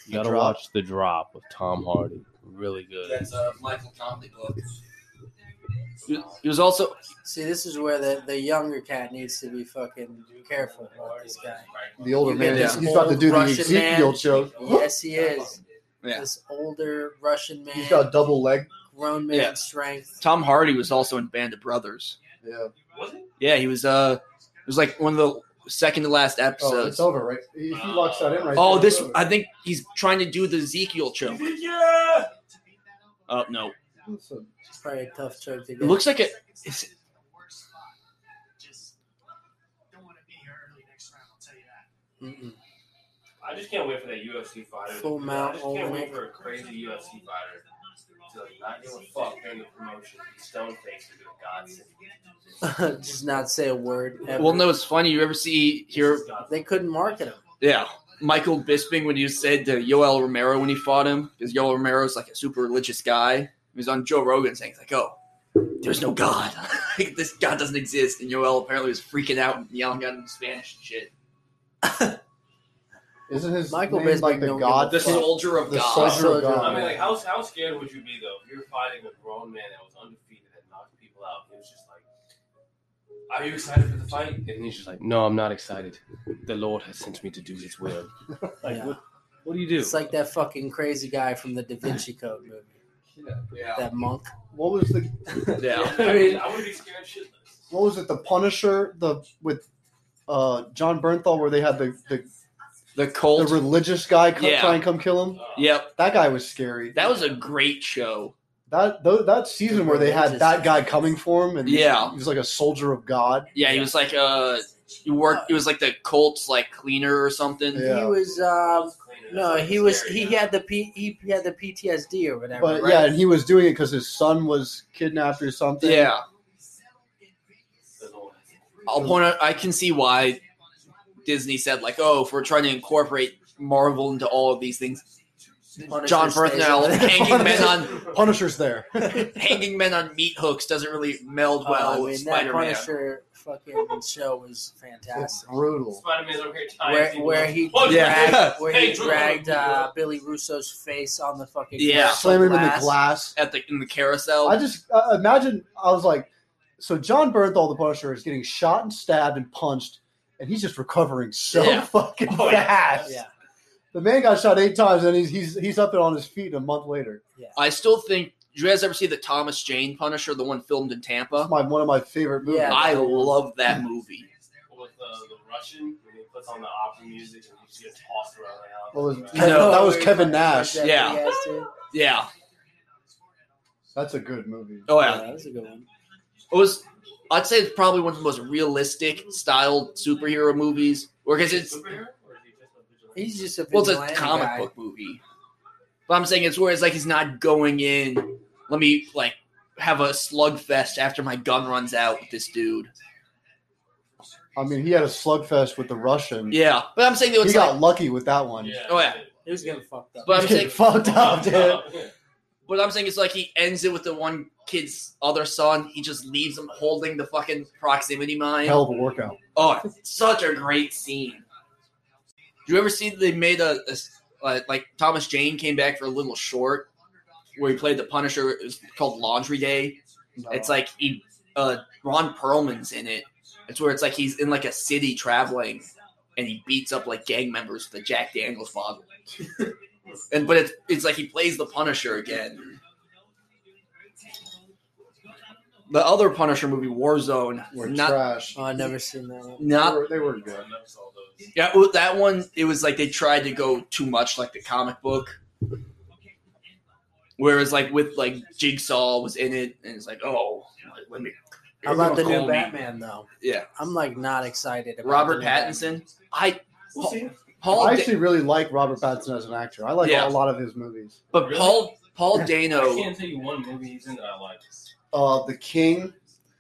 S3: You gotta
S4: Drop.
S3: watch The Drop with Tom Hardy. Really good.
S2: That's a Michael Conley book. He was also
S1: See, this is where the, the younger cat needs to be fucking careful about this guy.
S4: The older
S1: You get
S4: man,
S2: this
S4: he's, he's about to
S1: old
S4: do the
S1: Russian
S4: Ezekiel
S1: man.
S4: choke.
S1: Yes, he is.
S2: Yeah.
S1: This older Russian man,
S4: He's got a double leg.
S1: grown man
S2: Yeah.
S1: strength.
S2: Tom Hardy was also in Band of Brothers.
S4: Yeah.
S5: Was it?
S2: Yeah, he was. Uh, it was like one of the second to last
S4: Oh, it's
S2: episodes. Oh,
S4: over, right? If he locks that in right there,
S2: this.
S4: it's over.
S2: I think he's trying to do the Ezekiel choke.
S5: Yeah.
S2: Oh no,
S4: Listen,
S1: It's probably a tough choke to
S2: it
S1: get.
S2: looks like it. It's,
S1: Mm-mm.
S5: I just can't wait for that UFC fighter.
S1: Full mount
S5: I just can't
S1: only.
S5: wait for a crazy UFC fighter to like not give a fuck during the promotion. Stone face to be a godsend.
S1: just not say a word. Ever.
S2: well, no, it's funny. You ever see here?
S1: they couldn't market him.
S2: Yeah, Michael Bisping when you said to Yoel Romero when he fought him because Yoel Romero's like a super religious guy. He was on Joe Rogan saying like, "Oh, there's no God. like, this God doesn't exist." And Yoel apparently was freaking out and yelling at him in Spanish and shit.
S4: Isn't his Michael
S1: Michael
S4: name
S1: Bisping
S4: like the
S1: don't
S4: God?
S2: The
S1: give a fuck.
S2: soldier of
S4: The
S2: God.
S4: soldier of
S5: I
S4: God.
S5: mean, like, how, how scared would you be though if you're fighting a grown man that was undefeated that knocked people out? It was just like, are you excited for the fight?
S3: And he's just like, no, I'm not excited. The Lord has sent me to do His will. Like,
S1: Yeah.
S3: what, what do you do?
S1: It's like that fucking crazy guy from the Da Vinci Code movie.
S2: Yeah.
S1: that monk.
S4: What was the
S2: Yeah.
S5: I mean, I would be scared shitless.
S4: what was it? The Punisher, the with uh, John Bernthal, where they had the the,
S2: The
S4: the
S2: cult.
S4: religious guy come,
S2: Yeah.
S4: try and come kill him.
S5: Uh,
S2: yep.
S4: That guy was scary.
S2: That was a great show.
S4: That tho- that season where they had that guy coming for him, and
S2: Yeah.
S4: he was like a soldier of God.
S2: Yeah, he was like uh you worked it was like the Colts like cleaner or something.
S4: Yeah.
S1: He was um,
S5: cleaner,
S1: no,
S5: that's like
S1: he was
S5: scary,
S1: he
S5: yeah.
S1: had the P, he had the PTSD or whatever.
S4: But
S1: right?
S4: yeah, and he was doing it because his son was kidnapped or something.
S2: Yeah.
S5: The noise.
S2: I'll point out I can see why Disney said like, oh, if we're trying to incorporate Marvel into all of these things,
S1: Punisher
S2: John
S1: stays
S2: Bernthal
S1: alive.
S2: hanging men on
S4: Punisher's there.
S2: hanging men on meat hooks doesn't really meld
S1: Oh,
S2: well
S1: I
S2: with
S1: mean, that
S2: Spider Man.
S1: Punisher fucking show was fantastic.
S4: brutal.
S5: Spider-Man's over here tying
S1: Where,
S5: people
S1: where
S5: up.
S1: he
S5: Look,
S2: Yeah.
S1: dragged, where he
S5: Hey,
S1: dragged uh,
S5: Jordan.
S1: Billy Russo's face on the fucking
S2: Yeah.
S4: Slam him in the glass.
S2: At the in the carousel.
S4: I just uh, imagine. I was like, so John Bernthal, the Punisher, is getting shot and stabbed and punched, and he's just recovering so
S2: Yeah.
S4: fucking
S5: Oh, yeah.
S4: fast.
S1: Yeah,
S4: The man got shot eight times, and he's he's he's up and on his feet a month later.
S2: I still think did you guys ever see the Thomas Jane Punisher, the one filmed in
S4: That's
S2: Tampa?
S4: my one of my favorite movies.
S1: Yeah.
S2: I love that movie.
S5: with the, the Russian when he puts on the opera music and he just gets tossed around the house.
S4: What was it?
S2: No.
S4: that was Kevin Nash.
S1: That
S2: Yeah.
S1: big ass dude.
S2: Yeah.
S4: That's a good movie.
S2: Oh
S1: yeah,
S2: yeah.
S1: that was a good one.
S2: It was I'd say it's probably one of the most realistic styled superhero movies. Or because it's
S5: Superhero, or is he
S1: He's
S5: just a vigilante?
S1: just a
S2: well it's a
S1: vigilante
S2: comic
S1: guy.
S2: book movie. But I'm saying it's where it's like he's not going in, let me like have a slugfest after my gun runs out with this dude.
S4: I mean, he had a slugfest with the Russian.
S2: Yeah. But I'm saying it
S4: he
S2: was
S4: got
S2: like
S4: lucky with that one.
S5: Yeah.
S2: Oh, yeah.
S1: He was getting fucked up.
S2: But I'm
S4: He's getting
S2: saying-
S4: fucked up, dude.
S2: But I'm saying it's like he ends it with the one kid's other son. He just leaves him holding the fucking proximity mine.
S4: Hell of a workout.
S2: Oh, it's such a great scene. Do you ever see they made a, a s- uh, like Thomas Jane came back for a little short where he played the Punisher. It was called Laundry Day. It's like he, uh, Ron Perlman's in it. It's where it's like he's in like a city traveling and he beats up like gang members with a Jack Daniels bottle. and but it's it's like he plays the Punisher again. The other Punisher movie, Warzone,
S4: We're
S2: not
S4: trash.
S1: Oh, I never seen that one.
S4: They
S2: not
S4: were- they were good.
S2: Yeah, well, that one it was like they tried to go too much like the comic book. Whereas like with like Jigsaw was in it, and it's like oh, like, let me.
S1: How about the
S2: call
S1: new
S2: me.
S1: Batman though?
S2: Yeah.
S1: I'm like not excited about
S2: Robert
S1: the new Batman.
S2: Pattinson. I Paul,
S4: I
S2: Paul Da-
S4: actually really like Robert Pattinson as an actor. I like
S2: Yeah.
S4: a lot of his movies.
S2: but Paul Paul
S5: I
S2: Dano.
S5: can't tell you one movie he's in that I like.
S4: Uh, the King.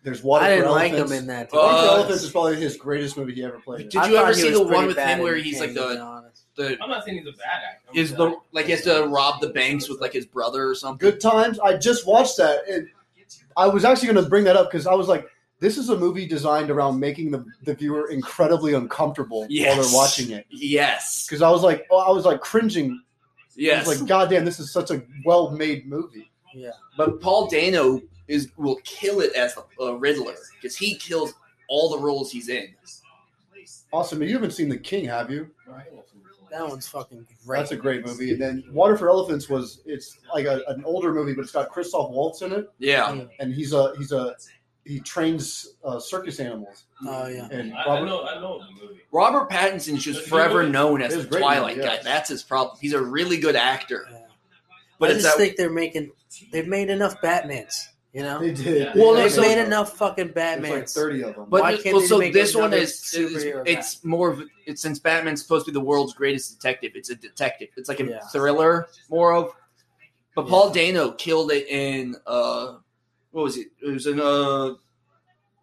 S4: There's water.
S1: I didn't
S4: for
S1: like him
S4: Elephants.
S1: in that.
S2: Uh,
S4: Water for
S1: I
S4: Elephants is probably his greatest movie he ever played.
S2: Did
S4: in.
S1: thought
S2: you ever
S1: he
S2: see
S1: was
S2: the one
S1: pretty
S2: with
S1: bad
S2: him
S1: in
S2: where he's,
S1: King,
S2: like, the-
S1: to be honest.
S2: The
S5: I'm not saying he's a bad actor. I'm
S2: is
S5: just
S2: the like he has to rob the banks with like his brother or something.
S4: Good times. I just watched that, and I was actually going to bring that up because I was like, "This is a movie designed around making the, the viewer incredibly uncomfortable while
S2: Yes.
S4: they're watching it."
S2: Yes.
S4: Because I was like, oh, I was like cringing.
S2: Yes.
S4: I was like, God damn, this is such a well-made movie.
S1: Yeah.
S2: But Paul Dano is will kill it as the uh, Riddler because he kills all the roles he's in.
S4: Awesome. You haven't seen The King, have you?
S1: That one's fucking great.
S4: That's a great movie. And then Water for Elephants was it's like a, an older movie, but it's got Christoph Waltz in it,
S2: Yeah.
S4: and he's a he's a he trains uh, circus animals.
S1: Oh yeah.
S4: And
S5: I, I
S4: Robert,
S5: know, I know the movie.
S2: Robert Pattinson's just forever known as
S4: It
S2: the
S4: was great
S2: Twilight
S4: movie, yeah.
S2: guy. That's his problem. He's a really good actor,
S1: yeah.
S2: but
S1: I
S2: it's
S1: just
S2: that.
S1: think they're making. They've made enough Batmans. You know.
S4: they did.
S5: Well,
S4: They
S2: no,
S1: They've
S2: so-
S1: made enough fucking
S4: There's like
S1: Batmans.
S4: thirty of them.
S2: but
S1: why
S2: th-
S1: can't
S2: well,
S1: they
S2: so
S1: make
S2: this one
S1: another
S2: is, is
S1: superhero
S2: it's more of it's since Batman's supposed to be the world's greatest detective. It's a detective. It's like a
S1: Yeah.
S2: thriller more of. But Paul Dano killed it in uh, what was it? It was in uh,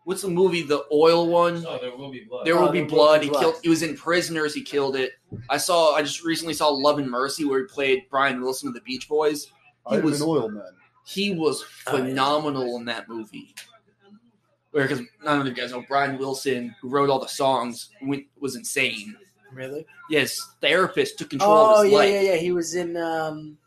S2: what's the movie? The oil one.
S5: No, there will be blood.
S2: Um, There
S1: Oh,
S2: will be
S1: There Will Be
S2: blood. He
S1: Blood.
S2: killed. He was in Prisoners. He killed it. I saw. I just recently saw Love and Mercy, where he played Brian Wilson of the Beach Boys. he
S4: I'm
S2: was-
S4: an oil man.
S2: He was
S1: Oh, yeah.
S2: phenomenal in that movie. Where because none of you guys know Brian Wilson, who wrote all the songs, went, was insane.
S1: Really?
S2: Yes, therapist took control
S1: Oh
S2: of his
S1: yeah,
S2: life.
S1: yeah, yeah. He was in. um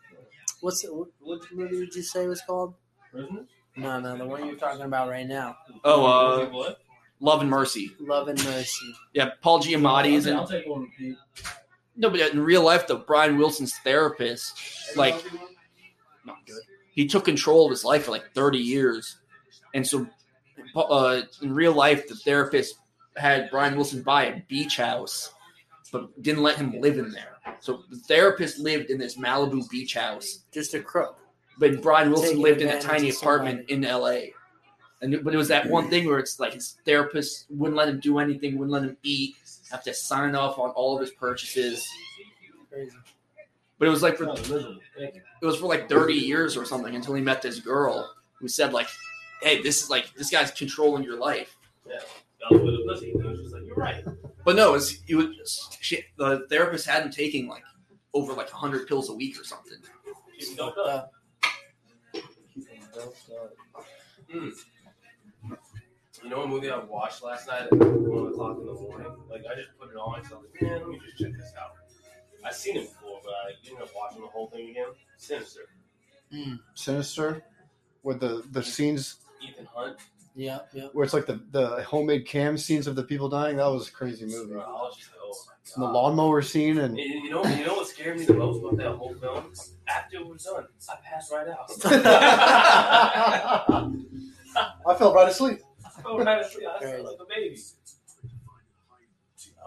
S1: What's it, what, what movie did you say it was called?
S5: Prisoners?
S1: No, no, the one you're talking about right now,
S2: Oh,
S5: There will
S2: uh,
S5: be blood?
S2: Love and Mercy.
S1: Love and Mercy.
S2: Yeah, Paul
S5: I'll,
S2: Giamatti's
S5: I'll
S2: and
S5: take one. Pete.
S2: no, but in real life, the Brian Wilson's therapist, like, not good. he took control of his life for like 30 years. And so uh, in real life, the therapist had Brian Wilson buy a beach house, but didn't let him live in there. So the therapist lived in this Malibu beach house,
S1: Just a crook.
S2: but Brian Wilson
S1: Taking
S2: lived in a
S1: advantage
S2: tiny
S1: of somebody.
S2: apartment in LA. And but it was that one thing where it's like his therapist wouldn't let him do anything, wouldn't let him eat, have to sign off on all of his purchases.
S1: Crazy.
S2: But it was like for
S5: No, miserable. Thank you.
S2: it was for like 30 years or something until he met this girl who said like hey this is like this guy's controlling your life
S5: Yeah. Got a little pussy, and I was just like, you're right.
S2: but no it was, it was she, the therapist had him taking like over like 100 pills a week or something
S5: Keep it doped up.
S1: Uh,
S5: You know what movie I watched last night at one o'clock in the morning? Like I just put it on, so I was like, man, let me just check this out. I seen it before, but I ended up watching the whole thing again. Sinister.
S4: Sinister, with the the scenes
S5: Ethan Hunt.
S1: Yeah, yeah.
S4: where it's like the the homemade cam scenes of the people dying. That was a crazy movie.
S5: Bro, I was just like, oh
S4: And
S5: my
S4: the
S5: god.
S4: lawnmower scene and
S5: You- You know, you know what scared me the most about that whole film? After it was done, I passed right out. I
S4: I fell right asleep.
S5: fell right asleep. I slept like a baby. I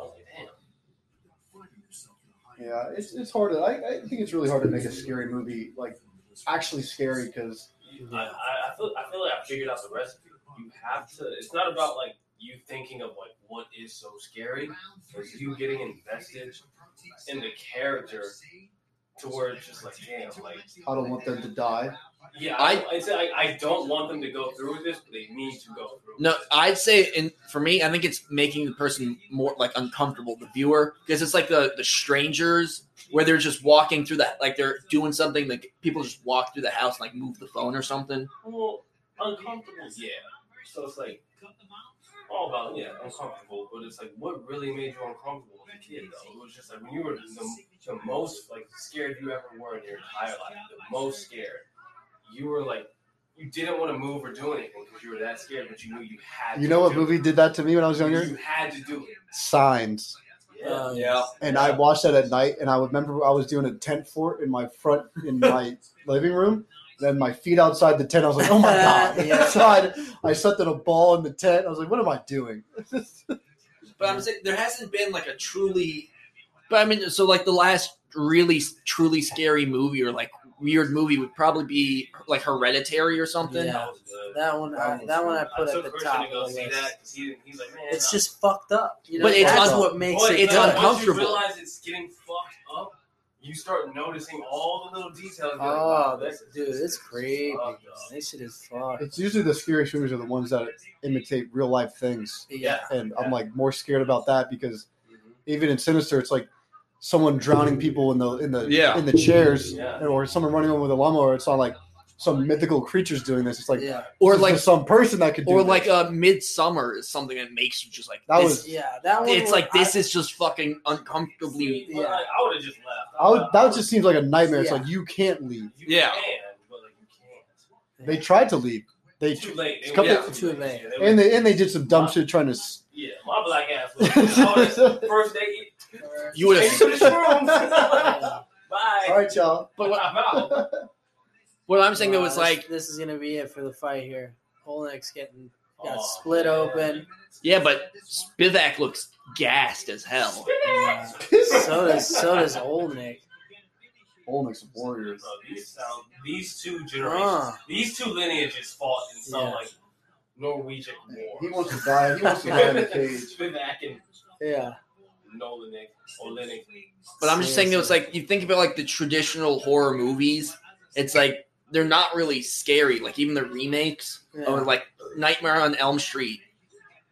S5: was like, damn.
S4: Yeah, it's, it's hard. To, I, I think it's really hard to make a scary movie like actually scary because
S5: I, I, I feel I feel like I figured out the recipe. You have to. It's not about like you thinking of like what is so scary. It's you getting invested in the character to where it's just like damn, like
S4: I don't want them to die.
S5: yeah, I I, it's like, I don't want them to go through with this, but they need to go through.
S2: no
S5: with it.
S2: i'd say and for me i think it's making the person more like uncomfortable the viewer because it's like the the strangers where they're just walking through that like they're doing something like people just walk through the house and like move the phone or something
S5: well, uncomfortable. Yeah, so it's like all about yeah, uncomfortable. But it's like what really made you uncomfortable as a kid though? It was just like when you were the, the most like scared you ever were in your entire life, the most scared. You were like, you didn't want to move or do anything because you were that scared, but you knew you had.
S4: You
S5: to
S4: know what
S5: do
S4: movie
S5: it.
S4: did that to me when I was younger?
S5: You had to do it.
S4: Signs.
S5: Yeah.
S1: Um,
S4: and I watched that at night. And I remember I was doing a tent fort in my front in my living room. Then my feet outside the tent. I was like, "Oh my god!"
S1: Yeah.
S4: Outside, I slept in a ball in the tent. I was like, "What am I doing?"
S2: But I'm saying there hasn't been like a truly. But I mean, so like the last really truly scary movie or like weird movie would probably be like Hereditary or something.
S1: Yeah.
S5: That was good.
S1: That one, I, that one I put
S5: I
S1: at
S5: took
S1: the
S5: Christian
S1: top
S5: to
S1: of
S5: go
S1: the
S5: see
S1: list.
S5: that because he didn't. He's like, man,
S1: It's
S5: I-
S1: just fucked up. You know,
S2: But it's
S1: that's
S2: un-
S1: what makes
S5: Well,
S1: it
S2: it's
S1: good.
S5: not-
S2: uncomfortable.
S5: Once you realize it's getting fucked up, you start noticing all the little details. You're like, wow,
S1: Oh, that,
S5: this is-
S1: dude,
S5: this
S1: it's
S5: is
S1: creepy. man.
S5: fucked up.
S1: This shit is fucked.
S4: It's usually the scariest movies are the ones that imitate real life things,
S1: Yeah.
S4: and I'm like more scared about that because even in Sinister, it's like someone drowning people in the in the
S2: Yeah.
S4: in the chairs,
S5: Yeah.
S4: or someone running over with a lawnmower. It's not like some mythical creatures doing this. It's like
S1: yeah,
S2: Or
S4: this is
S2: like,
S4: just some person that could do
S2: or
S4: this.
S2: like a Midsummer is something that makes you just like
S4: That
S2: this-
S4: was-
S1: yeah. That one.
S2: It's
S1: was-
S2: like this
S1: I-
S2: is just fucking uncomfortably.
S5: Yeah, I, I would have just left.
S4: I would, that just seems like a nightmare. It's
S1: Yeah.
S4: like you can't leave.
S5: You
S2: Yeah.
S5: can, but like you can't.
S4: They tried to leave. They
S5: Too late. They
S4: It's couple-
S5: were
S2: Yeah.
S1: Too late.
S5: Yeah, they
S4: and
S5: were-
S4: they and they did some dumb shit trying to. s-
S5: yeah, my black ass. Was, I would've- first day,
S2: You would
S5: take you to
S2: have.
S5: this room.
S1: Yeah.
S4: All
S5: Bye.
S4: right, y'all.
S2: But what,
S5: I'm out.
S2: what I'm saying though
S1: Wow,
S2: is
S1: this-
S2: like,
S1: this is gonna be it for the fight here. Olenek getting got
S5: Aw,
S1: split
S5: oh, man.
S1: open.
S2: yeah, but Spivak looks gassed as hell.
S1: Yeah. So does so does Olenek.
S4: Olmec's a warrior.
S5: Bro, these sound these two generations,
S1: Ah.
S5: these two lineages fought in some
S1: Yeah.
S5: like Norwegian war.
S4: He wants to die. He wants to die in a cage.
S5: Spivak and
S1: Yeah,
S5: Nolinik, Olenek.
S2: But I'm just saying though, it's like you think about like the traditional horror movies. It's like they're not really scary. Like even the remakes.
S1: yeah.
S2: or Oh, like Nightmare on Elm Street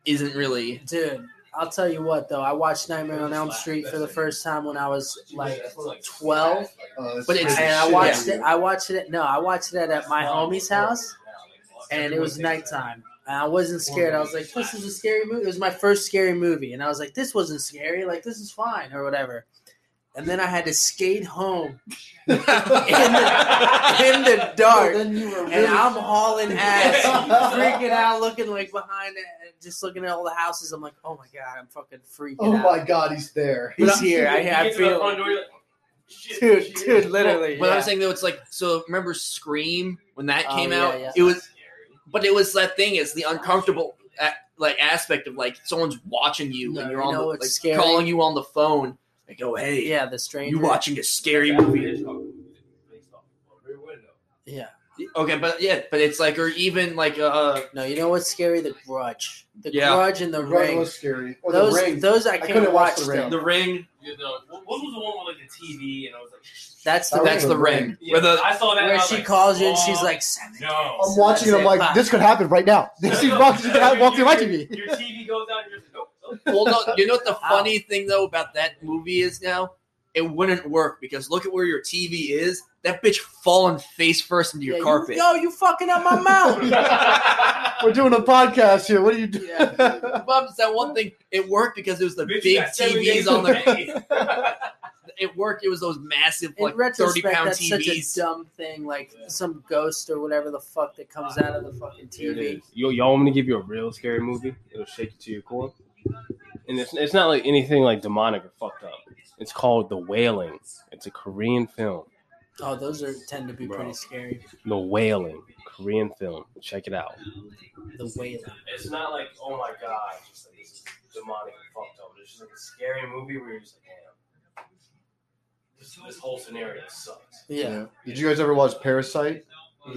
S2: isn't really.
S1: dude. I'll tell you what though. I watched Nightmare on Elm Street for the first time when I was like 12,
S4: Uh, it's
S2: But it's-
S4: crazy
S1: and I
S4: shit.
S1: watched it. I watched it. No, I watched it at my homie's house. and it was nighttime. And I wasn't scared. I was like, this is a scary movie. It was my first scary movie. And I was like, this wasn't scary. Like, this is fine or whatever. And then I had to skate home
S2: in
S1: in the
S4: So
S1: dark.
S4: then you were
S1: And
S4: really-
S1: I'm hauling ass,
S4: Yeah.
S1: freaking out, looking like behind it, just looking at all the houses. I'm like, oh my God, I'm fucking freaking
S4: Oh
S1: out.
S4: my god, he's there.
S1: He's here. I, I feel.
S5: Front door, you're like,
S1: dude, dude, literally.
S2: But
S1: yeah.
S2: I'm saying though, it's like so. Remember Scream when that
S1: Oh,
S2: came
S1: yeah,
S2: out?
S1: yeah.
S2: It was, but it was that thing. It's the uncomfortable a- like aspect of like someone's watching you
S1: No,
S2: and you're
S1: you
S2: on
S1: know
S2: the,
S1: what's
S2: like
S1: scary?
S2: calling you on the phone. Like, oh hey,
S1: yeah, the stranger.
S2: you watching a scary movie?
S1: Yeah.
S2: Okay, but yeah, but it's like, or even like uh,
S1: No, you know what's scary? The Grudge. The
S2: Yeah.
S1: Grudge and the
S4: The Ring
S1: Ring.
S4: was scary. Or
S1: Those,
S4: the Ring.
S1: those I can't
S4: couldn't watch
S1: watch
S4: The
S1: still.
S4: Ring.
S2: the Ring.
S5: You know, what what was the one with like the TV and I was like,
S1: That's the
S4: That was
S2: That's
S4: The
S2: the Ring.
S4: Ring.
S5: yeah,
S2: Where the
S5: I saw that and
S1: where
S5: I was
S1: she
S5: like,
S1: calls you and she's
S5: "Oh,
S1: like, seven.
S5: no.
S4: I'm watching and I'm like, this could happen right now. This is walking, walking right to me.
S5: Your TV goes out and you're just like, "Oh, nope. nope.
S2: well, no, you know what the funny thing though about that movie is now it wouldn't work because look at where your TV is. That bitch falling face first into your
S1: Yeah, you-
S2: carpet.
S1: yo, you fucking up my mouth.
S5: oh."
S4: We're doing a podcast here. What are you doing?
S1: Yeah.
S2: Bob, it's that one thing. It worked because it was the
S5: Bitch, you
S2: big
S5: got seven days
S2: TVs on
S5: to
S2: the.
S5: pay.
S2: It worked. It was those massive,
S1: In
S2: like thirty
S1: retrospect,
S2: pound
S1: that's such a
S2: TVs.
S1: dumb thing. Like some ghost or whatever the fuck that comes out of the fucking
S3: It
S1: TV.
S3: is. Yo, y'all want me to give you a real scary movie? It'll shake you to your core. And it's, it's not like anything like demonic or fucked up. It's called The Wailing. It's a Korean film.
S1: Oh, those are tend to be
S3: Bro.
S1: pretty scary.
S3: The Wailing, Korean film. Check it out.
S1: The wailing.
S5: It's not like, oh my god, just like this is demonic and fucked up. It's just like a scary movie where you're just like, damn, this, this whole scenario sucks.
S1: Yeah,
S4: Did you guys ever watch Parasite?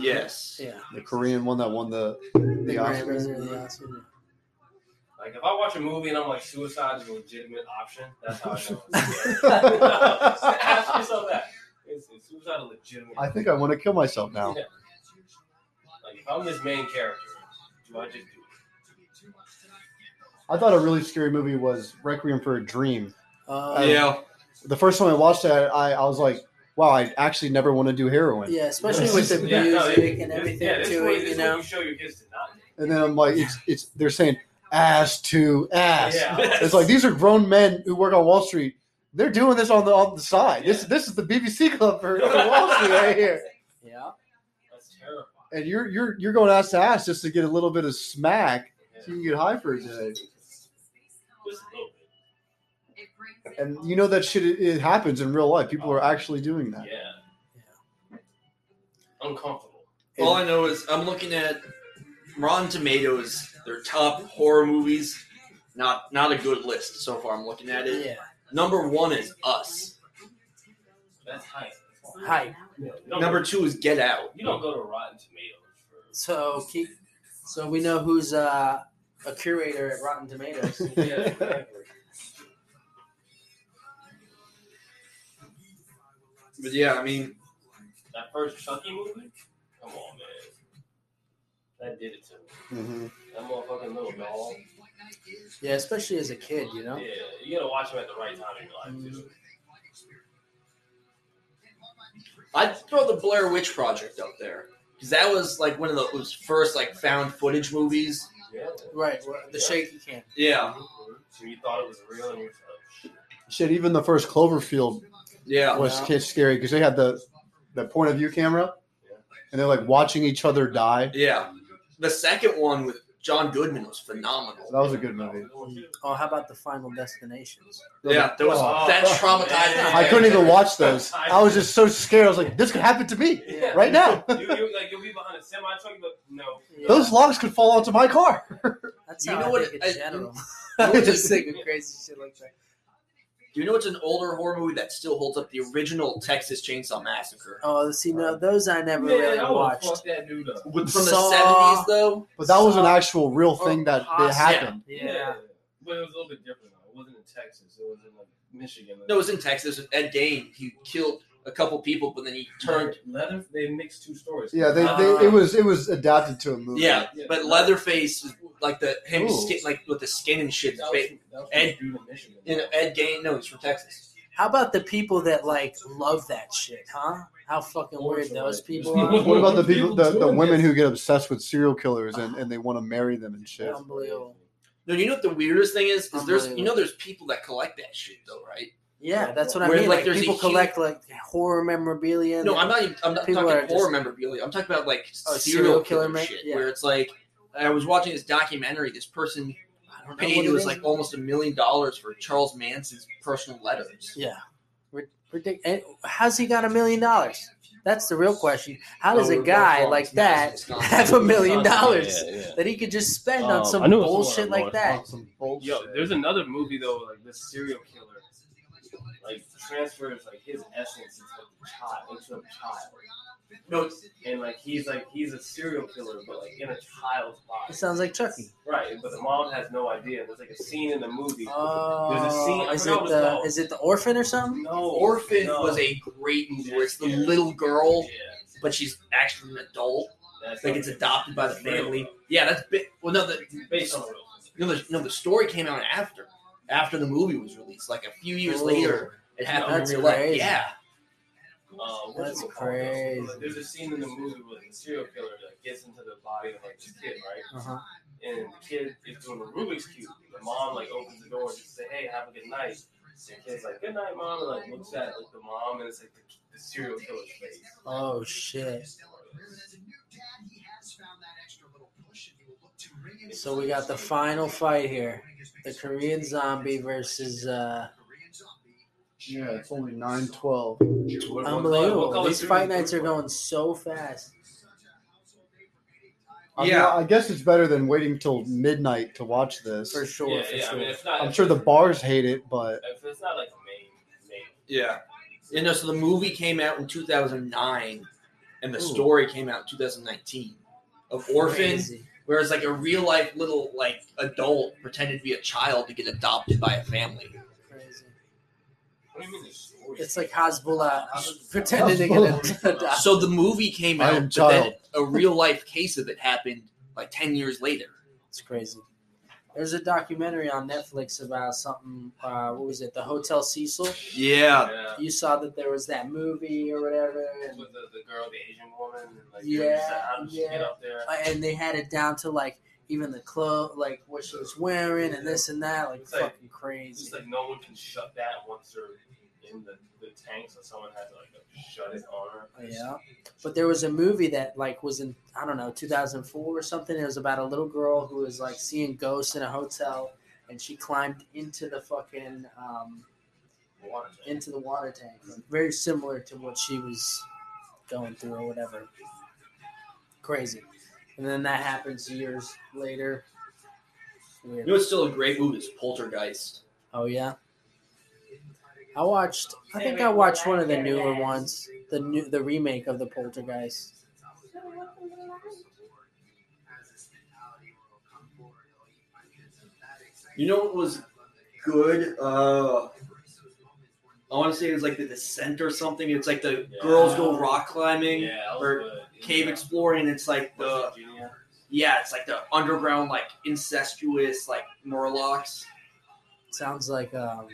S2: Yes.
S1: yeah.
S4: The Korean one that won the the
S1: Right,
S4: Oscar.
S1: right, right, the Oscar.
S5: Like if I watch a movie and I'm like, suicide is a legitimate option. That's how I know. It's scary. Ask yourself that. Is, is suicide a legitimate?
S4: I think I want to kill myself now.
S5: Yeah. Like if I'm this main character, do I just do it?
S4: I thought a really scary movie was Requiem for a Dream.
S1: Uh, yeah.
S2: Yeah.
S4: The first time I watched that, I, I was like, wow, I actually never want to do heroin.
S1: Um, especially with the
S5: Yeah, no,
S1: music
S5: it-
S1: and
S5: this-
S1: everything
S5: yeah, this
S1: to
S5: way-
S1: it,
S5: this
S1: you
S5: way
S1: know.
S5: You show your kids to not.
S4: And then I'm like, it's it's they're saying ass to ass.
S5: Yeah.
S4: It's like these are grown men who work on Wall Street. They're doing this on the on the side. This this is the BBC club for, for Wall Street right here.
S1: Yeah,
S5: That's terrifying.
S4: And you're you're you're going ass to ass just to get a little bit of smack so you can get high for a day.
S5: Just a little bit.
S4: And you know that shit it, it happens in real life. People are actually doing that.
S5: Yeah. Uncomfortable.
S2: All I know is I'm looking at Rotten Tomatoes, their top horror movies. Not not a good list so far. I'm looking at it.
S1: yeah.
S2: Number one is Us.
S5: That's hype.
S1: Hype.
S5: You don't go-
S2: Number two is Get Out.
S5: You don't go to Rotten Tomatoes for.
S1: So keep. So we know who's uh, a curator at Rotten Tomatoes.
S5: Yeah, exactly.
S2: But yeah, I mean,
S5: that first Chucky movie. Come on, man. That did it to me.
S4: Mhm.
S5: That motherfucking little doll.
S1: yeah, especially as a kid, you know.
S5: Yeah, you gotta watch him at the right time in your life too.
S2: I'd throw the Blair Witch Project up there because that was like one of those first like found footage movies.
S1: Mm.
S5: Yeah.
S1: Right, well, the shaky cam.
S2: Yeah,
S5: So you thought it was real, and you're just like, shit.
S4: Shit, even the first Cloverfield
S2: yeah.
S4: was kind of scary because they had the the point of view camera, and they're like watching each other die.
S2: Yeah. The second one with John Goodman was phenomenal.
S4: That was a good movie.
S1: Oh, how about the Final Destinations?
S2: Yeah, that was
S4: Oh,
S2: that
S4: fuck.
S2: traumatized.
S4: I couldn't even watch those. I was just so scared. I was like, this could happen to me
S5: Yeah.
S4: right now.
S5: you, you like you'll be behind a semi truck, but no.
S4: Those locks could fall onto my car.
S1: That's
S2: You
S1: how
S2: know
S1: I
S2: what
S1: think in
S2: it- I-
S1: general.
S2: you know
S1: I
S2: what
S1: just
S2: it-
S1: think of crazy shit like that.
S2: Do you know it's an older horror movie that still holds up the original Texas Chainsaw Massacre?
S1: Oh, see, no, those I never really watched.
S5: that dude up.
S2: With, from
S1: Saw.
S2: the seventies though?
S4: But that was an
S1: Saw.
S4: actual real thing that
S1: Awesome.
S4: it happened.
S1: Yeah.
S5: but it was a little bit different. Though. It wasn't in Texas. It was in like Michigan.
S2: No, it was in Texas with Ed Dane. He killed a couple people, but then he turned
S5: Leather. They mixed two stories.
S4: Yeah, they, they it was it was adapted to a movie.
S2: Yeah, but Leatherface was like the him
S4: Ooh.
S2: skin like with the skin and shit.
S5: That
S2: ba-
S5: was, that was
S2: Ed-
S5: dude in Michigan.
S2: You know, Ed Gain, no, he's from Texas.
S1: How about the people that like love that shit, huh? How fucking weird those people are.
S4: What about the people, the, the women who get obsessed with serial killers and, and they want to marry them and shit?
S1: Unbelievable.
S2: No, you know what the weirdest thing is? Is there's you
S1: Unbelievable.
S2: know there's people that collect that shit though, right?
S1: Yeah, that's what I
S2: Where,
S1: mean.
S2: like,
S1: Like,
S2: there's a
S1: people
S2: huge-
S1: collect like horror memorabilia.
S2: No, I'm not. Even, I'm not
S1: People
S2: talking
S1: are
S2: horror
S1: just-
S2: memorabilia. I'm talking about like
S1: Oh,
S2: serial
S1: serial
S2: killer,
S1: killer ma-
S2: shit,
S1: yeah.
S2: where it's like I was watching this documentary. This person
S1: I don't know
S2: paid
S1: what
S2: it was
S1: is.
S2: like almost a million dollars for Charles Manson's personal letters.
S1: Yeah, Rid- ridic- and How's he got a million dollars? That's the real question. How does a guy like that have a million dollars
S3: Yeah, yeah.
S1: that he could just spend
S3: Um,
S1: on
S3: I
S1: some
S3: knew it was
S1: bullshit
S3: somewhere,
S1: like that?
S4: Some bullshit.
S5: Yo, there's another movie though, like the serial killer, like transfers like his essence into a child, into a child,
S2: No,
S5: and like he's like he's a serial killer, but like in a child's body.
S1: It sounds like Chucky.
S5: right, but the mom has no idea. There's like a scene in the movie.
S1: Oh,
S5: There's a scene- I
S1: is
S5: forgot
S1: it
S5: what it's
S1: the
S5: called.
S1: is it the orphan or something?
S5: no,
S2: Orphan
S5: no.
S2: was a great movie where it's the
S5: Yeah.
S2: little
S5: yeah,
S2: girl, but sheshe's actually an adult.
S5: that's
S2: Like it's adopted by the family. Yeah, that's big. Well, no, the
S5: based on real.
S2: no, the, no, the story came out after after the movie was released, like a few years
S5: Oh.
S1: Ooh.
S2: later. It happened
S1: That's
S2: in real life.
S1: crazy.
S2: Yeah,
S5: Uh,
S1: That's
S5: whatchamacallit,
S1: crazy.
S5: there's- There's a scene in the movie where the serial killer like, gets into the body of like this kid, right?
S1: Uh-huh.
S5: And the kid is doing a Rubik's cube. The mom like opens the door and just say, "Hey, have a good night." And the kid's like, "Good night, mom." And like looks at like the mom, and it's like the, the serial killer's face.
S1: Oh shit! So we got the final fight here: the Korean zombie versus uh,
S4: Yeah, it's only nine twelve.
S5: What- what color- what
S1: unbelievable.
S5: color
S1: These
S5: suit
S1: fight
S5: is the
S1: nights are
S5: first one?
S1: going so fast.
S2: Yeah.
S4: I guess it's better than waiting till midnight to watch this.
S1: For sure,
S5: Yeah,
S1: for
S5: yeah. I
S1: sure.
S5: mean, if not,
S4: I'm
S5: if
S4: sure the
S5: it's-
S4: bars hate it, but
S5: If it's not like a main, main.
S2: yeah. You know, so the movie came out in 2009, and the story came out in 2019 of Orphan.
S1: Crazy.
S2: Whereas, like a real life little like adult pretended to be a child to get adopted by a family.
S1: Crazy.
S5: What do you mean the story?
S1: It's like Hezbollah pretending to get a adopt.
S2: So the movie came
S4: I
S2: out,
S4: am
S2: but then
S4: child.
S2: a real life case of it happened like ten years later.
S1: It's crazy. There's a documentary on Netflix about something. Uh, what was it? The Hotel Cecil.
S2: Yeah,
S5: Yeah.
S1: You saw that there was that movie or whatever, and,
S5: With the, the girl, the Asian woman, and like, they were just like,
S1: Yeah,
S5: how did she get
S1: yeah.
S5: up there?
S1: uh, and they had it down to like even the clothes, like what she was wearing, and this and that. Like
S5: It's like-
S1: fucking
S5: It's
S1: crazy.
S5: just like no one can shut that once they're in the, the tank, so someone has to like shut it on her.
S1: Oh, Yeah. But there was a movie that like was in I don't know 2004 or something. It was about a little girl who was like seeing ghosts in a hotel, and she climbed into the fucking um,
S5: Water tank.
S1: into the water tank. Very similar to what she was going through or whatever. Crazy. And then that happens years later.
S2: you
S1: Weird.
S2: know, it's still a great movie. Is Poltergeist.
S1: Oh yeah. I watched. I think I watched one of the newer ones, the new, the remake of the Poltergeist.
S2: You know what was good? Uh, I want to say it was like The Descent or something. It's like the
S5: Yeah.
S2: girls go rock climbing,
S5: Yeah, that was
S2: or
S5: good.
S2: cave
S5: Yeah.
S2: exploring. It's like the
S5: West Virginia.
S2: yeah, it's like the underground like incestuous like Morlocks.
S1: Sounds like um,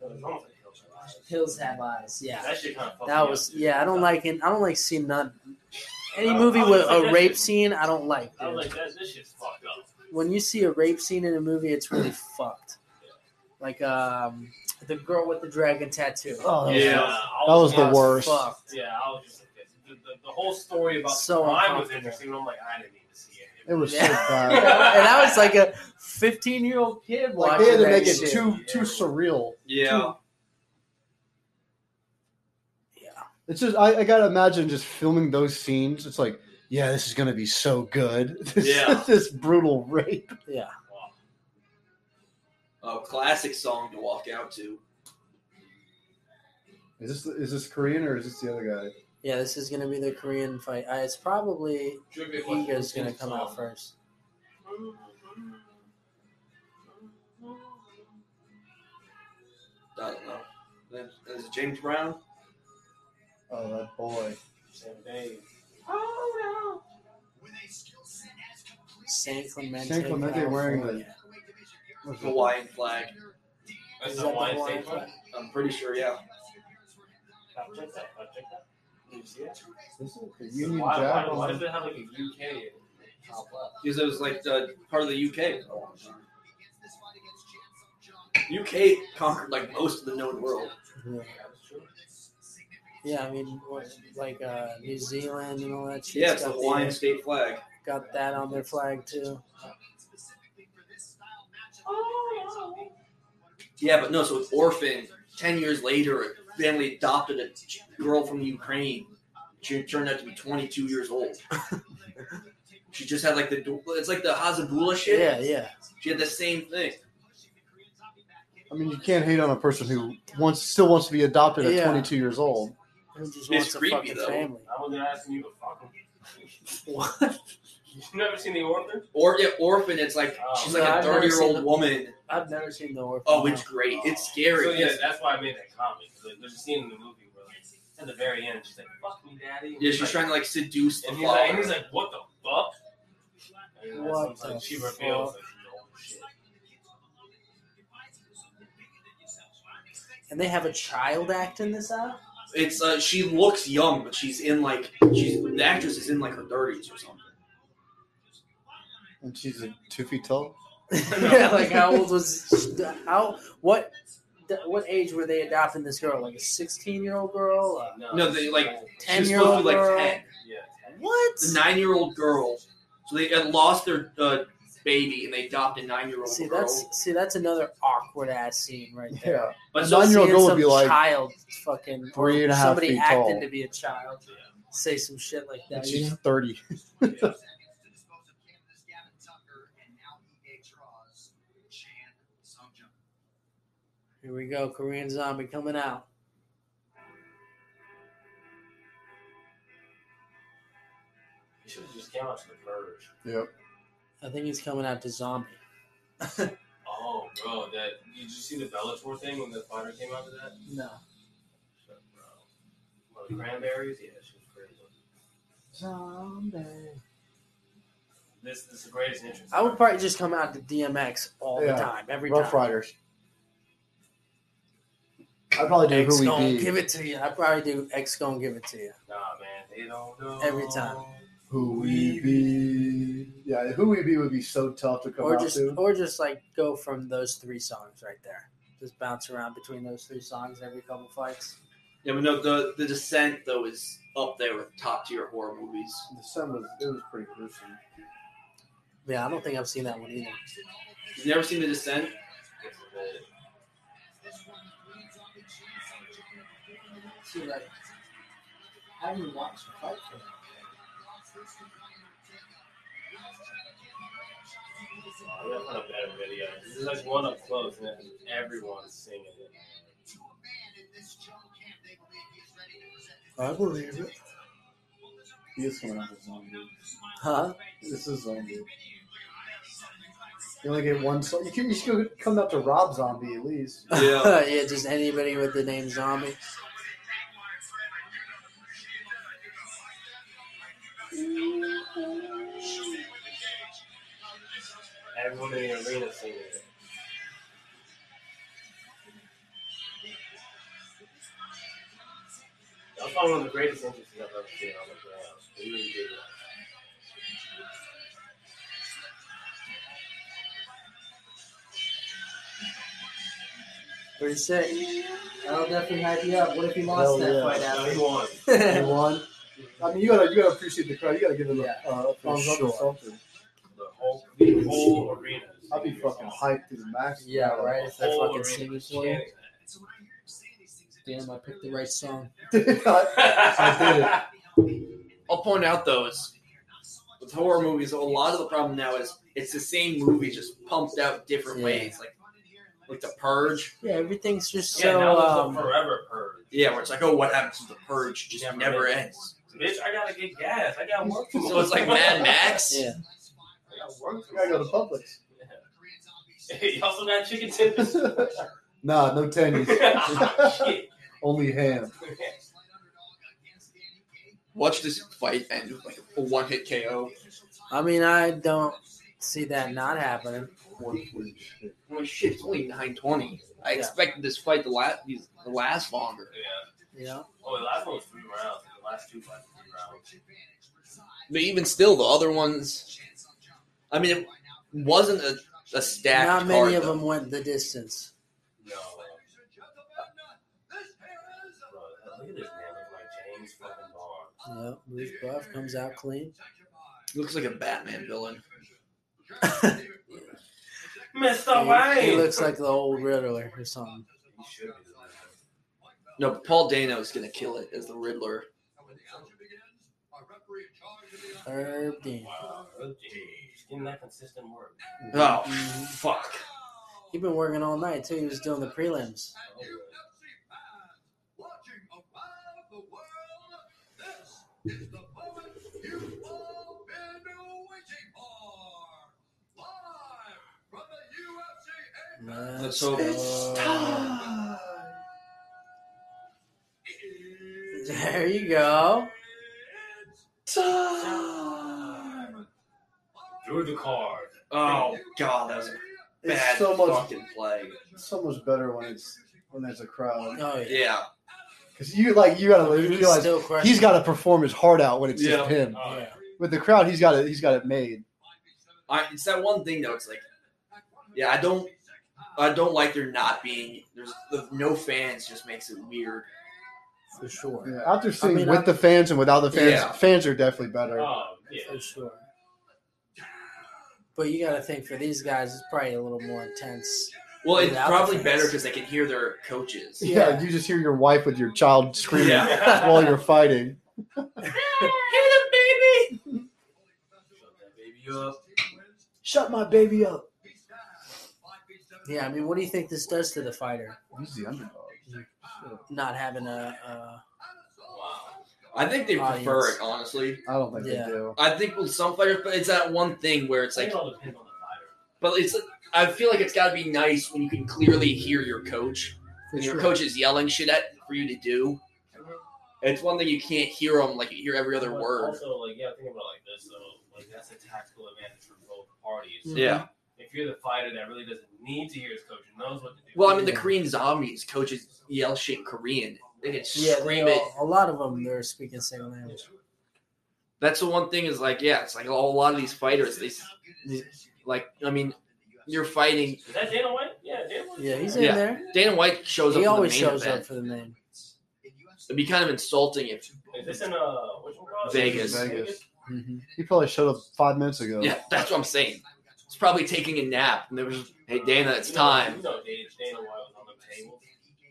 S5: That was almost like Hills Have Eyes.
S1: Hills Have Eyes. Yeah,
S5: That shit kind of fucked me
S1: that
S5: up,
S1: was.
S5: dude.
S1: Yeah, I don't like it. I don't like seeing none. Any
S5: Uh,
S1: movie
S5: I
S1: with
S5: was like,
S1: a
S5: that
S1: rape
S5: shit-
S1: scene, I don't like.
S5: I
S1: dude.
S5: was like, that, this shit's fucked up.
S1: when you see a rape scene in a movie, it's really fucked. Like um, the girl with the dragon tattoo.
S4: oh, that was-
S5: yeah,
S4: that
S5: I
S4: was the
S1: That's
S4: worst.
S1: Fucked.
S5: Yeah, I was just like, this. The, the, the whole story about
S1: So
S5: the crime was
S1: uncomfortable.
S5: interesting, but I'm like, I didn't need to see it.
S4: It was
S1: Yeah.
S4: so
S1: and
S4: bad.
S1: I was like a 15 year old kid
S4: Like
S1: watching
S4: they had to
S1: that
S4: make it
S1: shit.
S4: too too surreal.
S2: Yeah,
S1: Yeah.
S4: It's just I, I gotta imagine just filming those scenes. It's like, yeah, this is gonna be so good. This,
S2: Yeah.
S4: this brutal rape.
S1: Yeah.
S2: a classic song to walk out to.
S4: Is this is this Korean or is this the other guy?
S1: Yeah, this is gonna be the Korean fight. Uh, it's probably
S5: Trivia question,
S1: Inga's gonna
S5: who's
S1: come
S5: on?
S1: out first.
S2: I don't know. Is it James Brown?
S4: Oh, that boy.
S5: Same thing.
S1: San Clemente.
S4: San Clemente wearing
S1: California.
S2: Hawaiian flag.
S5: That's
S1: Is
S5: the
S1: that the
S5: Hawaiian
S1: Hawaiian
S5: State flag.
S2: I'm pretty sure. Yeah.
S5: Fact check that. Fact check that. Did you see it?
S4: This is the Union
S5: why,
S4: Jack.
S5: why, why
S4: on-
S5: does it have like a UK in the top left?
S2: Because it was like the, part of the UK. UK conquered like most of the known world.
S1: Yeah. Yeah, I mean, what, like uh, New Zealand and all that shit.
S2: Yeah, it's the Hawaiian state flag.
S1: got that on their flag too.
S2: Yeah, but no, so it's Orphan. ten years later, a family adopted a ch- girl from Ukraine. She turned out to be 22 years old. she just had like the du- it's like the Hazabula shit.
S1: Yeah, yeah.
S2: She had the same thing.
S4: I mean, you can't hate on a person who wants still wants to be adopted at
S1: Yeah.
S4: 22 years old.
S1: Who just
S2: It's
S1: wants a
S2: creepy,
S1: fucking
S2: though.
S1: family?
S5: I wasn't asking you to fuck him.
S1: What?
S5: You never seen The Orphan?
S2: Or yeah, orphan. It's like
S5: Oh.
S2: she's
S1: No,
S2: like a
S1: I've never
S2: 30 year
S1: seen
S2: old
S1: them.
S2: woman.
S1: I've never seen the orphan.
S2: Oh, it's great. It's scary.
S5: So yeah,
S2: It's-
S5: that's why I made that comment. 'cause, Like, there's a scene in the movie where like at the very end she's like, "Fuck me, daddy." And
S2: yeah,
S5: he's
S2: she's
S5: like,
S2: trying to like seduce the
S5: And he's, like, and he's
S2: father.
S5: like, "What the fuck?" And that's
S1: What
S5: when,
S1: the
S5: like, she
S1: fuck?
S5: reveals like, no shit.
S1: and they have a child acting this out.
S2: It's uh, she looks young, but she's in like she's the actress is in like her 30s or something.
S4: And she's a two feet tall.
S1: yeah, like how old was how what what age were they adopting this girl? Like a sixteen-year-old girl? Uh,
S2: No, they like she's supposed to
S1: 10-year-old
S2: be like
S1: girl.
S2: 10.
S5: yeah.
S1: what?
S2: The nine year old girl. So they had lost their uh, baby and they adopted a nine year old
S1: See,
S2: girl.
S1: that's see, that's another awkward ass scene right there.
S4: Yeah.
S2: but
S4: a
S2: so
S4: nine-year-old
S1: Seeing
S4: girl would
S1: some
S4: be like
S1: child, fucking or
S4: three and a half
S1: somebody
S4: feet
S1: acting
S4: tall.
S1: to be a child, say some shit like
S4: And
S1: that. you
S4: she's
S1: know?
S4: 30.
S7: E
S1: Here we go, Korean zombie coming out.
S5: He should have just came out to the purge.
S4: Yep.
S1: I think he's coming out to zombie.
S5: Oh, bro, that did you see the Bellator thing when the fighter came out to that?
S1: No,
S5: Shit, bro. Well, the cranberries, yeah, she was crazy.
S1: zombie.
S5: This, this is the greatest entrance.
S1: I would probably just come out to DMX all
S4: Yeah.
S1: the time, every
S4: Rough
S1: time.
S4: Riders. I'd probably do
S1: X
S4: Who
S1: gonna
S4: We Be.
S1: give it to you. I probably do X gonna give it to you.
S5: Nah, man, they don't know.
S1: Every time.
S4: Who We Be. Yeah, Who We Be would be so tough to come
S1: or
S4: out
S1: just
S4: to.
S1: or just like go from those three songs right there. Just bounce around between those three songs every couple fights.
S2: yeah, but no, the the descent though is up there with top tier horror movies.
S4: The sun was, it was pretty gruesome.
S1: Yeah, I don't think I've seen that one either.
S2: You never seen the descent?
S5: It's the-
S1: See, like, I haven't watched Fight Club.
S5: I'm gonna find a better video. This is like one up close, and everyone's singing it.
S4: I believe it. He is coming out as zombie.
S1: Huh?
S4: This is zombie. You only get one. So you can you still come out to Rob Zombie at least.
S2: Yeah.
S1: yeah, just anybody with the name Zombie.
S5: Everyone in the arena singing it. That's probably one of the greatest entrances I've ever seen on the ground. They really did that.
S1: Pretty sick. That'll definitely hype you up. What if he lost
S4: Hell
S1: that
S4: yeah.
S1: fight
S5: No, he won.
S4: You
S1: after?
S4: won. I mean, you gotta you gotta appreciate the crowd. You gotta give them
S1: Yeah,
S4: a uh, thumbs up or
S1: sure.
S4: something.
S5: The whole, the whole arena. is
S4: I'd be
S5: singing your
S4: fucking
S5: song.
S4: hyped to the max.
S1: yeah, right.
S5: The
S1: If they're fucking
S5: whole arena
S1: singing
S5: is
S1: for you.
S5: chanting
S1: Damn, I picked the right song.
S5: that.
S2: I'll point out though is with horror movies, a lot of the problem now is it's the same movie just pumped out different
S1: Yeah.
S2: ways. Like like the purge.
S1: Yeah, everything's just
S5: yeah,
S1: so.
S5: now there's
S1: um,
S5: a forever purge.
S2: Yeah, where it's like, oh, what happens to the purge? Just never,
S5: Never
S2: ends.
S5: Bitch, I gotta get gas. I gotta work
S2: So it's like Mad Max.
S1: yeah.
S5: I gotta work
S4: I gotta go to Publix.
S5: Hey, you also got chicken tenders?
S4: Nah, no tennies.
S5: Ah, Shit.
S4: Only ham.
S2: Watch this fight end with like a one hit KO.
S1: I mean, I don't see that not happening.
S2: Well, shit, it's only nine twenty. I
S1: Yeah.
S2: expected this fight to last to last longer.
S5: Yeah.
S1: You know,
S5: Oh, the last one was three rounds. The last two fights were three rounds.
S2: But even still, the other ones. I mean, it wasn't a, a stacked
S1: not many
S2: card,
S1: of
S2: though.
S1: them went the distance.
S5: No. Bro, look at this man looking like James fucking Bond.
S1: Yeah, Bruce Buff comes out clean.
S2: Looks like a Batman villain.
S5: Mr.
S1: He, he
S5: Wayne!
S1: looks like the old Riddler or something.
S5: He should be the man.
S2: No, Paul Dano is gonna kill it as the Riddler.
S1: Herb Dean.
S5: Wow, really? Just Getting that consistent work.
S1: Mm-hmm.
S2: Oh fuck!
S1: He's been working all night too. He was doing the prelims. Let's
S2: So-
S1: go. There you go.
S5: Drew the card.
S2: Oh god, that was a
S4: It's
S2: bad
S4: so much-
S2: fucking play.
S4: It's so much better when it's when there's a crowd
S1: Oh yeah.
S2: Yeah,
S4: because you like you gotta realize
S1: Still crushing.
S4: he's got to perform his heart out when it's
S2: Yeah.
S4: just him.
S5: Oh,
S1: Yeah.
S4: With the crowd, he's got it. He's got it made.
S2: I, it's that one thing though. It's like, yeah, I don't, I don't like there not being there's the, no fans. Just makes it weird.
S1: for sure.
S4: Yeah. After seeing
S1: mean,
S4: with
S1: I'm-
S4: the fans and without the fans,
S2: Yeah.
S4: fans are definitely better.
S5: Oh, yeah.
S1: For sure. But you got to think for these guys, it's probably a little more intense.
S2: Well, it's
S1: Without
S2: probably
S1: fans.
S2: better because they can hear their coaches.
S4: yeah.
S1: yeah.
S4: you just hear your wife with your child screaming
S5: Yeah.
S4: while you're fighting.
S5: Shut that baby up.
S4: Shut my baby up.
S1: Yeah, I mean, what do you think this does to the fighter?
S4: He's the underdog.
S1: Not having a,
S5: Wow.
S2: I think they prefer
S1: Audience.
S2: it honestly.
S4: I don't think
S1: Yeah.
S4: they do.
S2: I think with some fighters, but it's that one thing where it's
S5: I think
S2: like,
S5: it all depends on the fighter.
S2: but it's. I feel like it's got to be nice when you can clearly hear your coach when your coach is yelling shit at for you to do. It's one thing you can't hear them like you hear every other
S5: But
S2: word.
S5: Also, like, yeah, think about it like this. So, like, that's a tactical advantage for both parties.
S1: Mhm.
S2: Yeah.
S5: If you're the fighter that really doesn't need to hear his coach and knows what to do.
S2: Well, I mean, the Korean zombies coaches yell shit in Korean. They can
S1: uh, yeah,
S2: scream
S1: they
S2: it.
S1: all- a lot of them they're speaking single language.
S2: That's the one thing is like, yeah, it's like a lot of these fighters. They s- they- like, I mean, you're fighting.
S5: Is that Dana White? Yeah, Dana White.
S1: Yeah, he's in
S2: Yeah.
S1: there.
S2: Dana White shows
S1: he
S2: up.
S1: always
S2: in the main
S1: shows
S2: event.
S1: up for the main.
S2: It'd be kind of insulting if
S5: Is this in, uh, what you call it?
S2: Vegas.
S4: Vegas.
S1: hmm
S4: He probably showed up five minutes ago.
S2: Yeah, that's what I'm saying. It's probably taking a nap, and there was, hey Dana, it's
S5: You know-
S2: time.
S5: You know, Dana, Dana White was on the table.
S7: E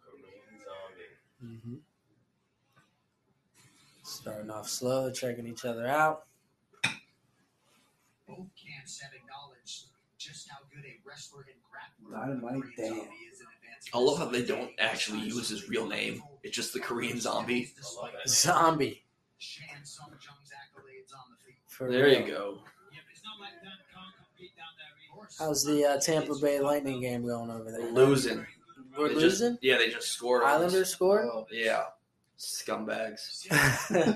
S5: Korean zombie.
S1: hmm Starting off slow, checking each other out.
S7: Both camps have acknowledged just how good a wrestler and grappler
S4: Dynamite
S7: Korean
S4: Dan.
S7: Zombie is in advanced
S2: I love how they don't actually use his real name. It's just the Korean zombie.
S5: I love that.
S1: Zombie.
S7: Shan Sung Jung's accolades on the feet.
S1: For
S2: There
S1: real.
S2: you go.
S1: How's the uh, Tampa Bay Lightning game going over there?
S2: Losing.
S1: We're
S2: They just-
S1: losing.
S2: yeah, they just scored. on us.
S1: Islanders scored.
S4: Oh.
S2: Yeah, scumbags.
S7: Korean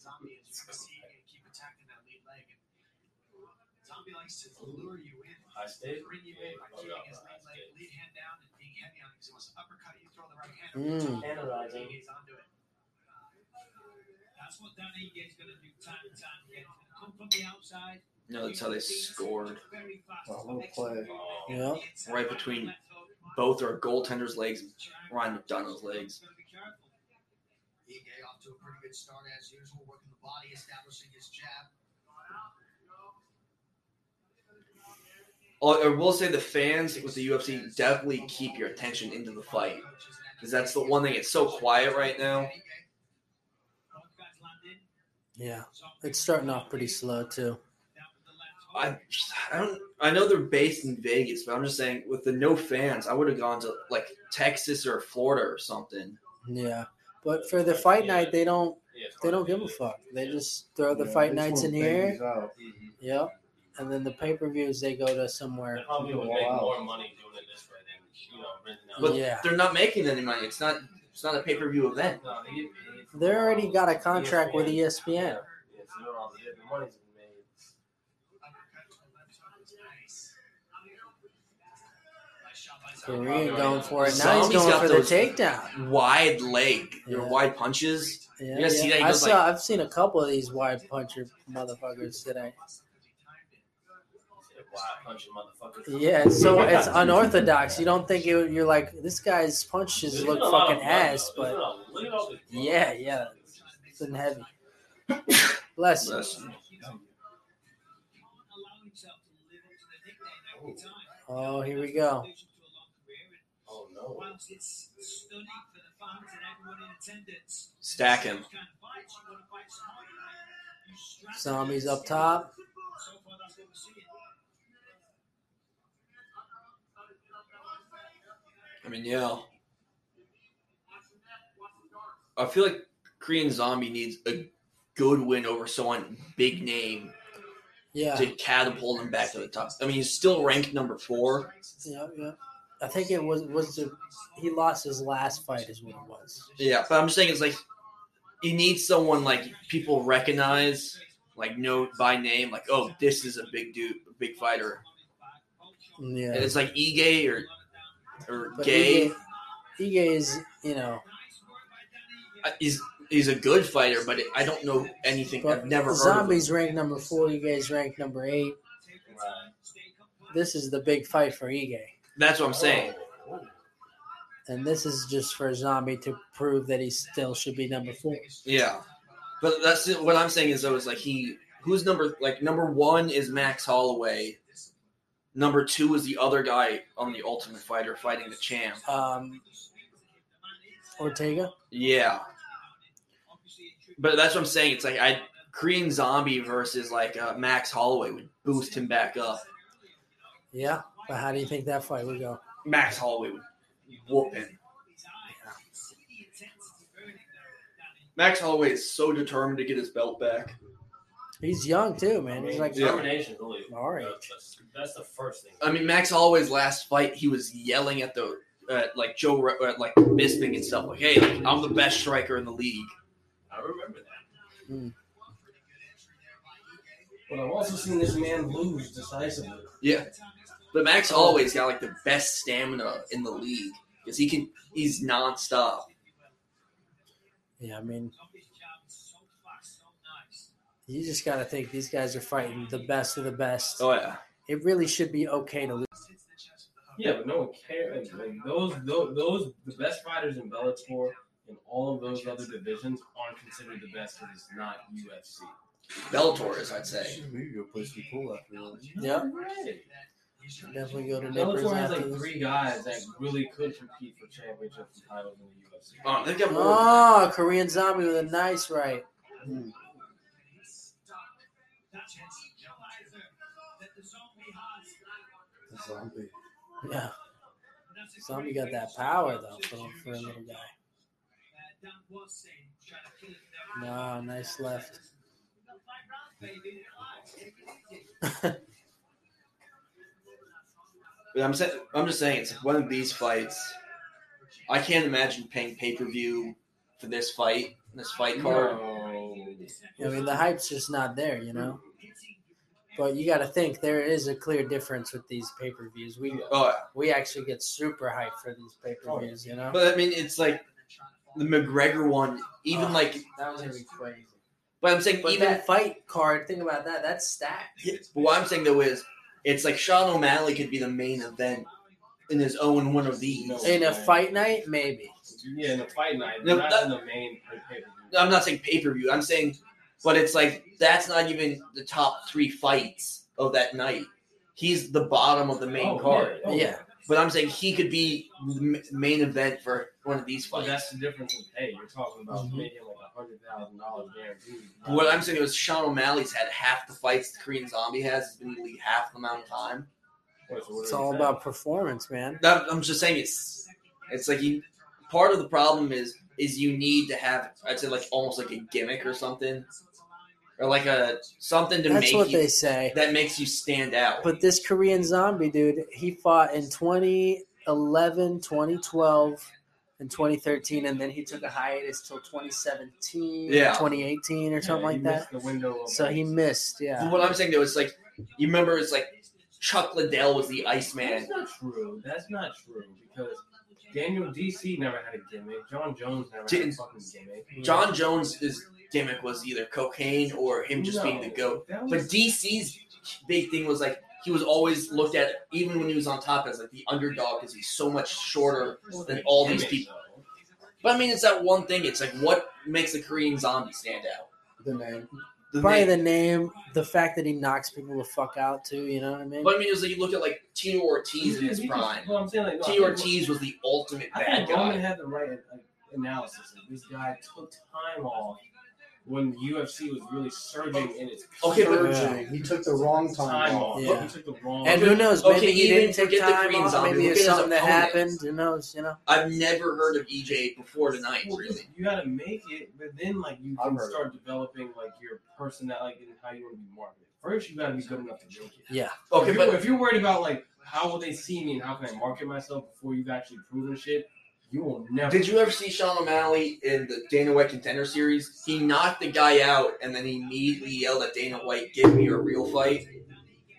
S7: Zombie is receiving and keep attacking that lead leg. And zombie likes to lure you in,
S5: High state.
S7: bring you in by keeping his lead leg, lead hand down, and being heavy on him. 'cause He wants to uppercut you, throw the right hand. over the
S1: Mm.
S7: top, and
S5: Analyzing.
S7: he's onto it. That's what Dan Ige is going to do time and time again. Come from the outside.
S2: No, that's how they scored.
S4: Wow, what a play.
S5: Oh,
S1: Yeah.
S2: Right between both our goaltender's legs, and Ryan McDonough's legs.
S7: Ige off to E a pretty good start as usual, working the body, establishing his jab.
S2: Oh, I will say the fans with the UFC definitely keep your attention into the fight because that's the one thing. It's so quiet right now.
S1: Yeah, it's starting off pretty slow too.
S2: I, I don't. I know they're based in Vegas, but I'm just saying with the no fans, I would have gone to like Texas or Florida or something.
S1: Yeah, but for the fight night, they don't
S5: yeah, it's
S1: they don't
S5: hard to
S1: give
S5: do
S1: a
S5: this.
S1: fuck. They
S5: Yeah.
S1: just throw the
S4: Yeah,
S1: fight
S4: they
S1: nights
S4: throw
S1: in here.
S4: babies out.
S5: Mhm.
S1: Yep, and then the pay per views they go to
S5: They
S1: somewhere.
S5: probably would
S4: Wow.
S5: make more money doing it this way than you know renting out.
S2: But
S1: Yeah.
S2: they're not making any money. It's not. It's not a pay per view event.
S5: No, they get paid for
S1: They
S5: the E
S1: already
S5: money.
S1: got a contract with E ESPN.
S5: Yeah, so they're all the E the money's been made.
S1: Korean going for it. Now he's
S2: Zombie's
S1: going
S2: got
S1: for the
S2: those-
S1: takedown.
S2: Wide leg or
S1: Yeah.
S2: wide punches.
S1: Yeah,
S2: guys see that? He
S1: I
S2: goes
S1: saw.
S2: like-
S1: I've seen a couple of these wide puncher motherfuckers today.
S5: Wow, punching motherfuckers.
S1: Yeah, it's so it's unorthodox. You don't think it, you're like this guy's punches
S5: There's
S1: look
S5: been a lot of
S1: fucking
S5: blood, though.
S1: ass,
S5: There's
S1: but
S5: been a- look at all this blood.
S1: yeah, yeah, it's been heavy. Bless you.
S2: Bless you.
S7: He won't allow himself to live up to the nickname that
S1: Oh, here we go.
S5: Oh no.
S2: Stack him.
S1: Zombies up top.
S2: I mean, yeah. I feel like Korean Zombie needs a good win over someone big name
S1: Yeah.
S2: to catapult him back to the top. I mean, he's still ranked number four.
S1: Yeah, yeah. I think it was was the he lost his last fight is what it was.
S2: Yeah, but I'm saying it's like he needs someone like people recognize, like know by name, like oh, this is a big dude, a big fighter. And
S1: Yeah.
S2: it's like Ige or or
S1: But E
S2: Gay.
S1: Ige, Ige is you know
S2: I- Uh, He's he's a good fighter, but I don't know anything. I've
S1: but
S2: never heard
S1: zombies ranked number four. Ige's ranked number eight. This is the big fight for Ige,
S2: of him. That's what I'm saying.
S1: and this is just for Zombie to prove that he still should be number four.
S2: Yeah, but that's it- what I'm saying is though is like he who's number like number one is Max Holloway. Number two is the other guy on the Ultimate Fighter fighting the champ.
S1: Um, Ortega.
S2: Yeah, but that's what I'm saying. It's like I Korean Zombie versus like uh, Max Holloway would boost him back up.
S1: Yeah, but how do you think that fight would go?
S2: Max Holloway would whoop him. Max Holloway is so determined to get his belt back.
S1: He's young too, man. He's like
S2: Yeah.
S5: Determination, really.
S1: All right.
S5: That's, that's- that's the first thing.
S2: I mean, Max Holloway's last fight, he was yelling at the uh, like Joe, Re- uh, like Bisping and stuff, like, "Hey, like, I'm the best striker in the league."
S5: I remember that.
S1: Hmm.
S5: But I've also seen this man lose decisively.
S2: Yeah, but Max Holloway's got like the best stamina in the league because he can, he's nonstop.
S1: Yeah, I mean, you just got to think these guys are fighting the best of the best.
S2: Oh yeah,
S1: It really should be okay to lose.
S5: Yeah, but no one cares. Like, like, those, those, those, the best fighters in Bellator and all of those other divisions aren't considered the best because it's not UFC.
S2: Bellator is, I'd say.
S4: Maybe a place to pull after that.
S1: Yeah,
S5: Right.
S1: definitely go to Nippers
S5: Bellator has
S1: after
S5: like
S1: this.
S5: three guys that really could compete for championships and titles in the UFC.
S2: Oh, they've got more.
S1: Oh, Korean zombie with a nice right.
S4: The zombie.
S1: Yeah, zombie got that power though for, for a little guy.
S2: Uh,
S1: Wow, nice left.
S2: But I'm saying, I'm just saying, it's like one of these fights. I can't imagine paying pay per view for this fight, this fight card.
S5: No.
S1: I mean, the hype's just not there, you know. But you got to think there is a clear difference with these pay per views. We
S2: Oh,
S1: we actually get super hyped for these pay per views, you know.
S2: But I mean, it's like the McGregor one, even
S1: Oh,
S2: like.
S1: that was gonna be crazy.
S2: But I'm saying
S1: But
S2: even.
S1: that fight card, think about that. That's stacked.
S2: Yeah, but what I'm saying though is, it's like Sean O'Malley could be the main event in his own one of these.
S5: No.
S1: In a fight night, maybe.
S5: Yeah, in the fight night,
S2: No,
S5: not
S2: that-
S5: in the main pay per
S2: I'm not saying pay per view. I'm saying, but it's like that's not even the top three fights of that night. He's the bottom of the main card.
S1: Oh,
S5: Oh,
S1: Yeah,
S2: But I'm saying he could be the m- main event for one of these
S5: But
S2: fights.
S5: that's the difference in pay. You're talking about
S1: Mhm.
S5: making like a hundred thousand dollars guaranteed.
S2: But what I'm saying is Sean O'Malley's had half the fights the Korean Zombie has. He's been in the league half the amount of time.
S5: Wait, so what
S1: it's
S5: are you
S1: all
S5: saying?
S1: about performance, man.
S2: That, I'm just saying it's it's like you, part of the problem is is you need to have I'd say like almost like a gimmick or something or like a something to
S1: That's
S2: make
S1: what
S2: you,
S1: they say.
S2: that makes you stand out.
S1: But this Korean zombie dude, he fought in 2011, 2012, and 2013, and then he took a hiatus till 2017,
S2: Yeah.
S1: 2018, or
S5: Yeah,
S1: something
S5: you
S1: like that.
S5: missed The window of-
S1: So he missed,
S2: But
S1: yeah.
S2: what I'm saying though, it's like you remember it's like Chuck Liddell was the Iceman.
S5: That's not true. That's not true because Daniel DC never had a gimmick. John Jones never had a
S2: Didn't-
S5: fucking gimmick.
S2: John Jones his gimmick was either cocaine or him just being the
S5: No,
S2: goat.
S5: that
S2: But
S5: was-
S2: DC's big thing was like he was always looked at even when he was on top as like the underdog because he's so much shorter than all these
S5: Gimmick,
S2: people.
S5: though.
S2: But I mean, it's that one thing. It's like what makes a Korean zombie stand out?
S4: The name.
S2: the
S1: Probably
S2: name.
S1: the name, the fact that he knocks people the fuck out too. You know what I mean?
S2: But I mean, it's like you look at like Tino Ortiz in his prime.
S5: Well, I'm saying like, no, I
S2: Tino
S5: think-
S2: Ortiz was the ultimate
S5: I think
S2: bad
S5: Roman
S2: guy.
S5: had the right like, analysis. Like, this guy took time off when the UFC was really surging in its
S2: Okay, but-
S1: Yeah.
S4: He took the wrong time,
S5: time
S4: off.
S5: off.
S1: Yeah.
S5: He took the wrong.
S1: And who knows? Maybe
S2: Okay,
S1: he
S2: even
S1: didn't take
S2: forget the
S1: time
S2: green
S1: off.
S2: zombie,
S1: Maybe
S2: look
S1: it's
S2: at his
S1: something that
S2: opponents.
S1: happened. Who knows? You know.
S2: I've never heard of EJ before tonight,
S5: Well,
S2: really.
S5: You gotta make it, but then like you
S4: I've
S5: can
S4: heard
S5: start developing like your personality and how you want to be marketed. First, you gotta be good enough to make it.
S1: Yeah.
S2: Okay,
S5: if,
S2: but
S5: you, if you're worried about like how will they see me and how can I market myself before you've actually proven shit, you will never.
S2: Did you ever see Sean O'Malley in the Dana White Contender Series? He knocked the guy out and then he immediately yelled at Dana White, "Give me a real fight."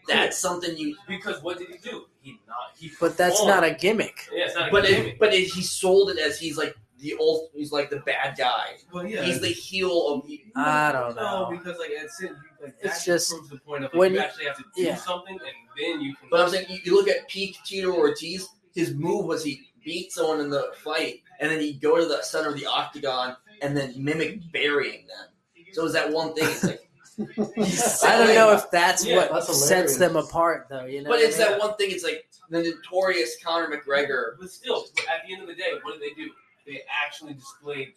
S2: That's something you.
S5: Because what did he do? He not. He
S1: But that's
S5: performed.
S1: not a gimmick.
S5: Yeah, it's not.
S2: But
S5: a
S2: it,
S5: gimmick.
S2: but it, he sold it as he's like the old. He's like the bad guy.
S5: well, yeah.
S2: He's the heel of. the-
S1: I don't know.
S5: no, because like it's it, you- like,
S1: It's
S5: that
S1: just-
S5: proves the point of like,
S1: when
S5: you
S1: you-
S5: actually have to do
S1: yeah.
S5: something and then you can.
S2: But I'm saying you, you look at peak Tito Ortiz. His move was he beat someone in the fight and then he'd go to the center of the octagon and then mimic burying them. So it was that one thing. It's like, he's
S1: I don't
S2: selling.
S1: know if that's
S5: Yeah,
S1: what
S4: that's hilarious.
S1: sets them apart, though. You know.
S2: But
S1: what I
S2: it's
S1: mean?
S2: that one thing. It's like the notorious Conor McGregor.
S5: But still, at the end of the day, what did they do? They actually displayed,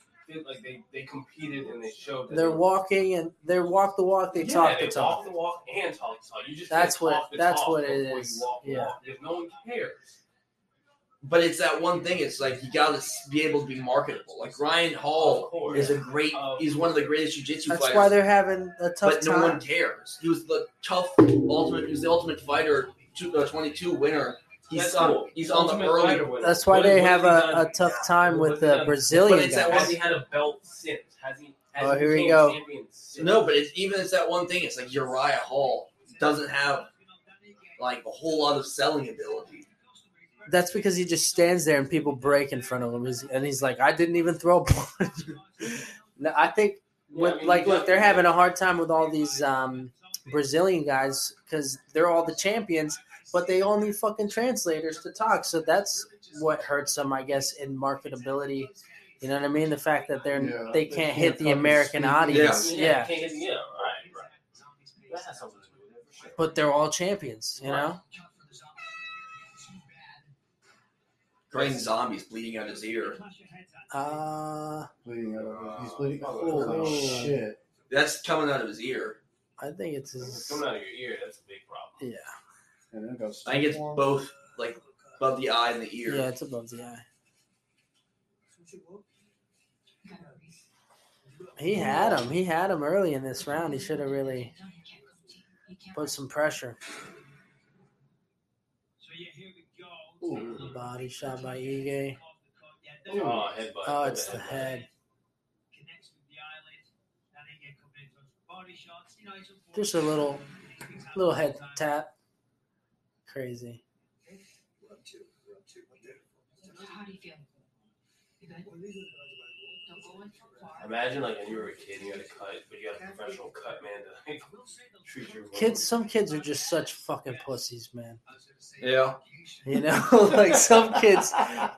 S5: like they, they competed and they showed. That
S1: They're walking and they walk the walk. They
S5: yeah,
S1: talk
S5: they
S1: the talk.
S5: walk the walk and talk the talk. You just
S1: That's
S5: can't
S1: what-
S5: talk the
S1: that's
S5: talk
S1: what it
S5: before
S1: is.
S5: You walk the
S1: Yeah.
S5: walk, because no one cares.
S2: But it's that one thing. It's like you got to be able to be marketable. Like Ryan
S5: Of
S2: Hall
S5: course.
S2: is a great. He's one of the greatest jiu-jitsu
S1: That's
S2: fighters.
S1: why they're having a tough
S2: but no
S1: time.
S2: one cares. He was the tough ultimate. He was the ultimate fighter, two, uh, twenty-two winner. He's
S5: That's
S2: on.
S5: cool.
S2: He's on the
S5: Ultimate
S2: early.
S5: Fighter winner.
S1: That's why
S5: What-
S1: they
S5: what
S1: have
S5: has he
S1: a,
S5: done?
S1: a tough time with
S5: What has he
S1: the
S5: done?
S2: But
S1: Brazilian
S2: it's that
S5: Has
S1: guys.
S5: he had a belt since? Has he? Has
S1: Oh,
S5: he
S1: here we
S5: became
S1: go.
S5: champion since?
S2: No, but it's even it's that one thing. It's like Uriah Hall doesn't have like a whole lot of selling ability.
S1: That's because he just stands there and people break in front of him, He's- and he's like, "I didn't even throw a punch." No, I think
S5: Yeah,
S1: with
S5: I mean,
S1: like
S5: you
S1: look,
S5: got-
S1: they're having a hard time with all these um, Brazilian guys because they're all the champions, but they all need fucking translators to talk. So that's what hurts them, I guess, in marketability. You know what I mean? The fact that they're
S4: Yeah,
S1: they
S4: they
S1: can't
S4: can't
S1: hit the
S4: fucking
S1: American
S4: speak
S1: audience,
S5: Yeah,
S1: yeah.
S5: can't get- yeah, right, right. That has something to do with it for sure.
S1: But they're all champions, you know.
S2: Green zombies bleeding out his ear.
S1: Uh,
S4: Bleeding out of- He's bleeding.
S5: Oh,
S4: Holy
S1: no.
S4: shit!
S2: That's coming out of his ear.
S1: I think it's
S5: If it's
S1: his,
S5: coming out of your ear, that's a big problem.
S1: yeah,
S4: And it goes
S2: I think it's
S4: storm.
S2: both, like above the eye and the ear.
S1: yeah, it's above the eye. He had him. He had him early in this round. He should have really put some pressure. Body shot by Ige.
S5: Oh, headbutt.
S1: Oh, it's the head. Just a little, little head tap. Crazy.
S9: How do you feel? You good? Don't go in for far.
S5: Imagine like when you were a kid and you had a cut, but you had a professional cut man to like treat your
S1: Kids, some kids are just such fucking pussies, man.
S2: Yeah.
S1: You know, like some kids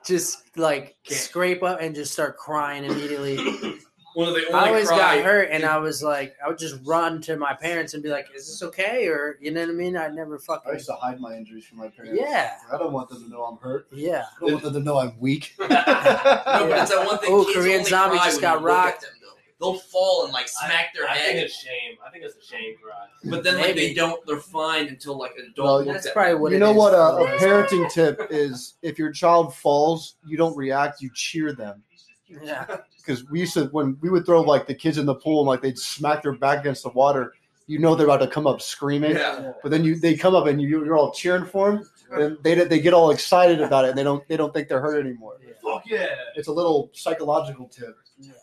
S1: just like
S2: Can't.
S1: scrape up and just start crying immediately.
S2: Well, they only
S1: I always
S2: cry.
S1: got hurt, and I was like, I would just run to my parents and be like, "Is this okay?" Or you know what I mean? I never
S4: I
S1: fucking
S4: used to hide my injuries from my parents.
S1: yeah,
S4: I don't want them to know I'm hurt.
S1: yeah.
S4: I don't want them to know I'm weak.
S2: No, but
S1: Yeah.
S2: it's that one thing.
S1: Ooh,
S2: kids
S1: Korean
S2: only
S1: zombie
S2: cry
S1: just
S2: when
S1: got
S2: you look at
S1: rocked.
S2: Them, though. They'll fall and like smack their
S5: I think
S2: head,
S5: it's shame. I think it's a shame, Rod.
S2: but then like they
S1: Maybe.
S2: don't. They're fine until like an adult.
S4: No,
S2: looks
S1: That's
S2: at
S1: probably
S2: them.
S1: what
S4: you
S1: it
S4: know
S1: is
S4: what? uh,
S1: for
S4: A, a
S1: most
S4: parenting tip is: if your child falls, you don't react; you cheer them.
S1: people. Yeah.
S4: Because we used to, when we would throw like the kids in the pool and like they'd smack their back against the water, you know they're about to come up screaming.
S2: Yeah.
S4: But then you they come up and you, you're all cheering for them. Then they they get all excited about it and they don't they don't think they're hurt anymore.
S1: Yeah.
S5: Fuck yeah.
S4: It's a little psychological tip.
S1: Yeah.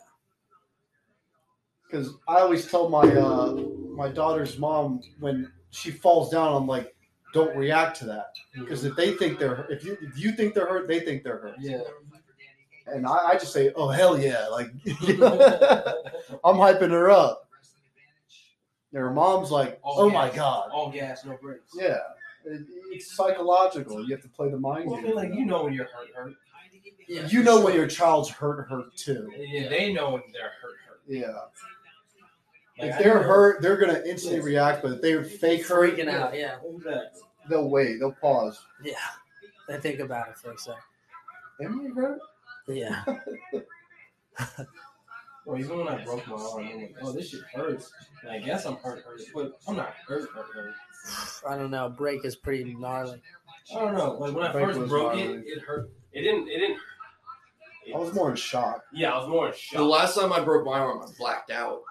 S4: because I always tell my uh, my daughter's mom when she falls down, I'm like, don't react to that
S5: Mm-hmm.
S4: because if they think they're if you if you think they're hurt, they think they're hurt.
S5: Yeah.
S4: And I, I just say, oh hell yeah, like I'm hyping her up. And her mom's like,
S5: All
S4: oh, my
S5: gas.
S4: god,
S5: All gas, no brakes.
S4: yeah. It- it's psychological. You have to play the mind
S5: Well, I
S4: game.
S5: mean, like you know when you're hurt, hurt.
S2: Yeah.
S4: You know when your child's hurt, hurt too.
S5: Yeah, they know when they're hurt, hurt.
S4: Yeah. If they're hurt, they're gonna instantly react. But if they fake hurt,
S1: freaking out. Yeah,
S4: they'll wait. They'll pause.
S1: yeah. I think about it for a second.
S4: Am I hurt?
S1: Yeah,
S5: Well, even when I broke my arm, I'm like, oh, this shit hurts. And I guess I'm hurt, hurt, but I'm not hurt, hurt, hurt.
S1: I don't know. Break is pretty gnarly.
S5: I don't know. Like when I
S4: Break
S5: first
S4: was
S5: broke
S4: gnarly.
S5: it, it hurt. It didn't. It didn't.
S4: I was more in shock.
S5: Yeah, I was more in
S2: The
S5: shock.
S2: last time I broke my arm, I blacked out.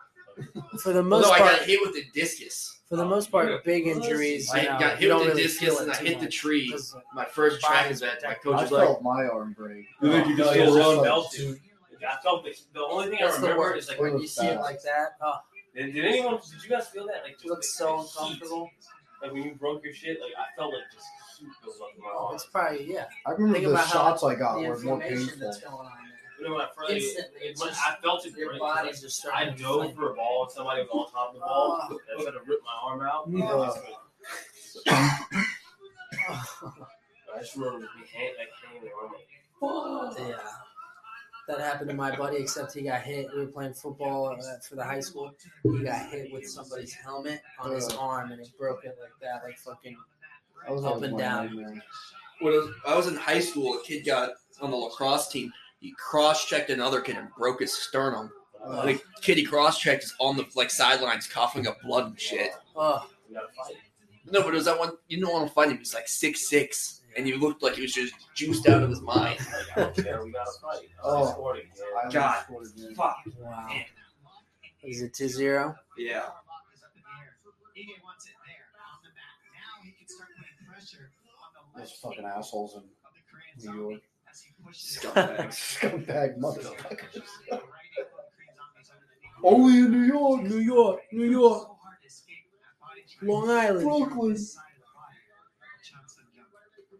S1: For the most
S2: Although I
S1: part,
S2: got hit with a discus.
S1: for the most part, big injuries.
S2: I
S1: you know,
S2: got
S1: you
S2: hit
S1: don't
S2: with a
S1: really
S2: discus
S1: feel
S2: and
S1: it
S2: I
S1: too
S2: hit the
S1: much.
S2: tree.
S1: 'Cause uh,
S2: My first track
S1: Body's
S2: event, my
S1: protected.
S4: I
S2: coach was like,
S4: felt my arm break.
S5: You think you could still
S4: Just
S5: run?
S4: like
S5: Belted.
S4: two-
S5: I felt the, the only thing I
S1: That's the
S5: remember
S1: worst.
S5: is like,
S4: It
S1: When
S4: was
S1: you see it
S4: bad.
S1: like that, oh,
S5: did, did anyone? Did you guys feel that? Like, just
S1: it looks
S5: like,
S1: so
S5: the heat.
S1: uncomfortable.
S5: Like when you broke your shit, like I felt like just heat goes up in my arm.
S1: oh, It's probably yeah.
S4: I remember
S1: Think
S4: the
S1: about how
S4: shots I got
S1: the
S4: were more
S1: inflammation
S4: painful.
S1: that's going on.
S5: You know, when I first,
S1: Instantly,
S5: it-
S1: it's
S5: when
S1: just-
S5: I felt it.
S1: There. Your
S5: break, like,
S1: body's just
S5: I
S1: starting to
S5: dove
S1: inflame.
S5: for a ball and somebody was on top of the
S1: Ah.
S5: ball. I tried to rip my arm out. I just remember just me hang, like hanging there. I'm like,
S1: Yeah. That happened to my buddy, except he got hit. We were playing football uh, for the high school. He got hit with somebody's helmet on his arm, and it broke it like that, like fucking.
S4: I was
S1: Up
S4: always
S1: and
S4: my
S1: down.
S4: nightmare.
S2: when I was- I was in high school, a kid got on the lacrosse team. He cross-checked another kid and broke his sternum.
S4: Uh,
S2: The kid he cross-checked is on the like sidelines, coughing up blood and shit.
S1: Oh,
S5: we gotta fight.
S2: No, but it was that one. You didn't want to fight him. He's like six six, and he looked like he was just juiced out of his mind.
S5: Like, I don't care. We gotta fight.
S4: Oh.
S5: I scored again.
S4: I almost
S2: God.
S4: scored again.
S2: Fuck.
S1: wow. Is it 2 0?
S2: Yeah.
S4: Those fucking assholes in New York.
S2: Scumbags.
S4: Scumbag motherfuckers. Only in New York. New York. New York.
S1: Long Island.
S4: Brooklyn.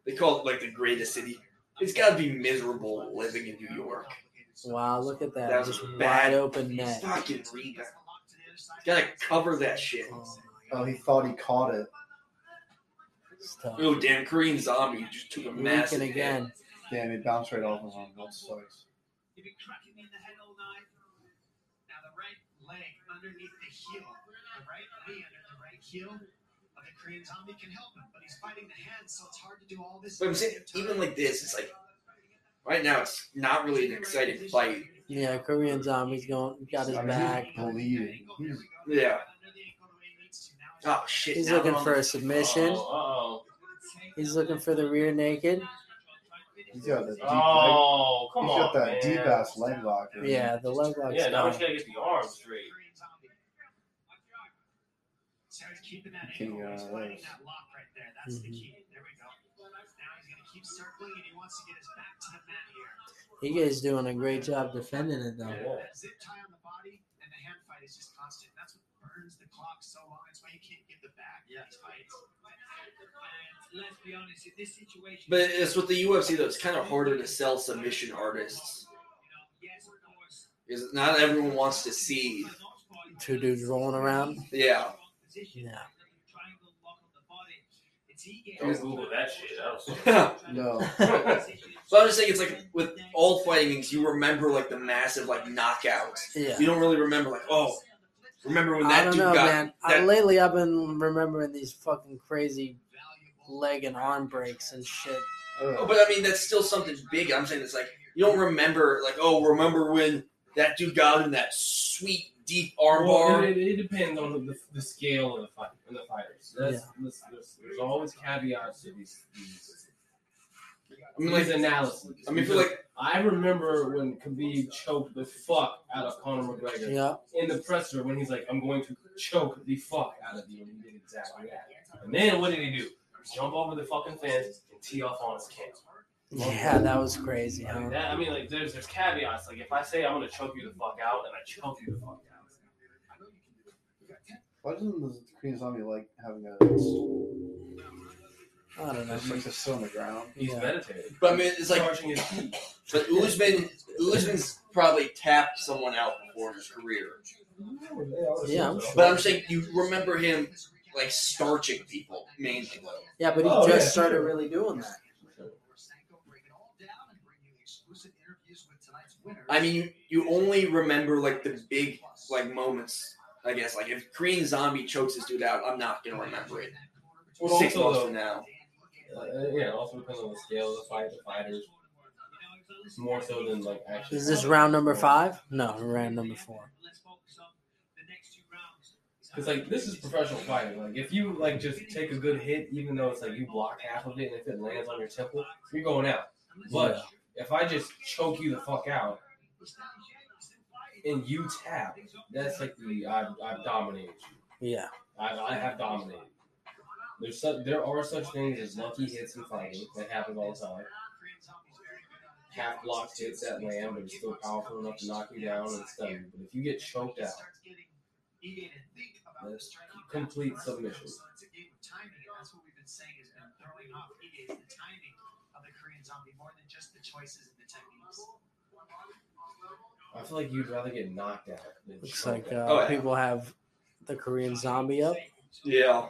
S2: They call it like the greatest city. It's got to be miserable living in New York.
S1: Wow, look at that.
S2: That was
S1: Just
S2: bad.
S1: wide open net.
S2: Fucking read that. Gotta cover that shit.
S1: Oh,
S4: Oh, he thought he caught it.
S1: it's tough.
S2: Oh damn, Korean zombie just took a massive
S1: Lincoln
S2: again.
S1: again.
S4: Damn, it bounced right off of him. That sucks.
S7: You've been cracking me in the head all night. Now the right leg underneath the heel, the right knee under the right heel of the Korean zombie can help him, but he's fighting the hand, so it's hard to do all this.
S2: But I'm saying, even like this, it's like right now, it's not really an exciting fight.
S1: Yeah, Korean zombie's going. Got his
S4: I mean,
S1: back.
S4: he's bleeding. He's-
S2: Yeah. Oh shit.
S1: He's
S2: now
S1: looking
S2: we're on
S1: for a
S2: the-
S1: submission.
S5: Oh,
S1: He's looking for the rear naked.
S4: he's got the
S5: uh-oh.
S4: deep leg.
S5: oh, come
S4: He's
S5: on,
S4: got that
S5: man.
S4: deep ass leg lock. in.
S1: Yeah, the leg lock's
S5: Yeah, now we just
S1: gone.
S5: gotta get the arm straight.
S7: Sarah's keeping that
S4: Can't
S7: angle.
S4: get
S1: uh,
S7: He's
S4: out of
S7: finding
S4: this.
S7: that lock right there. That's the
S1: Mhm.
S7: key. There we go. Now he's going to keep circling, and he wants to get his back to the mat here.
S1: You guys doing a great job defending it though.
S5: Yeah.
S7: That zip tie on the body and the hand fight is just constant. That's what burns the clock so long. That's why you can't get the back. Yeah. These fights. And let's be honest, in this situation,
S2: But it's with the UFC though. It's kind of harder to sell submission artists
S7: yes, of course.
S2: because not everyone wants to see.
S1: Two dudes rolling around.
S2: Yeah.
S1: Yeah.
S7: Triangle lock on the body. It's
S5: Don't Google that shit. I don't know.
S2: so
S4: No.
S2: I'm just saying, it's like with all fighting games, you remember like the massive like knockouts.
S1: Yeah.
S2: You don't really remember like oh, remember when
S1: I
S2: that
S1: don't
S2: dude
S1: know,
S2: got
S1: man. I,
S2: that-
S1: lately, I've been remembering these fucking crazy leg and arm breaks and shit.
S2: Oh,
S4: Ugh.
S2: but I mean, that's still something big. I'm saying it's like you don't remember, like, oh, remember when that dude got in that sweet deep
S5: Well,
S2: armbar?
S5: it, it depends on the, the scale of the fight and the fighters. That's, that's- there's, there's always caveats to these these,
S2: I mean,
S5: these
S2: like,
S5: analyses.
S2: I mean, I feel like
S5: I remember when Khabib choked the fuck out of Conor McGregor
S1: Yeah.
S5: in the presser when he's like, "I'm going to choke the fuck out of you," and he did exactly that. And then what did he do? Jump over the fucking fence and tee off on his camp.
S1: Yeah, that was crazy, huh?
S5: Like that, I mean, like there's there's caveats. Like if I say I'm gonna choke you the fuck out, and I choke you the fuck out.
S4: Why doesn't the Korean zombie like having a stool?
S1: I don't know.
S4: It's like just sit on the ground.
S5: He's
S1: Yeah.
S5: meditating.
S2: but I mean, it's like,
S5: charging his feet.
S2: but Usman, Usman's probably tapped someone out before in his career.
S1: Yeah, I'm
S2: But I'm saying you remember him like starching people mainly. though.
S1: Yeah, but he
S5: Oh,
S1: just
S5: yeah,
S1: started
S5: sure.
S1: really doing that.
S2: I mean, you, you only remember like the big like moments. I guess. Like if Korean Zombie chokes this dude out, I'm not gonna remember it.
S5: Well,
S2: Six
S5: also,
S2: months
S5: though-
S2: from now.
S5: Uh, yeah, it also depends on the scale of the fight, the fighters, more so than like actually.
S1: Is this round number five? No, round number four.
S5: Because like this is professional fighting. Like if you like just take a good hit, even though it's like you block half of it, and if it lands on your temple, you're going out. But if I just choke you the fuck out and you tap, that's like the I've, I've dominated you.
S1: Yeah.
S5: I, I have dominated. There's such there are such things as lucky hits in fighting that happens all the time. Half block hits that land, but it's still powerful enough to knock you down and stun you. But if you get choked out, that's complete submission. I feel like you'd rather get knocked out. Than
S1: Looks
S5: choked
S1: like
S5: out.
S1: uh,
S2: Oh, yeah.
S1: people have the Korean zombie up.
S2: Yeah.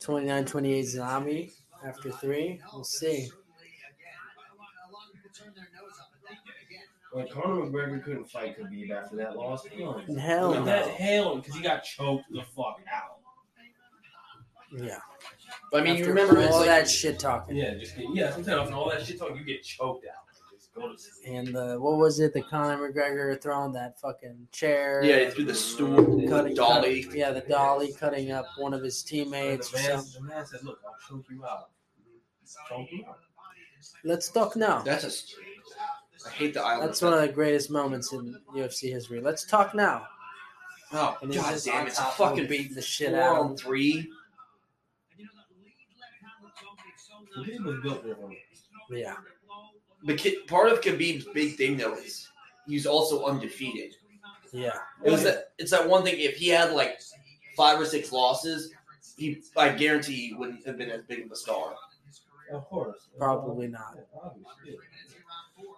S1: 29 28 zombie after three. We'll see. uh,
S5: Like Conor McGregor couldn't fight Khabib after that loss. Hell no.
S1: Hell
S5: Look at that
S1: no.
S5: hell, because he got choked the fuck out.
S1: Yeah.
S2: But, I mean, you
S1: After
S2: remember it's
S1: all
S2: like,
S1: that shit talking.
S5: Yeah, just get, yeah. Sometimes after all that shit talk, you get choked out. Like, just go to sleep.
S1: And uh, what was it? The Conor McGregor throwing that fucking chair.
S2: yeah, it's through the stool, the
S1: Cutting,
S2: dolly.
S1: cut- yeah, the dolly cutting up one of his
S5: And
S1: teammates.
S5: the,
S1: or
S5: man,
S1: something.
S5: the man said, "Look, I'll choke you out." Choke you out.
S1: Let's talk now.
S2: That's a. s- I hate the island.
S1: That's one of the greatest moments in UFC history. Let's talk now.
S2: Oh
S1: And he's
S2: god
S1: just
S2: damn!
S1: on
S2: It's a
S1: top of
S2: fucking
S1: him, beating the shit
S2: four
S1: out of
S2: on
S1: him.
S2: three.
S5: Khabib was built different.
S1: Yeah.
S2: The kid, part of Khabib's big thing though is he's also undefeated.
S1: Yeah.
S2: It was that. It's that one thing. If he had like five or six losses, he I guarantee he wouldn't have been as big of a star.
S5: Of course.
S1: Probably not.
S5: Yeah, obvious, yeah.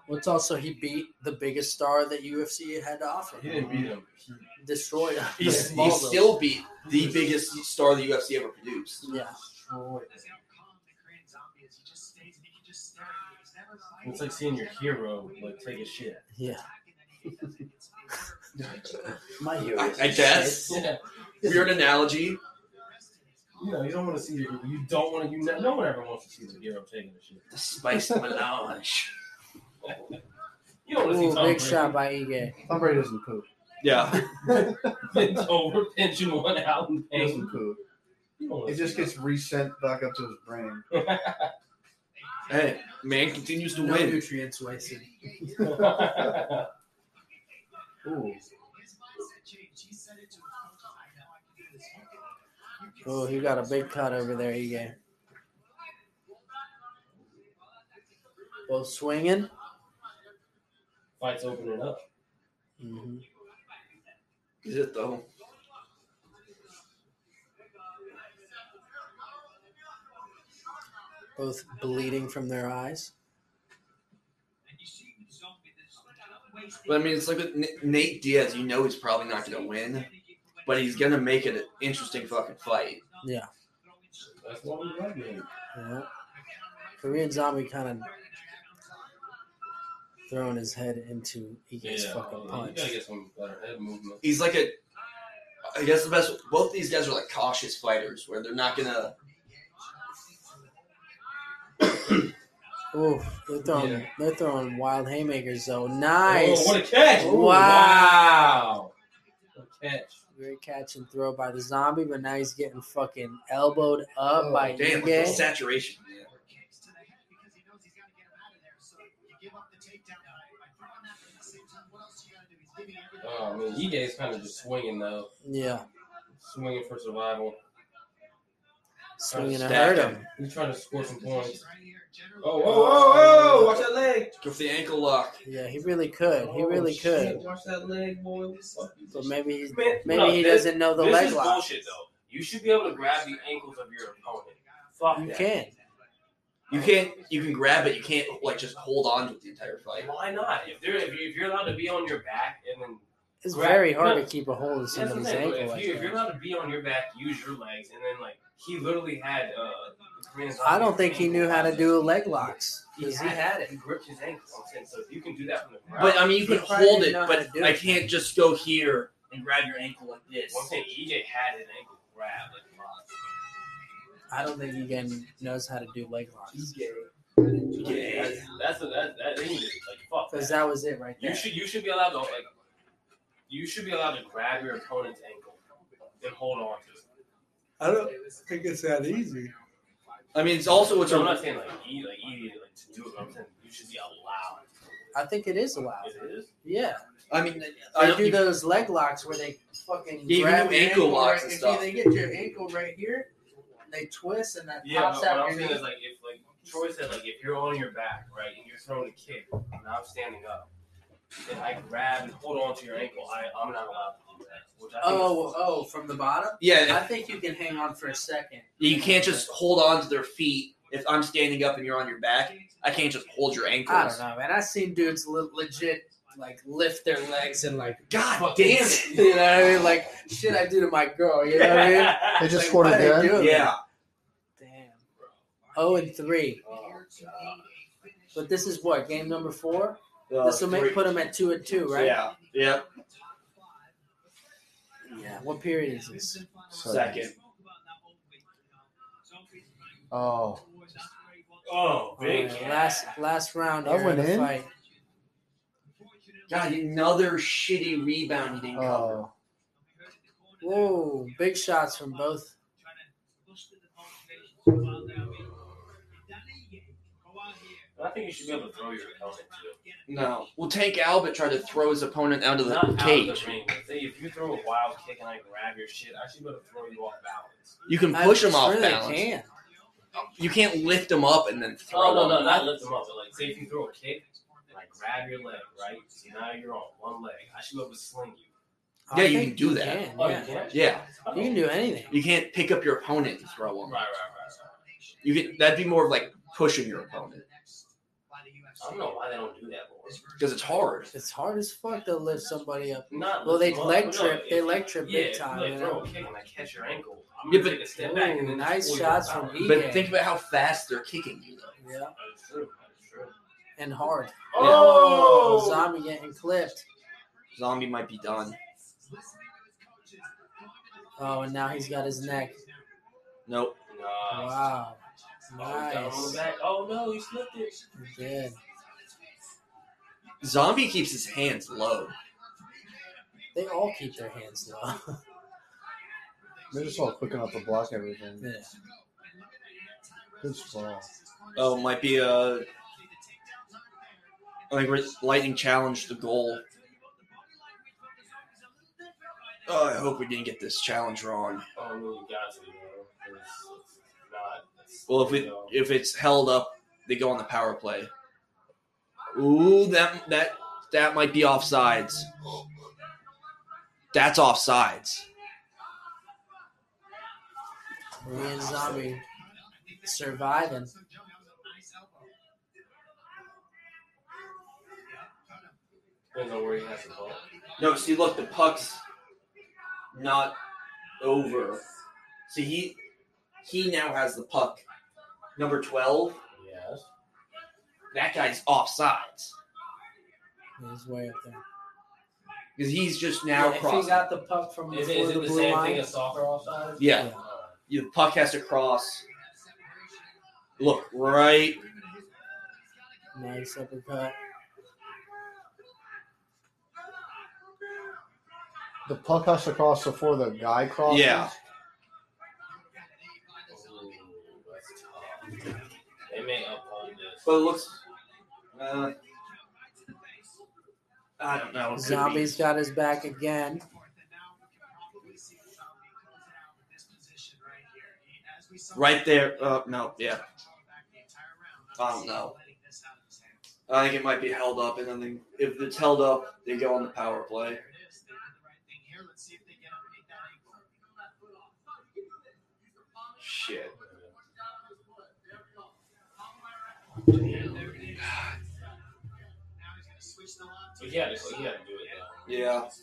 S1: Well, it's also he beat the biggest star that UFC had to offer.
S5: He didn't beat him. He-
S1: Destroyed him.
S2: He's, he
S1: Smalled him.
S2: still beat the biggest star the UFC ever produced.
S1: Yeah.
S5: It's like seeing your hero like take a shit.
S1: Yeah.
S6: My hero.
S2: I, I guess
S5: Yeah.
S2: weird analogy.
S5: You know, you don't want to see your. You don't want to. You ne- no one ever wants to see the hero taking a shit.
S2: The spice melange.
S5: You
S2: Oh,
S5: don't want to see
S1: Ooh,
S5: Tom
S1: big
S5: Brady.
S1: shot by Ige.
S4: Tom Brady doesn't poop.
S2: Yeah.
S5: bent over, pinching one out in
S4: He
S5: pain.
S4: doesn't poop.
S5: You don't wanna
S4: It just
S5: see
S4: gets resent back up to his brain.
S5: that.
S2: Hey, man continues to
S1: No
S2: win.
S1: nutrients wasted.
S4: Ooh.
S1: Oh, he got a big cut over there, E Ige. Both swinging.
S5: Fight's opening up.
S1: Mhm.
S2: Is it though?
S1: Both bleeding from their eyes.
S2: But I mean, it's like with N- Nate Diaz. You know he's probably not going to win, but he's going to make it an interesting fucking fight.
S1: Yeah.
S5: That's why we love him.
S1: yeah. Korean zombie kind of throwing his head into Ige's fucking
S5: You
S1: punch.
S5: gotta get some better head movement.
S2: He's like a. I guess the best. Both these guys are like cautious fighters, where they're not going to.
S1: Ooh, they're throwing
S5: Yeah.
S1: they're throwing wild haymakers though. Nice.
S5: Oh, what a catch!
S1: Ooh,
S5: wow. What a catch.
S1: Great catch and throw by the zombie, but now he's getting fucking elbowed up
S4: Oh,
S1: by E
S2: Damn, like the
S1: Ige.
S2: saturation. man.
S5: Oh, I mean, Ige's kind of just swinging, though.
S1: Yeah,
S5: Swinging for survival.
S1: swinging to
S2: Stack
S1: hurt him.
S5: He's trying to score some points. Oh, whoa, whoa, whoa! Watch that leg!
S2: Go for the ankle lock.
S1: Yeah, he really could. He
S5: Oh,
S1: really
S5: shit,
S1: could.
S5: Watch that leg, boy. Fuck you.
S1: But maybe he's
S5: Man,
S1: maybe
S5: no,
S1: he
S5: this-
S1: doesn't know the
S5: this
S1: leg
S5: is
S1: lock.
S5: bullshit, though. You should be able to grab the ankles of your opponent. Fuck
S1: You
S5: that.
S1: can.
S2: You can't. You can grab it. You can't like just hold on to it the entire fight.
S5: Why not? If they're if, you, if you're allowed to be on your back and then
S1: It's
S5: Grab-
S1: very hard
S5: no.
S1: to keep a hold of
S5: that's the
S1: somebody's
S5: thing.
S1: ankle.
S5: If,
S1: like
S5: you, if you're
S1: that.
S5: allowed to be on your back, use your legs, and then like he literally had. Uh, the Korean
S1: I
S5: zombie
S1: don't think he
S5: ankle
S1: knew how to
S5: lock.
S1: do leg locks
S5: He
S1: because he
S5: had,
S1: had
S5: it.
S1: it.
S5: He gripped his ankle. I'm saying, so if you can do that from the ground,
S2: But I mean, you
S1: He
S2: can
S1: probably
S2: hold
S1: didn't
S2: it,
S1: know how
S2: but
S1: to do
S2: I
S1: it.
S2: can't just go here and grab your ankle like this.
S5: One thing EJ E had an ankle grab like a lot.
S1: I don't think Egan knows how to do leg locks
S5: Yeah, that's that's that that thing is like fuck.
S1: because
S5: That.
S1: that was it right
S5: you
S1: there.
S5: should you should be allowed to like you should be allowed to grab your opponent's ankle and hold on to it.
S10: I don't think it's that easy.
S2: I mean, it's also it's
S5: So I'm not
S2: a,
S5: saying like easy like easy like to do it. But I'm saying you should be allowed.
S1: I think it is allowed.
S5: Is it is?
S1: Yeah,
S2: I mean, I
S1: I
S2: don't,
S1: do
S2: you,
S1: those leg locks where they fucking
S2: Yeah, you
S1: grab
S2: do
S1: your
S2: ankle locks
S1: right-
S2: and
S1: if
S2: stuff.
S1: They get your ankle right here, and they twist, and that
S5: Yeah,
S1: pops
S5: but what
S1: out
S5: I'm
S1: your
S5: saying
S1: knee.
S5: is like if like Troy said like if you're on your back right and you're throwing a kick and I'm standing up and I grab and hold on to your ankle, I I'm not allowed to do that. Which I think
S1: Oh,
S5: is
S1: oh, from the bottom. I
S2: yeah,
S1: think you can hang on for a second.
S2: you can't just hold on to their feet. If I'm standing up and you're on your back, I can't just hold your ankles.
S1: I don't know, man. I've seen dudes le- legit like lift their legs and like,
S2: God
S5: Fuck.
S2: damn
S1: dance,
S2: it!
S1: you know what I mean? Like shit, I do to my girl. You know what I mean?
S5: I
S4: They
S1: It's
S4: just
S1: like,
S4: scored
S1: why they
S4: again.
S1: doing that?
S2: Yeah,
S1: Damn. Oh and three, but this is what game number four.
S5: Oh,
S1: this will make put them at two and two, right?
S2: Uh, Yeah, yeah.
S1: Yeah. What period is this?
S2: Second.
S4: Oh,
S5: oh, big
S1: All right,
S5: cat.
S1: last last round.
S4: That
S1: here
S4: went
S1: in the
S4: in?
S1: Fight.
S2: God, another shitty rebound he didn't cover.
S4: oh,
S1: Whoa! Big shots from both.
S5: I think you should be able to throw your opponent too.
S2: No. Well, Tank Albert tried to throw his opponent out of the
S5: Not out of
S2: cage.
S5: the ring. but Say if you throw a wild kick and I grab your shit, I should be able to throw you off balance.
S2: You can push
S1: I
S2: him off
S1: really
S2: balance.
S1: Can.
S2: You can't lift him up and then throw
S5: Oh no,
S2: him.
S5: no, not lift them up, but like say if you throw a kick and I grab your leg, right? So now you're on one leg. I should be able to sling you.
S1: I
S2: Yeah, you
S1: think
S2: can do that.
S1: can,
S5: Oh,
S1: yeah.
S5: you can?
S2: Yeah,
S5: Oh.
S1: You can do anything.
S2: you can't pick up your opponent and throw
S5: Right,
S2: him.
S5: right, right,
S2: You can, that'd be more of like pushing your opponent
S5: right. I don't know why they don't do that more.
S2: because it's hard.
S1: It's hard as fuck to lift somebody up.
S5: Not
S1: Well, they
S5: lift 'em up,
S1: leg
S5: but no,
S1: trip.
S5: if-
S1: They leg trip
S5: yeah,
S1: big time.
S5: Like
S1: you
S5: throw
S1: know?
S5: a kick and I catch your ankle. I'm
S2: Yeah,
S5: gonna
S2: but-
S5: take a step back
S1: Ooh,
S5: and then
S1: nice
S5: pull you
S1: shots
S5: off
S1: from
S5: balance.
S1: Eve.
S2: But think about how fast they're kicking you though.
S1: Yeah,
S5: That's true. That's true.
S1: and hard.
S5: Oh,
S1: zombie getting clipped.
S2: Zombie might be done.
S1: Oh, and now he's got his neck.
S2: Nope.
S5: Nice.
S1: Wow,
S5: Oh, he's down on the
S1: nice.
S5: back. Oh no, he slipped it.
S1: He did.
S2: Zombie keeps his hands low.
S1: They all keep their hands low.
S4: they're just all quick enough to block everything.
S1: yeah.
S4: Good ball.
S2: Oh, might be a. I think we're lightning challenged the goal. Oh, I hope we didn't get this challenge wrong.
S5: Oh no, you got to. Bro. It's, it's not. It's,
S2: Well, if
S5: you
S2: it
S5: know,
S2: if it's held up, they go on the power play. Ooh, that that that might be offsides. That's offsides.
S1: Marie and zombie surviving.
S5: depends on where he has the ball.
S2: No, see, look, the puck's not over. See, he he now has the puck. Number twelve.
S5: Yes.
S2: That guy's offsides
S1: He's way up there.
S2: because he's just now
S1: Yeah, if he
S2: crossing.
S1: got the puck from
S5: Is
S1: before
S5: it, is
S1: the
S5: it the
S1: blue
S5: same
S1: line,
S5: thing as soccer offside?
S2: Yeah.
S5: Oh,
S2: Yeah, the puck has to cross. Look right.
S1: nice uppercut.
S4: The puck has to cross before the guy crosses.
S2: Yeah.
S5: Ooh, that's tough. They may uphold this.
S2: But it looks. Uh, I don't know. it could be-
S1: Zombie's got his back again.
S2: Right there. Uh, no, yeah. I don't know. I think it might be held up, and then they, if it's held up, they go on the power play. Shit.
S5: But yeah, just, you gotta do it. Though.
S2: Yeah.
S5: It's 3-0.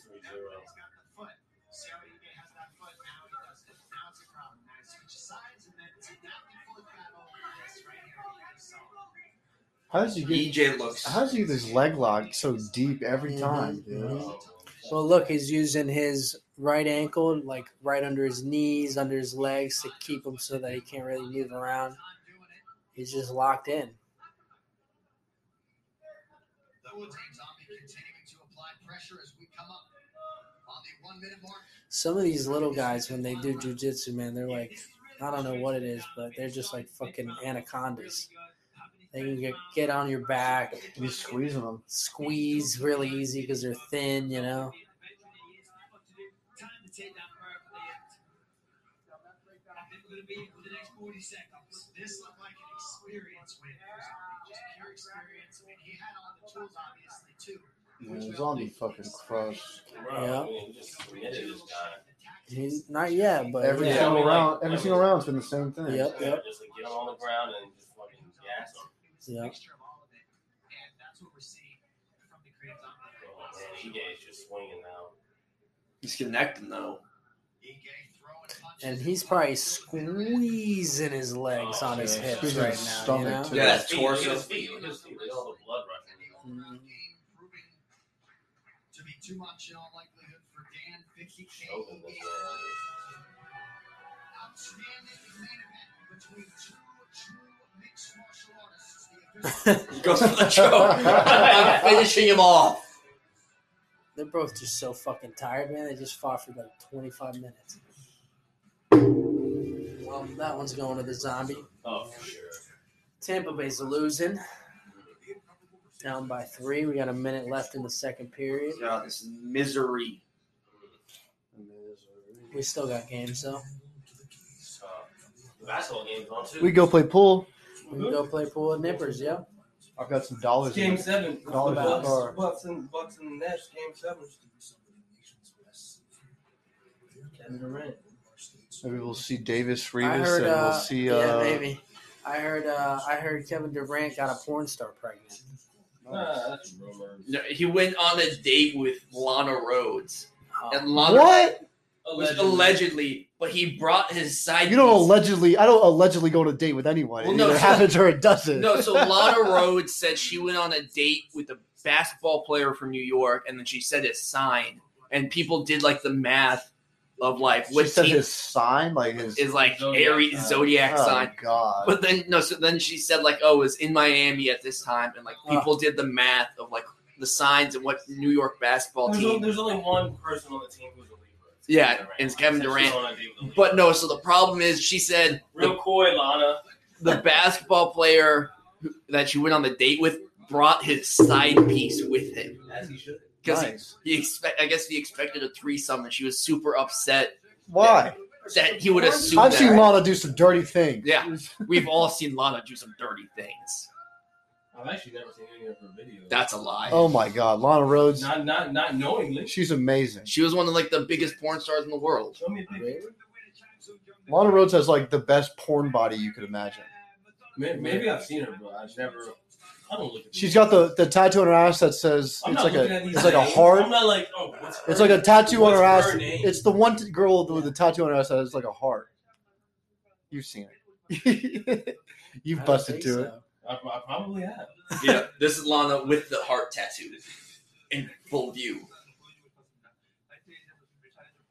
S4: How does he get?
S2: EJ looks.
S4: How does he get this leg lock so deep every
S1: Mhm,
S4: time, dude?
S1: mhm. Well, look, he's using his right ankle, like right under his knees, under his legs, to keep him so that he can't really move around. He's just locked in. Some of these little guys, when they do jujitsu, man, they're like, I don't know what it is, but they're just like fucking anacondas. They can get, get on your back,
S4: You're squeezing them.
S1: squeeze really easy because they're thin, you know?
S7: This looked like an experience win for Zombie, just pure experience, and he had all the tools, obviously, too.
S4: Yeah, zombie fucking crushed.
S5: Bro, I mean, just submitted this guy.
S1: He's, not yet, but
S4: Every
S1: yeah.
S5: Yeah.
S4: single
S5: I mean,
S4: round,
S5: like-
S4: every
S5: I
S4: single
S5: mean-
S4: round's been the same thing.
S1: Yep,
S5: Yeah,
S1: yep.
S5: Just like get him on the ground and just fucking gas him.
S1: Yeah.
S5: Oh, man, he guy's just swinging now.
S2: He's connecting though.
S1: and he's probably squeezing his legs on his
S4: Yeah,
S1: hips
S4: squeezing
S1: right
S4: his
S1: now.
S4: stomach,
S1: you know?
S4: too.
S2: Yeah, that's
S5: Feet,
S2: torso.
S5: his feet, look at his feet, look at all the blood rushing.
S1: Mhm.
S7: To be too much in all likelihood for Dan Vicky
S5: Choking this
S7: Kane.
S5: man.
S7: Outstanding main event between two true mixed martial artists. The official
S2: He goes for the choke. I'm finishing him off.
S1: They're both just so fucking tired, man. They just fought for like 25 minutes. Well, that one's going to the zombie.
S5: Oh, for sure.
S1: Tampa Bay's losing. Down by three. We got a minute left in the second period.
S2: God, this is misery.
S1: We still got games, though.
S5: Uh, the basketball game's on too.
S4: We go play pool.
S1: We can go play pool with nippers, yeah?
S4: I've got some dollars. in
S10: Game
S4: it.
S10: seven.
S4: Dollar
S10: Bucks,
S4: bar.
S10: Bucks and Bucks and Nets. Game seven. Kevin Durant.
S4: Maybe we'll see Davis
S1: I
S4: Revis,
S1: heard,
S4: and
S1: uh,
S4: we'll see. Uh,
S1: yeah, maybe. I heard, uh, I heard Kevin Durant got a porn star pregnant.
S5: Nah, that's a rumor.
S2: No, He went on a date with Lana Rhodes, and Lana
S4: What?
S2: was
S5: Allegedly.
S2: allegedly, but he brought his side.
S4: You don't
S2: piece.
S4: allegedly. I don't allegedly go on a date with anyone.
S2: Well,
S4: it
S2: no,
S4: either
S2: so-
S4: happens or it doesn't.
S2: No, so Lana Rhodes said she went on a date with a basketball player from New York, and then she said his sign, and people did like the math of like
S4: She
S2: what
S4: said
S2: team
S4: his sign, like his.
S2: is like
S5: Zodiac
S2: Aries
S5: sign.
S2: zodiac
S4: oh
S2: sign.
S4: God.
S2: But then no, so then she said like, oh, it was in Miami at this time, and like people did the math of like the signs and what New York basketball
S5: There's, only,
S2: team.
S5: there's only one person on the team who's a Libra. It's
S2: Yeah,
S5: Kevin Durant.
S2: and it's Kevin
S5: Except
S2: Durant.
S5: she's on a date with a Libra.
S2: But no, so the problem is she said the
S5: real coy, Lana.
S2: the basketball player who, that she went on the date with brought his side piece with him
S5: As he should.
S2: because
S4: Nice.
S2: he, he expect I guess he expected a threesome and she was super upset
S4: Why?
S2: that he would assume
S4: I've
S2: that.
S4: seen Lana do some dirty things.
S2: Yeah. We've all seen Lana do some dirty things.
S5: I've actually never seen any of her videos.
S2: That's a lie.
S4: Oh my God, Lana Rhodes.
S5: not not not knowingly.
S4: She's amazing.
S2: She was one of like the biggest porn stars in the world.
S5: Show me a picture.
S4: Lana Rhodes has like the best porn body you could imagine.
S5: Maybe, maybe I've seen her, but I've never. I don't look at.
S4: She's
S5: these.
S4: got the, the tattoo on her ass that says
S5: I'm
S4: it's
S5: not
S4: like
S5: looking at
S4: a
S5: these
S4: it's like a
S5: names.
S4: heart.
S5: I'm not like oh, what's her
S4: It's like a
S5: name?
S4: tattoo on
S5: What's
S4: her ass.
S5: name?
S4: It's the one t- girl with the tattoo on her ass that is like a heart. You've seen it. You've busted to it.
S5: I, I probably have.
S2: Yeah, this is Lana with the heart tattoo in full view.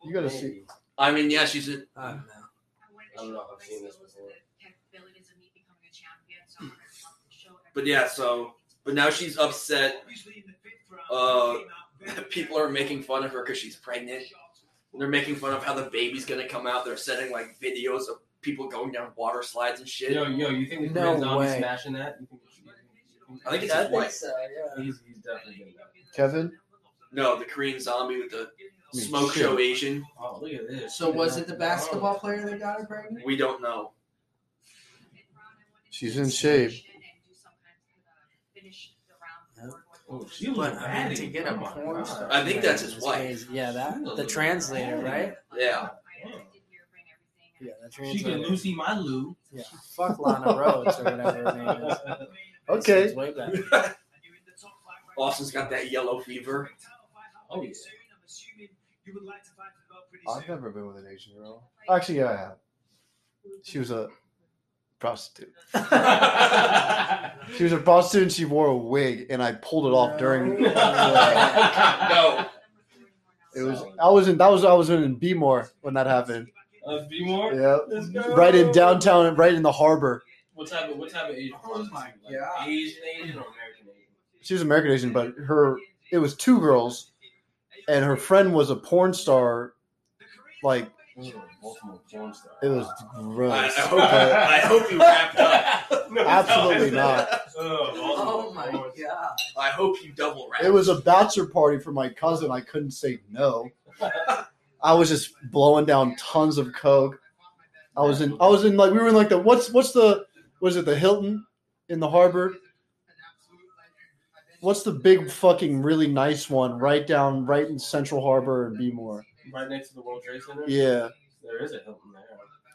S4: You gotta see.
S2: I mean, yeah, she's a,
S1: I don't know.
S5: I don't know if I've seen this before.
S2: But yeah, so- but now she's upset. Uh, people are making fun of her because she's pregnant. They're making fun of how the baby's gonna come out. They're sending like videos of people going down water slides and shit.
S5: Yo, yo, you think the
S1: No
S5: Korean zombie
S1: way.
S5: smashing that? You think, you think-
S2: I think it's
S1: I
S2: his
S1: think
S2: wife.
S1: so, yeah.
S5: He's, he's definitely getting that.
S4: Kevin?
S2: No, the Korean zombie with the
S4: I mean,
S2: smoke
S4: shit.
S2: show Asian.
S5: Oh, look at this.
S8: So was it the basketball player that got her pregnant?
S2: We don't know.
S4: She's in shape.
S5: Oh, she
S1: But
S5: looks
S1: I mean, to
S5: batty.
S1: get a
S5: Oh my
S1: porn
S5: God.
S1: star.
S2: I think that's his
S1: is
S2: wife.
S1: crazy. Yeah, that the translator, right?
S2: Yeah.
S1: Yeah, the
S5: She can
S1: translator.
S5: Lucy my Lou.
S1: Yeah, fuck Lana Rhodes or whatever her name is.
S4: Okay.
S1: Sounds way better.
S2: Austin's got that yellow fever.
S5: Oh, yeah.
S4: I've never been with an Asian girl. Actually, yeah, I have. She was a prostitute. She was a prostitute and she wore a wig, and I pulled it off during.
S1: No.
S2: No.
S4: It was.
S5: Solid.
S4: I was in. That was. I was in Bmore when that happened.
S5: Uh, be more.
S4: Yeah.
S5: Let's go.
S4: Right in downtown. Right in the harbor.
S5: What type of what type of Asian?
S8: Oh my
S5: Like,
S8: God.
S5: Asian Asian or American Asian?
S4: She was American Asian, but her. It was two girls, and her friend was a porn star. Like
S5: Those are like Baltimore porn stars.
S4: it was
S2: I, I
S4: gross.
S2: hope, I hope you wrapped up.
S5: No,
S4: Absolutely
S5: no.
S4: not.
S5: Oh,
S8: Oh my
S5: Baltimore porn
S8: god.
S2: I hope you double wrapped.
S4: It was a bachelor party for my cousin. I couldn't say no. I was just blowing down tons of coke. I was in. I was in like we were in like the what's what's the was it the Hilton in the harbor? What's the big fucking really nice one right down right in Central Harbor and Bmore?
S5: Right next to the World Trade Center.
S4: Yeah,
S5: There is a Hilton there.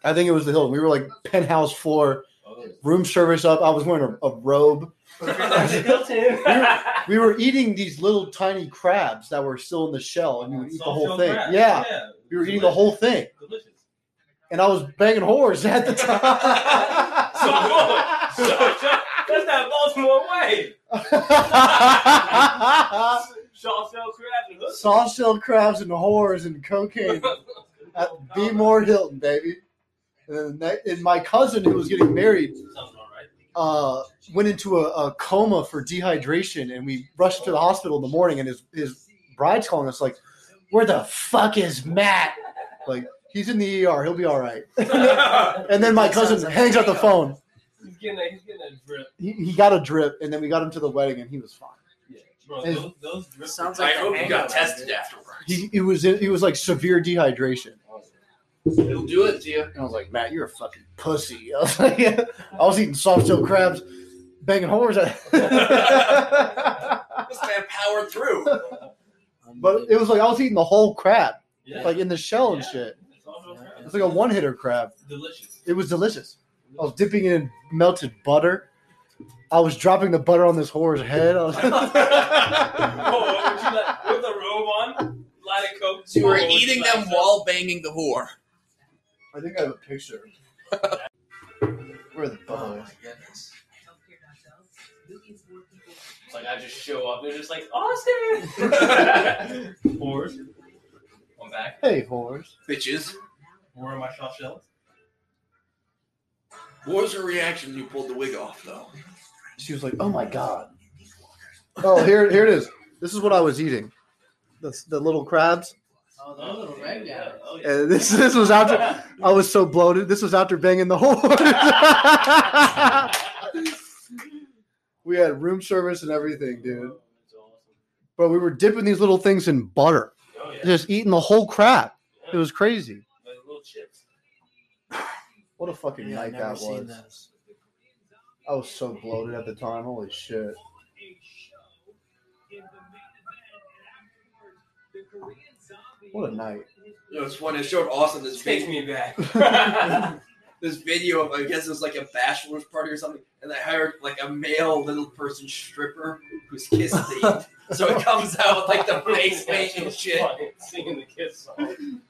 S4: I think it was the Hilton. We were like penthouse floor,
S5: Oh,
S4: room service up. I was wearing a, a robe.
S5: there's a Hilton.
S4: We were eating these little tiny crabs that were still in the shell, and we would eat the whole
S5: Soft-shell
S4: thing.
S5: crab.
S4: Yeah, we were eating the whole thing.
S5: Delicious.
S4: and I was banging whores at the
S5: So,
S4: time.
S5: that's not Baltimore way. Shaw sell crab and hooks.
S4: Soft shell crabs and whores and cocaine at B. Moore Hilton, baby. And, then the next, and my cousin, who was getting married,
S5: Sounds all right.
S4: uh, went into a, a coma for dehydration, and we rushed to the hospital in the morning. And his his bride's calling us like, "Where the fuck is Matt?" Like he's in the ER. He'll be all right. and then my cousin hangs up the phone.
S5: he's getting a, he's getting a drip.
S4: He, he got a drip, and then we got him to the wedding, and he was fine.
S5: Yeah, bro,
S4: Is-
S5: those, those drips.
S8: Sounds
S2: I
S8: like
S2: hope you got
S8: hangover,
S2: tested
S8: dude.
S2: afterwards.
S4: He, he was in, he was like severe dehydration.
S2: It'll do it to you.
S4: And I was like, Matt, you're a fucking pussy. I was like, I was eating soft shell crabs, banging whores. at-
S2: This man powered through.
S4: but it was like I was eating the whole crab,
S5: yeah.
S4: like in the shell and shit.
S5: Soft-shell crab.
S4: It's like a one hitter crab.
S5: Delicious.
S4: It was delicious. I was dipping it in melted butter. I was dropping the butter on this whore's head. I was-
S5: oh, would you like, with a robe on, light of coke.
S2: So you were
S5: Oh, would
S2: eating
S5: like
S2: them
S5: some?
S2: while banging the whore.
S4: I think I have a picture. Where are the buttholes?
S2: goodness.
S5: It's like I just show up. They're just like Austin. Fours. I'm back.
S4: Hey, whores.
S2: Bitches.
S5: Where are my soft shells?
S2: What was her reaction when you pulled the wig off, though?
S4: She was like, "Oh my god." Oh, here, here it is. This is what I was eating. The, the little crabs.
S8: Oh, that little red guy.
S5: Oh, yeah.
S4: And this this was after I was so bloated. This was after banging the whores. we had room service and everything, dude.
S5: That's awesome.
S4: But we were dipping these little things in butter,
S5: Oh, yeah.
S4: just eating the whole crab. It was crazy.
S5: Like little chips.
S4: What a fucking
S1: Yeah, I've
S4: night
S1: never
S4: that
S1: seen
S4: was.
S1: those.
S4: I was so bloated at the time. Holy shit. What a night.
S2: You know, it's funny. It showed Austin this
S5: Take
S2: big,
S5: me back.
S2: this video of I guess it was like a bachelor's party or something, and they hired like a male little person stripper who's kiss themed. so it comes out with like the face paint and shit.
S5: Singing the kiss song.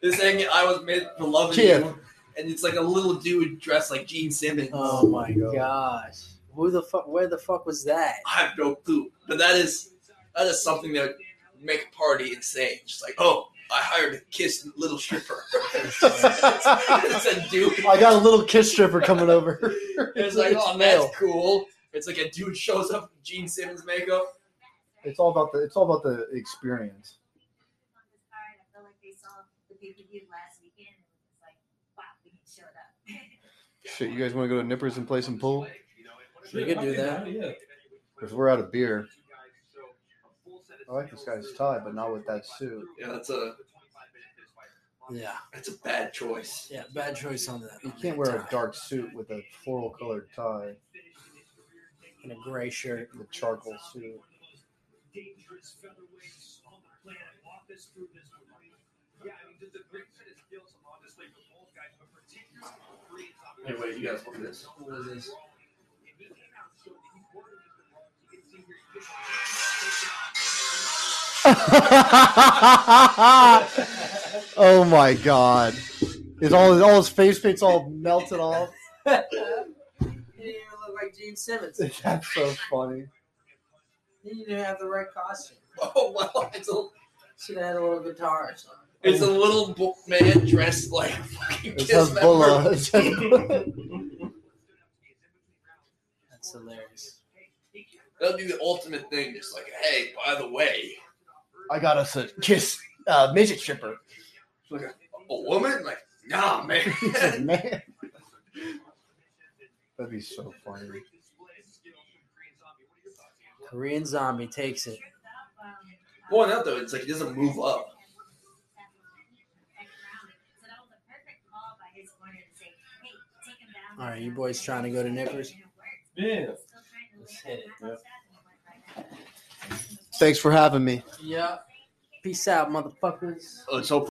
S2: This thing I was made to love
S4: Kid.
S2: you, and it's like a little dude dressed like Gene Simmons.
S1: Oh my gosh. Who the fuck? Where the fuck was that?
S2: I have no clue, but that is that is something that would make a party insane. Just like oh. I hired a kiss little stripper. it's a dude.
S4: I got a little kiss stripper coming over.
S2: It's like,
S4: It's
S2: oh,
S4: male.
S2: that's cool. It's like a dude shows up in Gene Simmons makeup.
S4: It's all about the it's all about the experience.
S11: I feel like they saw the pay per view last weekend and was like, wow, we need to show it up.
S4: Shit, you guys want to go to Nippers and play some pool?
S1: We could do that.
S5: Yeah.
S4: Because we're out of beer. I like this guy's tie, but not with that suit.
S2: Yeah, that's a
S1: Yeah.
S2: that's a bad choice.
S1: Yeah. Bad choice on that.
S4: You can't wear a dark suit with a floral colored tie
S1: And a gray shirt.
S4: and a charcoal suit.
S2: Hey, wait, you guys look at this.
S4: oh my god. Is all all his face paint's all melted off?
S8: He didn't even look like Gene Simmons.
S4: That's so funny.
S8: He didn't even have the right costume.
S2: Oh well, it's a
S7: Should have had a little guitar or something.
S2: It's a little bo- man dressed like a fucking
S4: It's
S2: Kiss
S4: Hezbollah.
S2: member.
S4: It's Hezbollah.
S1: That's hilarious.
S2: That'll be the ultimate thing. Just like, hey, by the way,
S4: I got us a kiss uh, midget stripper.
S2: like a, a woman? Like, nah, man.
S4: Man, that'd be so funny.
S1: Korean zombie takes it.
S2: Going out though, it's like he doesn't move up.
S1: All right, you boys trying to go to Nippers?
S5: Yeah.
S1: Let's hit it.
S4: Thanks for having me.
S1: Yeah. Peace out, motherfuckers.
S4: Let's hope